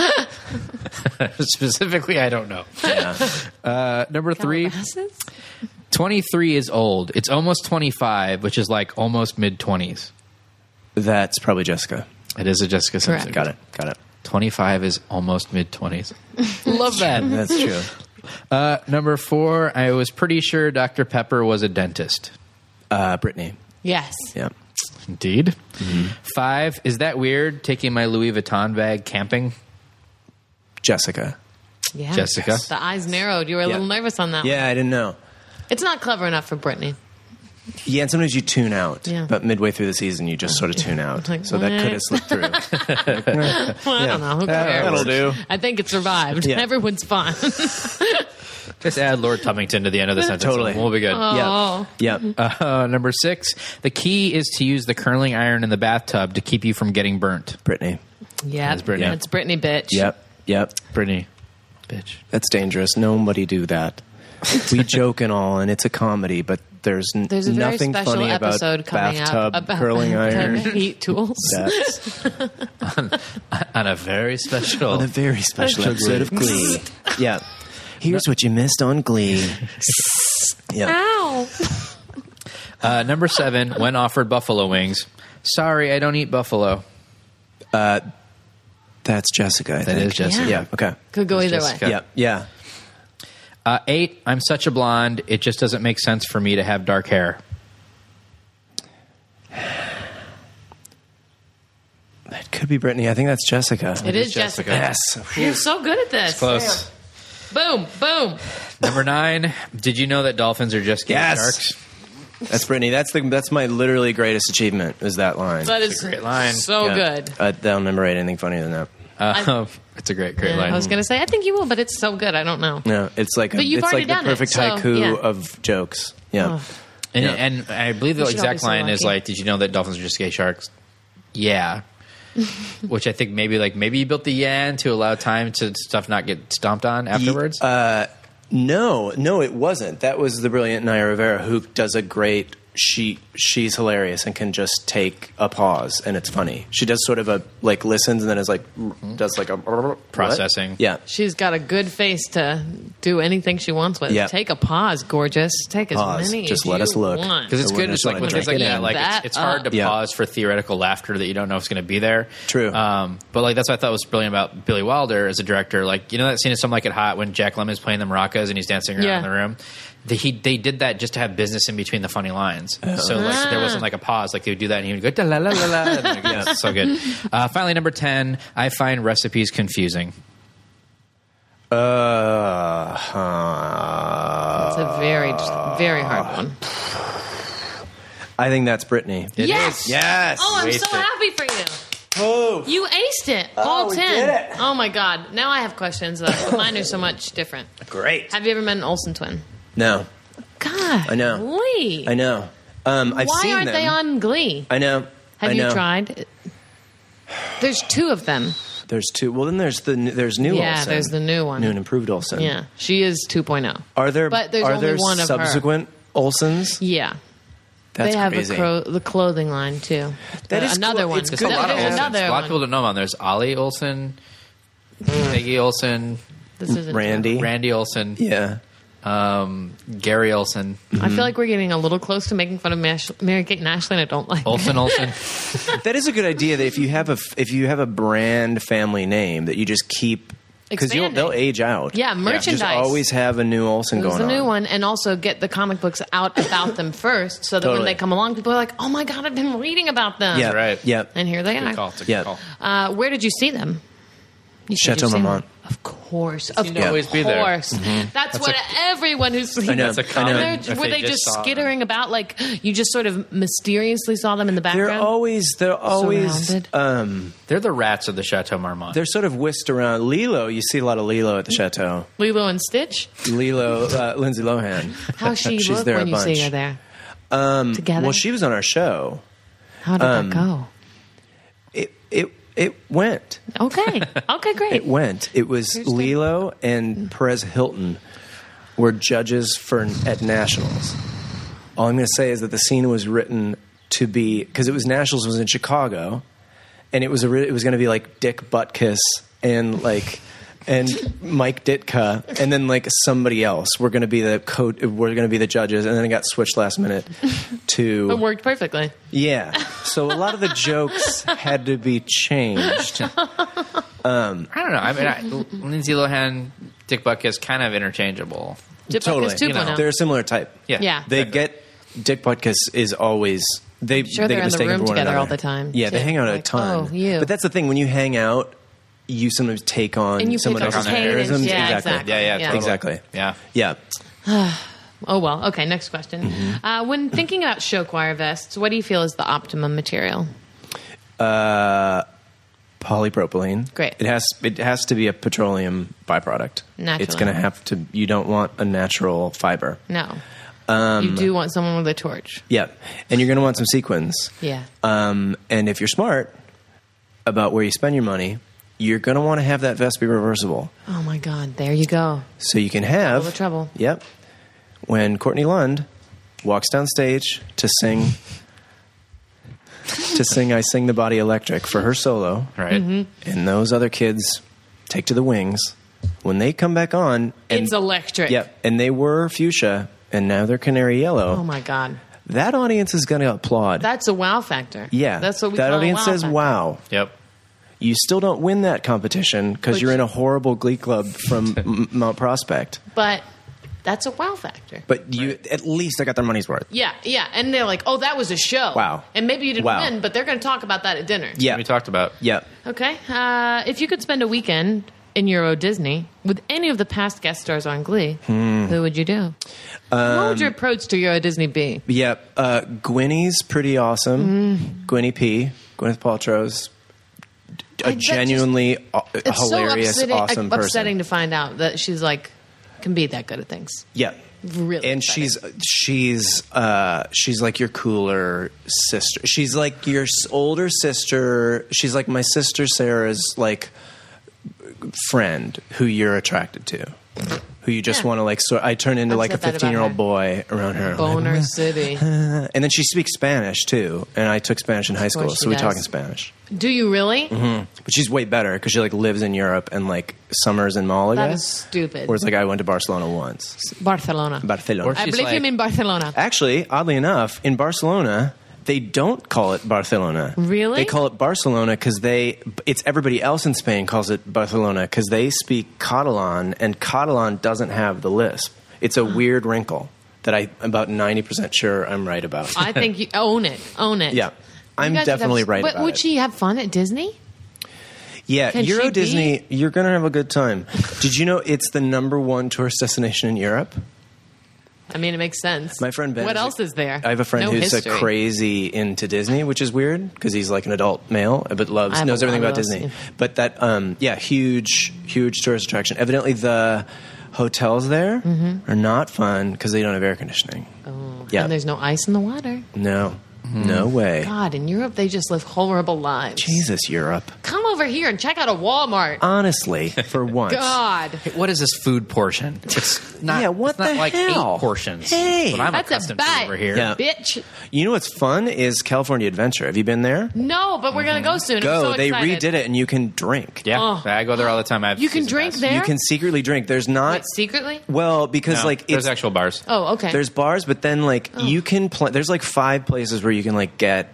Speaker 2: Specifically, I don't know.
Speaker 5: Yeah.
Speaker 2: Uh, number three,
Speaker 3: Glasses?
Speaker 2: 23 is old. It's almost 25, which is like almost mid 20s.
Speaker 5: That's probably Jessica.
Speaker 2: It is a Jessica Simpson.
Speaker 5: Got it. Got it.
Speaker 2: 25 is almost mid 20s. Love that.
Speaker 5: That's true.
Speaker 2: Uh, number four, I was pretty sure Dr. Pepper was a dentist.
Speaker 5: Uh, Brittany.
Speaker 3: Yes.
Speaker 5: Yeah.
Speaker 2: Indeed.
Speaker 5: Mm-hmm.
Speaker 2: Five, is that weird taking my Louis Vuitton bag camping?
Speaker 5: Jessica.
Speaker 3: Yeah.
Speaker 2: Jessica.
Speaker 3: The eyes narrowed. You were a
Speaker 5: Yeah.
Speaker 3: little nervous on that
Speaker 5: Yeah, I didn't know.
Speaker 3: one. It's not clever enough for Brittany.
Speaker 5: Yeah, and sometimes you tune out.
Speaker 3: Yeah.
Speaker 5: But midway through the season, you just sort of tune out.
Speaker 3: Like,
Speaker 5: so that
Speaker 3: what?
Speaker 5: could have slipped through.
Speaker 3: Well, I don't know. Who
Speaker 5: That-
Speaker 3: cares?
Speaker 5: Uh, that'll do.
Speaker 3: I think it survived.
Speaker 5: Yeah.
Speaker 3: Everyone's fine.
Speaker 2: Just add Lord Tumington to the end of the sentence.
Speaker 5: Totally.
Speaker 2: and We'll be good.
Speaker 3: Oh.
Speaker 5: yeah. Uh,
Speaker 2: Uh, number six, the key is to use the curling iron in the bathtub to keep you from getting burnt.
Speaker 5: Brittany.
Speaker 3: Yeah.
Speaker 2: That's Brittany.
Speaker 3: That's Brittany, bitch.
Speaker 5: Yep. Yep.
Speaker 2: Brittany. Bitch.
Speaker 5: That's dangerous. Nobody do that. we joke and all, and it's a comedy, but there's, n-
Speaker 3: There's a very
Speaker 5: nothing
Speaker 3: special
Speaker 5: funny about
Speaker 3: episode coming
Speaker 5: bathtub
Speaker 3: up about
Speaker 5: curling
Speaker 3: bathtub
Speaker 5: iron.
Speaker 3: heat tools.
Speaker 5: That's
Speaker 2: On a very special.
Speaker 5: on a very special episode of Glee. yeah. Here's what you missed on Glee. yeah.
Speaker 8: Ow.
Speaker 2: Uh, number seven, when offered buffalo wings. Sorry, I don't eat buffalo.
Speaker 5: That's Jessica. I
Speaker 2: That
Speaker 5: think.
Speaker 2: is Jessica.
Speaker 5: Yeah. Okay.
Speaker 3: Could go either
Speaker 2: Jessica.
Speaker 3: way.
Speaker 5: Yeah. Yeah.
Speaker 2: Uh, eight, I'm such a blonde. It just doesn't make sense for me to have dark hair.
Speaker 5: That could be Brittany. I think that's Jessica.
Speaker 3: It is Jessica.
Speaker 5: Yes.
Speaker 3: You're so good at this.
Speaker 2: Close.
Speaker 3: Boom, boom.
Speaker 2: Number nine, did you know that dolphins are just game
Speaker 5: Yes.
Speaker 2: sharks?
Speaker 5: That's Brittany. That's the that's my literally greatest achievement is that line.
Speaker 3: That is
Speaker 2: great line.
Speaker 3: So
Speaker 5: Yeah.
Speaker 3: oh, good.
Speaker 5: Uh, they'll never write anything funnier than that.
Speaker 2: Uh, it's a great, great
Speaker 3: Yeah,
Speaker 2: line.
Speaker 3: I was going to say, I think you will, but it's so good. I don't know.
Speaker 5: No, it's like a,
Speaker 3: But you've
Speaker 5: it's
Speaker 3: already
Speaker 5: like the
Speaker 3: done it,
Speaker 5: perfect
Speaker 3: so,
Speaker 5: haiku
Speaker 3: yeah. Oh.
Speaker 5: of jokes. Yeah.
Speaker 2: And,
Speaker 5: Yeah.
Speaker 2: and I believe the
Speaker 3: should all be
Speaker 2: exact
Speaker 3: so
Speaker 2: line is
Speaker 3: lucky.
Speaker 2: like, "Did you know that dolphins are just gay sharks?" Yeah, which I think maybe like maybe you built the yeah in to allow time to stuff not get stomped on afterwards.
Speaker 5: uh, No, no, it wasn't. That was the brilliant Naya Rivera who does a great. She she's hilarious and can just take a pause and it's funny. She does sort of a like listens and then is like does like a
Speaker 2: Processing.
Speaker 5: What? Yeah,
Speaker 3: She's got a good face to do anything she wants with.
Speaker 5: Yeah.
Speaker 3: Take a pause, gorgeous. Take as
Speaker 5: Pause.
Speaker 3: many.
Speaker 5: Just
Speaker 3: as
Speaker 5: let
Speaker 3: you
Speaker 5: us look.
Speaker 3: want.
Speaker 2: because it's
Speaker 5: I
Speaker 2: good.
Speaker 5: wouldn't
Speaker 2: It's
Speaker 5: have
Speaker 2: like
Speaker 5: wanted
Speaker 2: when
Speaker 5: to
Speaker 2: things
Speaker 5: drink
Speaker 2: like
Speaker 5: it
Speaker 2: yeah,
Speaker 5: in.
Speaker 2: like it's,
Speaker 3: That
Speaker 2: it's hard to
Speaker 5: up. Yeah.
Speaker 2: pause for theoretical laughter that you don't know if it's going to be there.
Speaker 5: True.
Speaker 2: Um, but like that's what I thought was brilliant about Billy Wilder as a director. Like you know that scene in Some Like It Hot when Jack Lemmon's playing the maracas and he's dancing around
Speaker 3: Yeah.
Speaker 2: in the room. They, he, they did that just to have business in between the funny lines.
Speaker 5: Oh.
Speaker 2: So
Speaker 3: Ah.
Speaker 2: like there wasn't like a pause. Like they would do that and he would go da la la la la. And, like, yeah, so good. Uh, finally, number ten. I find recipes confusing.
Speaker 5: Uh, huh.
Speaker 3: It's a very, very
Speaker 5: Uh,
Speaker 3: hard one.
Speaker 5: I think that's Brittany.
Speaker 2: It
Speaker 3: yes.
Speaker 2: is-
Speaker 5: Yes.
Speaker 3: Oh, I'm so
Speaker 2: Wasted.
Speaker 3: happy for you.
Speaker 5: Oh.
Speaker 3: You aced it. all
Speaker 5: we
Speaker 3: 10.
Speaker 5: did it.
Speaker 3: Oh, my God. Now I have questions, though. but Mine are so much different.
Speaker 5: Great.
Speaker 3: Have you ever met an Olsen twin?
Speaker 5: No,
Speaker 3: God.
Speaker 5: I know.
Speaker 3: Lee.
Speaker 5: I know. Um, I've
Speaker 3: Why
Speaker 5: seen
Speaker 3: aren't
Speaker 5: them.
Speaker 3: they on Glee?
Speaker 5: I know.
Speaker 3: Have
Speaker 5: I
Speaker 3: you
Speaker 5: know.
Speaker 3: tried? There's two of them.
Speaker 5: There's two. Well, then there's the there's new.
Speaker 3: Yeah,
Speaker 5: Olsen.
Speaker 3: there's the new one.
Speaker 5: New and improved Olsen.
Speaker 3: Yeah, she is oh. 2.0.
Speaker 5: Are there?
Speaker 3: But there's
Speaker 5: are
Speaker 3: only
Speaker 5: there
Speaker 3: one of her.
Speaker 5: subsequent Olsens?
Speaker 3: Yeah,
Speaker 5: That's
Speaker 3: they have
Speaker 5: crazy.
Speaker 3: a cro- the clothing line too.
Speaker 5: That
Speaker 3: Uh,
Speaker 5: is
Speaker 3: another
Speaker 5: clo-
Speaker 3: one.
Speaker 5: it's
Speaker 2: There's
Speaker 5: good.
Speaker 2: a lot of
Speaker 3: There's
Speaker 2: Olsons.
Speaker 3: another
Speaker 2: A lot of
Speaker 3: one.
Speaker 2: people don't know about them. There's Ollie Olson,
Speaker 5: Mm.
Speaker 2: Peggy Olson,
Speaker 3: This isn't
Speaker 5: Randy.
Speaker 2: Randy Olson,
Speaker 5: Yeah.
Speaker 2: um, Gary Olson,
Speaker 3: I
Speaker 5: Mm-hmm.
Speaker 3: feel like we're getting a little close to making fun of Mash- Mary Kate and Ashley. and I don't like.
Speaker 2: Olson Olson.
Speaker 5: that is a good idea. That if you have a f- if you have a brand family name, that you just keep because you'll
Speaker 3: Expanding.
Speaker 5: they'll age out.
Speaker 3: Yeah, merchandise.
Speaker 5: Just always have a new Olsen
Speaker 3: There's
Speaker 5: going
Speaker 3: a
Speaker 5: on.
Speaker 3: new one, and also get the comic books out about them first, so that when
Speaker 5: Totally.
Speaker 3: they come along, people are like, "Oh my god, I've been reading about them."
Speaker 5: Yeah.
Speaker 2: right.
Speaker 5: Yeah.
Speaker 3: And here they
Speaker 2: Good
Speaker 3: are.
Speaker 2: call. It's a good
Speaker 5: Yeah.
Speaker 2: call.
Speaker 3: Uh, where did you see them? You said
Speaker 5: Chateau
Speaker 3: you've seen
Speaker 5: Marmont. Mm-hmm.
Speaker 3: them. Of course, of
Speaker 2: to always be there.
Speaker 3: course. That's, what everyone who's seen
Speaker 5: I know.
Speaker 3: them.
Speaker 5: That's a common-
Speaker 3: They're-
Speaker 2: if
Speaker 3: Were
Speaker 2: they
Speaker 3: they,
Speaker 2: just
Speaker 3: just,
Speaker 2: saw them.
Speaker 3: skittering about like you just sort of mysteriously saw them in the
Speaker 5: They're
Speaker 3: background?
Speaker 5: always they're always
Speaker 3: Surrounded.
Speaker 5: um
Speaker 2: They're the rats of the Chateau Marmont.
Speaker 5: they're sort of whisked around. Lilo, you see a lot of Lilo at the chateau.
Speaker 3: Lilo and Stitch.
Speaker 5: Lilo, uh, Lindsay Lohan.
Speaker 3: How she
Speaker 5: She's
Speaker 3: look
Speaker 5: there
Speaker 3: when
Speaker 5: a
Speaker 3: you see
Speaker 5: bunch.
Speaker 3: her there? Um, Together.
Speaker 5: Well, she was on our show.
Speaker 3: How did
Speaker 5: Um,
Speaker 3: that go?
Speaker 5: It it it went.
Speaker 3: Okay. Okay. Great.
Speaker 5: It went. It was Lilo and Perez Hilton were judges for at nationals. All I'm going to say is that the scene was written to be because it was nationals was in Chicago, and it was a re- it was going to be like Dick Butkus and like and Mike Ditka and then like somebody else. We're going to be the co- We're going to be the judges, and then it got switched last minute to
Speaker 3: It worked perfectly.
Speaker 5: yeah. So a lot of the jokes had to be changed.
Speaker 2: I don't know. I mean, I,
Speaker 3: Mm-hmm.
Speaker 2: Lindsay Lohan, Dick Buck is kind of interchangeable.
Speaker 3: Diplock is
Speaker 5: Totally.
Speaker 3: oh.
Speaker 2: you know.
Speaker 3: 2.0.
Speaker 5: They're a similar type.
Speaker 2: Yeah.
Speaker 3: Yeah.
Speaker 5: They get Dick Butkus is always they
Speaker 3: sure
Speaker 5: they
Speaker 3: they're
Speaker 5: get
Speaker 3: in the
Speaker 5: mistaken
Speaker 3: room
Speaker 5: for one
Speaker 3: together
Speaker 5: another.
Speaker 3: all the time,
Speaker 5: Yeah, they
Speaker 3: too.
Speaker 5: hang out a
Speaker 3: Like,
Speaker 5: ton.
Speaker 3: oh, you.
Speaker 5: But that's the thing when you hang out, you sometimes take on
Speaker 3: And you pick
Speaker 5: someone
Speaker 3: up
Speaker 5: else's
Speaker 3: on their cadence.
Speaker 5: mannerisms.
Speaker 3: Yeah,
Speaker 5: exactly.
Speaker 3: exactly.
Speaker 2: Yeah, yeah,
Speaker 3: Yeah.
Speaker 2: totally.
Speaker 5: Exactly.
Speaker 2: Yeah.
Speaker 5: Yeah.
Speaker 3: Oh well. Okay. Next question.
Speaker 5: Mm-hmm.
Speaker 3: Uh, when thinking about show choir vests, what do you feel is the optimum material?
Speaker 5: Polypropylene.
Speaker 3: Great.
Speaker 5: It has it has to be a petroleum byproduct. It's
Speaker 3: Naturally.
Speaker 5: going to have to. You don't want a natural fiber.
Speaker 3: No.
Speaker 5: Um,
Speaker 3: you do want someone with a torch.
Speaker 5: Yeah, and you're going to want some sequins.
Speaker 3: Yeah.
Speaker 5: Um, and if you're smart about where you spend your money, you're going to want to have that vest be reversible.
Speaker 3: Oh my God. There you go.
Speaker 5: So you can have
Speaker 3: All the trouble.
Speaker 5: Yep. When Courtney Lund walks down stage to sing to sing I Sing the Body Electric for her solo,
Speaker 2: Right.
Speaker 3: Mm-hmm.
Speaker 5: and those other kids take to the wings, when they come back on and
Speaker 3: it's electric.
Speaker 5: Yep, and they were fuchsia and now they're canary yellow.
Speaker 3: Oh my God.
Speaker 5: That audience is going to applaud.
Speaker 3: That's a wow factor.
Speaker 5: yeah.
Speaker 3: That's what we
Speaker 5: That
Speaker 3: call a
Speaker 5: audience
Speaker 3: wow
Speaker 5: says
Speaker 3: factor.
Speaker 5: wow.
Speaker 2: Yep.
Speaker 5: You still don't win that competition cuz
Speaker 3: But
Speaker 5: you're in
Speaker 3: you-
Speaker 5: a horrible glee club from M- Mount Prospect.
Speaker 3: But that's a wow factor.
Speaker 5: But you at least I got their money's worth.
Speaker 3: Yeah, yeah. And they're like, oh, that was a show.
Speaker 5: Wow.
Speaker 3: And maybe you didn't
Speaker 5: Wow.
Speaker 3: win, but they're going to talk about that at dinner.
Speaker 5: Yeah.
Speaker 2: We talked about.
Speaker 5: Yep.
Speaker 3: Okay. Uh, if you could spend a weekend in Euro Disney with any of the past guest stars on Glee,
Speaker 5: Hmm.
Speaker 3: who would you do? what would your
Speaker 5: Um,
Speaker 3: approach to Euro Disney be?
Speaker 5: Yep. Uh, Gwynny's pretty awesome.
Speaker 3: Mm.
Speaker 5: Gwynny P. Gwyneth Paltrow's a
Speaker 3: that just-
Speaker 5: genuinely au-
Speaker 3: It's
Speaker 5: hilarious,
Speaker 3: so upsetting,
Speaker 5: awesome person.
Speaker 3: upsetting to find out that she's like can be that good at things.
Speaker 5: Yeah.
Speaker 3: Really
Speaker 5: and
Speaker 3: upsetting.
Speaker 5: she's she's uh, she's like your cooler sister. She's like your s- older sister. She's like my sister Sarah's like friend who you're attracted to, who you just
Speaker 3: Yeah.
Speaker 5: want to like. So I turn into
Speaker 3: I've
Speaker 5: like a
Speaker 3: said that about
Speaker 5: 15 year old
Speaker 3: her.
Speaker 5: boy around her.
Speaker 3: Boner City.
Speaker 5: And then she speaks Spanish too. And I took Spanish in high school,
Speaker 3: course she
Speaker 5: so we
Speaker 3: does.
Speaker 5: talk in Spanish.
Speaker 3: Do you really?
Speaker 5: Mm-hmm. But she's way better because she like lives in Europe and like summers in Malaga.
Speaker 3: That is stupid.
Speaker 5: Whereas like I went to Barcelona once,
Speaker 3: Barcelona.
Speaker 5: Barcelona.
Speaker 3: I
Speaker 2: She's
Speaker 3: believe
Speaker 2: like-
Speaker 3: you mean Barcelona.
Speaker 5: Actually, oddly enough, in Barcelona they don't call it Barcelona.
Speaker 3: Really?
Speaker 5: They call it Barcelona because they it's everybody else in Spain calls it Barcelona because they speak Catalan and Catalan doesn't have the lisp. It's a weird wrinkle that I am about ninety percent sure I'm right about.
Speaker 3: I think you own it. Own it.
Speaker 5: yeah. I'm
Speaker 3: You guys would have-
Speaker 5: definitely right
Speaker 3: But
Speaker 5: about
Speaker 3: would
Speaker 5: it.
Speaker 3: she have fun at Disney?
Speaker 5: Yeah,
Speaker 3: Can she
Speaker 5: Euro
Speaker 3: be-
Speaker 5: Disney, you're going to have a good time. Did you know it's the number one tourist destination in Europe?
Speaker 3: I mean, it makes sense.
Speaker 5: My friend Ben.
Speaker 3: What else is there?
Speaker 5: I have a friend
Speaker 3: No
Speaker 5: who's
Speaker 3: history.
Speaker 5: a crazy into Disney, which is weird because he's like an adult male, but
Speaker 3: I
Speaker 5: loves
Speaker 3: have
Speaker 5: knows
Speaker 3: a-
Speaker 5: everything
Speaker 3: I
Speaker 5: about
Speaker 3: love
Speaker 5: Disney.
Speaker 3: Disney.
Speaker 5: But that, um, yeah, huge, huge tourist attraction. Evidently, the hotels there
Speaker 3: Mm-hmm.
Speaker 5: are not fun because they don't have air conditioning. Oh, yeah,
Speaker 3: And there's no ice in the water.
Speaker 5: no,
Speaker 2: Mm-hmm.
Speaker 5: no way.
Speaker 3: God, in Europe, they just live horrible lives.
Speaker 5: Jesus, Europe.
Speaker 3: Come over here and check out a Walmart.
Speaker 2: Oh,
Speaker 5: Honestly, for once.
Speaker 3: God.
Speaker 2: What is this food portion? It's not.
Speaker 5: Yeah, what
Speaker 2: it's not
Speaker 5: the
Speaker 2: like
Speaker 5: hell?
Speaker 2: eight portions.
Speaker 5: Hey.
Speaker 2: That's what I'm
Speaker 3: That's a
Speaker 2: accustomed to
Speaker 3: bite.
Speaker 2: over here.
Speaker 5: Yeah.
Speaker 3: Bitch.
Speaker 5: You know what's fun is California Adventure. Have you been there?
Speaker 3: No, but we're
Speaker 2: Mm-hmm.
Speaker 3: going to go soon. I'm
Speaker 5: go.
Speaker 3: so
Speaker 5: they
Speaker 3: excited.
Speaker 5: redid it, and you can drink.
Speaker 2: Yeah,
Speaker 3: Oh.
Speaker 2: I go there all the time. I have
Speaker 3: You can
Speaker 2: season
Speaker 3: drink
Speaker 2: pass.
Speaker 3: there?
Speaker 5: you can secretly drink. There's not
Speaker 3: Wait, secretly?
Speaker 5: well because
Speaker 2: No,
Speaker 5: like it's,
Speaker 2: there's actual bars.
Speaker 3: Oh, okay. Oh.
Speaker 5: there's bars, but then like you can pl- there's like five places where you can like get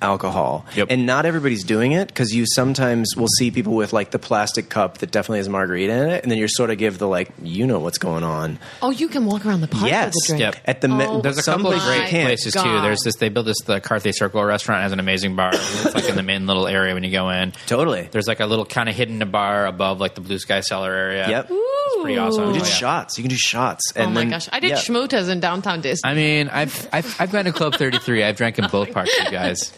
Speaker 5: alcohol,
Speaker 2: Yep.
Speaker 5: and not everybody's doing it because you sometimes will see people with like the plastic cup that definitely has margarita in it, and then you're sort of give the like you know what's going on.
Speaker 3: oh, you can walk around the park with
Speaker 5: yes,
Speaker 3: a drink.
Speaker 2: Yep.
Speaker 5: at the
Speaker 3: Oh,
Speaker 5: me-
Speaker 2: There's a
Speaker 5: some
Speaker 2: couple of
Speaker 5: places you
Speaker 2: great
Speaker 3: my
Speaker 5: can't.
Speaker 2: places too.
Speaker 3: God.
Speaker 2: There's this. They built this. The Carthay Circle restaurant has an amazing bar. It's like in the main little area when you go in.
Speaker 5: Totally.
Speaker 2: There's like a little kind of hidden bar above like the Blue Sky Cellar area.
Speaker 5: Yep.
Speaker 2: It's pretty awesome.
Speaker 5: You
Speaker 2: Oh,
Speaker 5: did
Speaker 2: yeah.
Speaker 5: shots. You can do shots.
Speaker 3: Oh
Speaker 5: And
Speaker 3: my
Speaker 5: then-
Speaker 3: gosh. I did
Speaker 5: yeah.
Speaker 3: schmootas in downtown Disney.
Speaker 2: I mean, I've I've, I've been to Club 33. I've drank in both parks, you guys.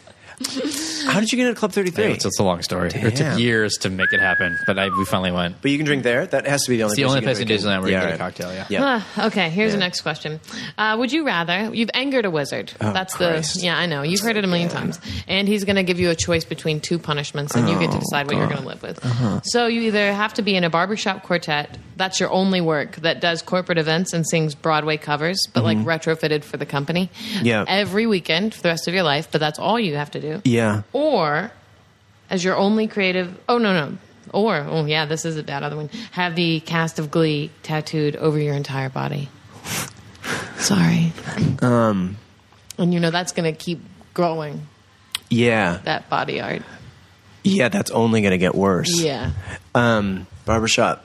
Speaker 5: How did you get into Club Thirty Three?
Speaker 2: It's, it's a long story. It took
Speaker 5: Damn.
Speaker 2: years to make it happen, but I, we finally went.
Speaker 5: But you can drink there. That has to be the only.
Speaker 2: It's the
Speaker 5: place
Speaker 2: only
Speaker 5: you can
Speaker 2: place in
Speaker 5: drink
Speaker 2: Disneyland where you
Speaker 5: Yeah,
Speaker 2: can get a
Speaker 5: right.
Speaker 2: cocktail. Yeah.
Speaker 5: Yeah.
Speaker 3: Ah, okay, here's the next question. Uh, would you rather you've angered a wizard? That's
Speaker 5: Oh, Christ.
Speaker 3: the yeah, I know you've heard it a million times, and he's going to give you a choice between two punishments, and you get to
Speaker 5: Oh,
Speaker 3: decide what you're going to live with.
Speaker 5: Uh-huh.
Speaker 3: So you either have to be in a barbershop quartet. That's your only work that does corporate events and sings Broadway covers, but like retrofitted for the company.
Speaker 5: Mm-hmm. Yeah.
Speaker 3: every weekend for the rest of your life, but that's all you have to do.
Speaker 5: Yeah.
Speaker 3: Or as your only creative oh no no or oh yeah this is a bad other one have the cast of glee tattooed over your entire body sorry um and you know that's gonna keep growing
Speaker 5: Yeah.
Speaker 3: that body art
Speaker 5: Yeah, that's only going to get worse.
Speaker 3: yeah
Speaker 5: Um, barbershop.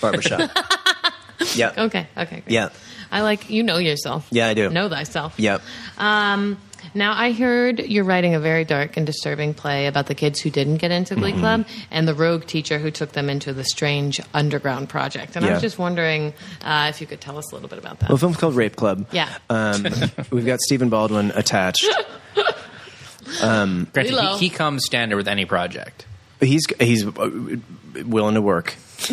Speaker 5: barbershop. yeah.
Speaker 3: okay okay great.
Speaker 5: Yeah.
Speaker 3: i like you know yourself
Speaker 5: Yeah, I do.
Speaker 3: know thyself
Speaker 5: Yep.
Speaker 3: um Now, I heard you're writing a very dark and disturbing play about the kids who didn't get into
Speaker 5: Mm-hmm.
Speaker 3: Glee Club and the rogue teacher who took them into the strange underground project. And I
Speaker 5: Yeah.
Speaker 3: was just wondering uh, if you could tell us a little bit about that.
Speaker 5: Well, the film's called Rape Club.
Speaker 3: Yeah.
Speaker 5: Um, we've got Stephen Baldwin attached.
Speaker 2: Granted,
Speaker 3: Lilo.
Speaker 2: he, he comes standard with any project.
Speaker 5: But he's he's uh, willing to work.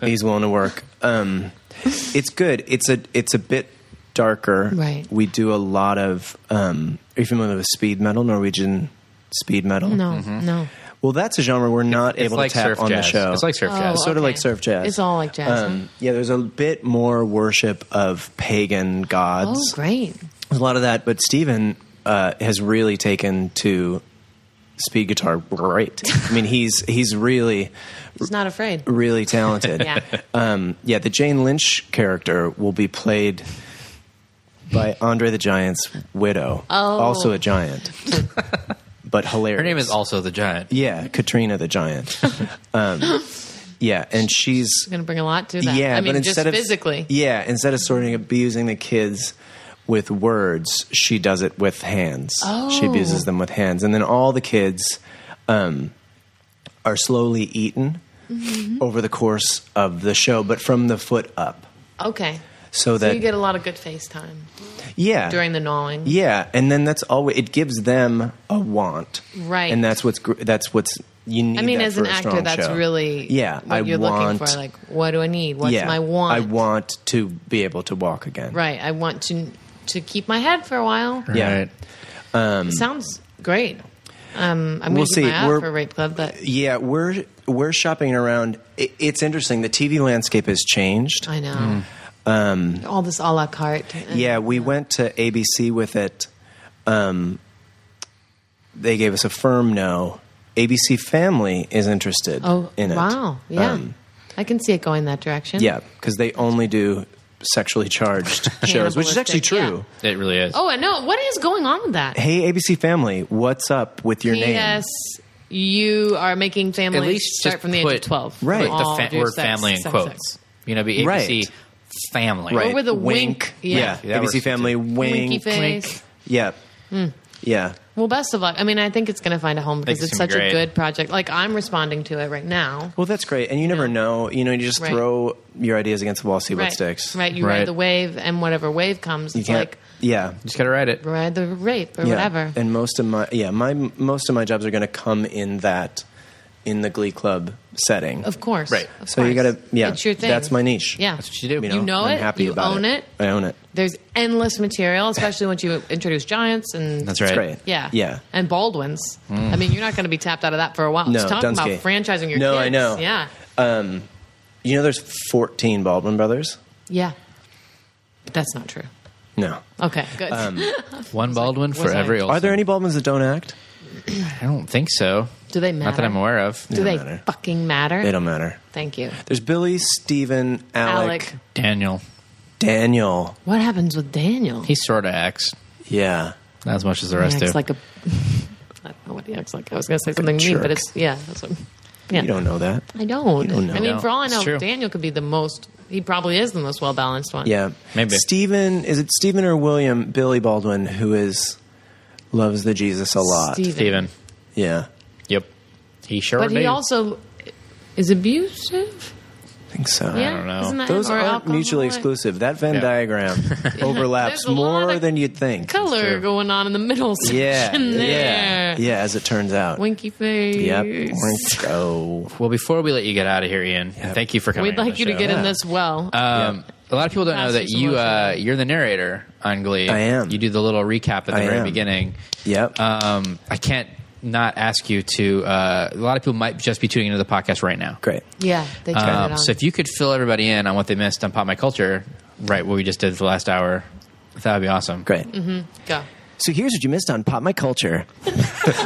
Speaker 5: he's willing to work. Um, it's good. It's a it's a bit darker.
Speaker 3: Right.
Speaker 5: We do a lot of. Um, are you familiar with speed metal, Norwegian speed metal?
Speaker 3: no,
Speaker 5: Mm-hmm.
Speaker 3: no.
Speaker 5: Well, that's a genre we're not
Speaker 2: It's
Speaker 5: able
Speaker 2: like
Speaker 5: to tap
Speaker 2: surf
Speaker 5: on
Speaker 2: jazz.
Speaker 5: the show.
Speaker 2: It's like surf
Speaker 3: Oh,
Speaker 2: jazz.
Speaker 5: It's sort of
Speaker 3: Okay.
Speaker 5: like surf jazz. Um,
Speaker 3: It's all like jazz, huh?
Speaker 5: Yeah, there's a bit more worship of pagan gods.
Speaker 3: Oh, great.
Speaker 5: There's a lot of that, but Steven uh, has really taken to speed guitar great. I mean, he's he's really
Speaker 3: He's not afraid.
Speaker 5: really talented.
Speaker 3: Yeah.
Speaker 5: Um, yeah, the Jane Lynch character will be played by Andre the Giant's widow,
Speaker 3: Oh.
Speaker 5: also a giant, but hilarious.
Speaker 2: Her name is also the giant.
Speaker 5: yeah, Katrina the Giant. um, yeah, and she's
Speaker 3: It's going to bring a lot to that.
Speaker 5: yeah,
Speaker 3: I mean,
Speaker 5: but instead
Speaker 3: just
Speaker 5: of
Speaker 3: physically.
Speaker 5: yeah, instead of sort of abusing the kids with words, she does it with hands.
Speaker 3: Oh.
Speaker 5: She abuses them with hands, and then all the kids um, are slowly eaten
Speaker 3: Mm-hmm.
Speaker 5: over the course of the show, but from the foot up,
Speaker 3: Okay.
Speaker 5: so
Speaker 3: So
Speaker 5: that
Speaker 3: you get a lot of good face time
Speaker 5: yeah
Speaker 3: during the gnawing.
Speaker 5: yeah, and then that's always it gives them a want,
Speaker 3: Right.
Speaker 5: And that's what's gr- that's what's you need.
Speaker 3: I mean,
Speaker 5: that
Speaker 3: as
Speaker 5: for
Speaker 3: an
Speaker 5: a
Speaker 3: actor,
Speaker 5: strong
Speaker 3: that's
Speaker 5: show.
Speaker 3: really
Speaker 5: yeah.
Speaker 3: what
Speaker 5: I
Speaker 3: you're
Speaker 5: want,
Speaker 3: looking for. Like, what do I need? What's my want?
Speaker 5: I want to be able to walk again.
Speaker 3: Right. I want to to keep my head for a while.
Speaker 5: Yeah.
Speaker 2: Right.
Speaker 3: It sounds great. Um, I'm
Speaker 5: We'll
Speaker 3: going to keep
Speaker 5: see.
Speaker 3: my eye out
Speaker 5: We're-
Speaker 3: for Rape Club, but
Speaker 5: Yeah, we're we're shopping around. I- It's interesting. The TV landscape has changed.
Speaker 3: I know. Um, All this a la carte. and-
Speaker 5: Mm. Yeah, we went to ABC with it. Um, they gave us a firm no. ABC Family is interested
Speaker 3: Oh,
Speaker 5: in it.
Speaker 3: wow. Yeah.
Speaker 5: Um,
Speaker 3: I can see it going that direction.
Speaker 5: yeah, because they only do sexually charged shows, which is actually
Speaker 3: Cannibalistic, yeah.
Speaker 5: true.
Speaker 2: It really is.
Speaker 3: Oh, I know. What is going on with that?
Speaker 5: Hey, ABC Family, what's up with your name?
Speaker 3: P.S. You are making families
Speaker 2: At least
Speaker 3: start
Speaker 2: just
Speaker 3: from the
Speaker 2: put,
Speaker 3: age of 12.
Speaker 5: Right.
Speaker 2: put
Speaker 3: From all
Speaker 2: The
Speaker 3: of
Speaker 2: fa-
Speaker 3: your
Speaker 2: word
Speaker 3: oh, sex-
Speaker 2: family in
Speaker 3: sex-
Speaker 2: quotes.
Speaker 3: sex.
Speaker 2: You know, be ABC
Speaker 5: Right.
Speaker 2: family.
Speaker 5: Right.
Speaker 3: Or with a wink. Yeah.
Speaker 5: Yeah,
Speaker 2: Yeah, that
Speaker 5: ABC
Speaker 2: works.
Speaker 5: Family, wink.
Speaker 3: Winky face. Hmm.
Speaker 5: Yeah. Yeah.
Speaker 3: Well, best of luck. I mean, I think it's going to find a home because
Speaker 2: Think it's
Speaker 3: it's
Speaker 2: gonna
Speaker 3: such
Speaker 2: be
Speaker 3: a
Speaker 2: great.
Speaker 3: good project. Like, I'm responding to it right now.
Speaker 5: Well, that's great. And you never know. You know, you just
Speaker 3: Right.
Speaker 5: throw your ideas against the wall, see what
Speaker 3: right.
Speaker 5: sticks.
Speaker 3: Right. You
Speaker 2: Right.
Speaker 3: ride the wave, and whatever wave comes,
Speaker 5: You
Speaker 3: it's
Speaker 5: can't.
Speaker 3: like
Speaker 5: yeah.
Speaker 2: Just gotta write it.
Speaker 3: ride the rape or
Speaker 5: Yeah.
Speaker 3: whatever.
Speaker 5: And most of my yeah, my most of my jobs are going to come in that in the glee club setting.
Speaker 3: of course.
Speaker 2: Right.
Speaker 3: Of
Speaker 5: so you
Speaker 3: course.
Speaker 5: got to yeah.
Speaker 3: It's your thing.
Speaker 5: That's my niche.
Speaker 3: Yeah.
Speaker 2: That's what you do.
Speaker 3: You know
Speaker 5: I'm
Speaker 3: it,
Speaker 5: Happy
Speaker 3: you
Speaker 5: about
Speaker 3: own it.
Speaker 5: I own it.
Speaker 3: There's endless material, especially once you introduce giants and
Speaker 2: That's right.
Speaker 5: It's great.
Speaker 3: Yeah.
Speaker 5: Yeah.
Speaker 3: And Baldwin's.
Speaker 2: Mm.
Speaker 3: I mean, you're not going to be tapped out of that for a while.
Speaker 5: No,
Speaker 3: Just talking
Speaker 5: Dunsky.
Speaker 3: about franchising your
Speaker 5: No,
Speaker 3: kids.
Speaker 5: I know.
Speaker 3: Yeah.
Speaker 5: You know, there's 14 Baldwin brothers.
Speaker 3: Yeah. But that's not true.
Speaker 5: No.
Speaker 3: Okay, good.
Speaker 5: Um,
Speaker 2: One Baldwin for
Speaker 3: was I-
Speaker 2: every.
Speaker 5: Are
Speaker 2: Olsen.
Speaker 5: there any Baldwins that don't act?
Speaker 2: I don't think so.
Speaker 3: Do they matter?
Speaker 2: Not that I'm aware of.
Speaker 3: Do they
Speaker 5: matter.
Speaker 3: fucking matter?
Speaker 5: They don't matter.
Speaker 3: Thank you.
Speaker 5: There's Billy, Steven, Alec,
Speaker 3: Alec.
Speaker 2: Daniel,
Speaker 5: Daniel.
Speaker 3: What happens with Daniel?
Speaker 2: he sort of acts,
Speaker 5: Yeah.
Speaker 2: not as much as the
Speaker 3: he
Speaker 2: rest do.
Speaker 3: acts like a. I don't know what he acts like. I was going to say something mean,
Speaker 5: jerk.
Speaker 3: but it's yeah. That's what, yeah.
Speaker 5: You don't know that.
Speaker 3: I don't.
Speaker 5: don't know.
Speaker 3: I mean,
Speaker 2: No,
Speaker 3: for all I
Speaker 2: it's
Speaker 3: know,
Speaker 2: true.
Speaker 3: Daniel could be the most. He probably is the most well balanced one.
Speaker 5: Yeah,
Speaker 2: Maybe.
Speaker 5: Stephen is it Stephen or William Billy Baldwin who is loves the Jesus a lot.
Speaker 3: Steven.
Speaker 2: Steven.
Speaker 5: Yeah,
Speaker 2: Yep. He sure
Speaker 3: But he
Speaker 2: do.
Speaker 3: also is abusive.
Speaker 5: I think so.
Speaker 3: Yeah,
Speaker 2: don't know.
Speaker 3: Isn't that
Speaker 5: Those
Speaker 3: him? Or
Speaker 5: aren't
Speaker 3: alcohol?
Speaker 5: mutually exclusive. That Venn
Speaker 2: Yeah.
Speaker 5: diagram
Speaker 3: There's
Speaker 5: overlaps
Speaker 3: a lot
Speaker 5: more
Speaker 3: of
Speaker 5: than you'd think.
Speaker 3: Color
Speaker 2: true.
Speaker 3: going on in the middle section
Speaker 5: Yeah,
Speaker 3: there.
Speaker 5: yeah, yeah. As it turns out.
Speaker 3: Winky face.
Speaker 5: Yep. Wink. Oh,
Speaker 2: well, before we let you get out of here, Ian, and thank you for coming.
Speaker 3: We'd
Speaker 2: on
Speaker 3: like
Speaker 2: the
Speaker 3: you to
Speaker 2: show.
Speaker 3: get in this well.
Speaker 2: Um, A lot of people don't know
Speaker 3: Pass
Speaker 2: that
Speaker 3: us some
Speaker 2: you
Speaker 3: more
Speaker 2: uh,
Speaker 3: time.
Speaker 2: you're the narrator on Glee.
Speaker 5: I am.
Speaker 2: You do the little recap at the
Speaker 5: I
Speaker 2: very
Speaker 5: am.
Speaker 2: beginning.
Speaker 5: Yep.
Speaker 2: Um, I can't not ask you to. Uh, a lot of people might just be tuning into the podcast right now.
Speaker 5: great.
Speaker 3: yeah, they turn it
Speaker 2: Um,
Speaker 3: on.
Speaker 2: so if you could fill everybody in on what they missed on Pop My Culture, right what we just did for the last hour, that would be awesome.
Speaker 5: Great.
Speaker 3: Go.
Speaker 5: So here's what you missed on Pop My Culture.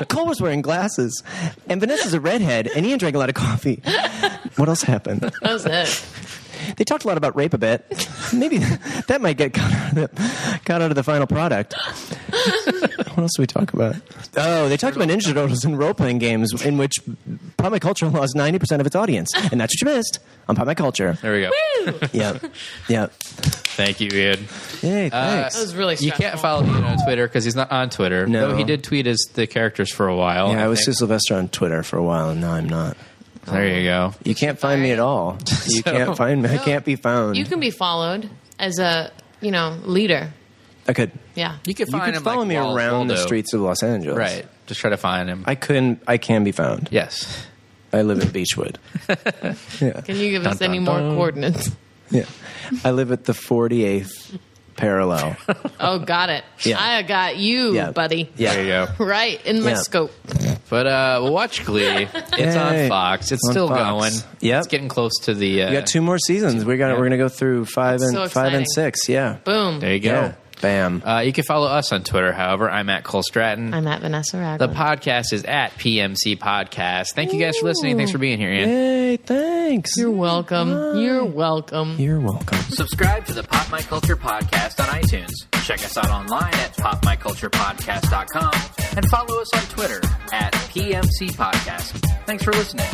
Speaker 5: Cole was wearing glasses, and Vanessa's a redhead, and Ian drank a lot of coffee. What else happened?
Speaker 3: That was it.
Speaker 5: They talked a lot about rape a bit. Maybe that might get cut out of the, cut out of the final product. what else do we talk about? Oh, they talked about Ninja Turtles and role playing games in which Pop My Culture lost 90% of its audience. And that's what you missed on Pop My Culture.
Speaker 2: There we go.
Speaker 5: Yeah. Yeah.
Speaker 2: Thank you, Ian.
Speaker 5: Yay,
Speaker 2: Uh,
Speaker 5: thanks.
Speaker 3: That was really
Speaker 2: You can't
Speaker 3: stressful.
Speaker 2: follow Ian on Twitter because he's not on Twitter.
Speaker 5: No.
Speaker 2: Though he did tweet as the characters for a while.
Speaker 5: yeah, I was
Speaker 2: think.
Speaker 5: Sue Sylvester on Twitter for a while, and now I'm not.
Speaker 2: There you go.
Speaker 5: You can't find me at all. You can't find me. I can't be found.
Speaker 3: You can be followed as a you know leader.
Speaker 5: I could.
Speaker 3: Yeah.
Speaker 2: You could
Speaker 5: You
Speaker 2: find
Speaker 5: could
Speaker 2: him
Speaker 5: follow
Speaker 2: like
Speaker 5: me
Speaker 2: Wal-
Speaker 5: around the
Speaker 2: Waldo.
Speaker 5: streets of Los Angeles.
Speaker 2: Right. Just try to find him.
Speaker 5: I couldn't. I can be found.
Speaker 2: yes.
Speaker 5: I live in Beechwood.
Speaker 3: Can you give us
Speaker 2: Dun,
Speaker 3: any
Speaker 2: dun,
Speaker 3: more
Speaker 2: dun.
Speaker 3: coordinates?
Speaker 5: Yeah. I live at the 48th parallel.
Speaker 3: Oh, got it.
Speaker 5: Yeah.
Speaker 3: I got you,
Speaker 5: Yeah.
Speaker 3: buddy.
Speaker 5: Yeah.
Speaker 2: There you go.
Speaker 3: Right in my
Speaker 5: Yeah.
Speaker 3: scope.
Speaker 2: But uh, watch Glee. It's on
Speaker 5: Yay.
Speaker 2: Fox. It's
Speaker 5: On
Speaker 2: still
Speaker 5: Fox.
Speaker 2: going.
Speaker 5: Yep.
Speaker 2: It's getting close to the. Uh,
Speaker 5: We got two more seasons. We got. We're gonna go through five
Speaker 3: That's so
Speaker 5: and five and
Speaker 3: exciting.
Speaker 5: six. Yeah.
Speaker 3: Boom.
Speaker 2: There you go.
Speaker 5: Yeah. Bam.
Speaker 2: Uh, you can follow us on Twitter, however. I'm at Cole Stratton.
Speaker 3: I'm at Vanessa Ragland.
Speaker 2: the podcast is at PMC Podcast. Thank you guys for listening. Thanks for being here, Ian.
Speaker 5: hey, thanks.
Speaker 3: You're welcome. You're welcome.
Speaker 5: You're welcome.
Speaker 1: Subscribe to the Pop My Culture Podcast on iTunes. Check us out online at popmyculturepodcast.com and follow us on Twitter at PMC Podcast. Thanks for listening.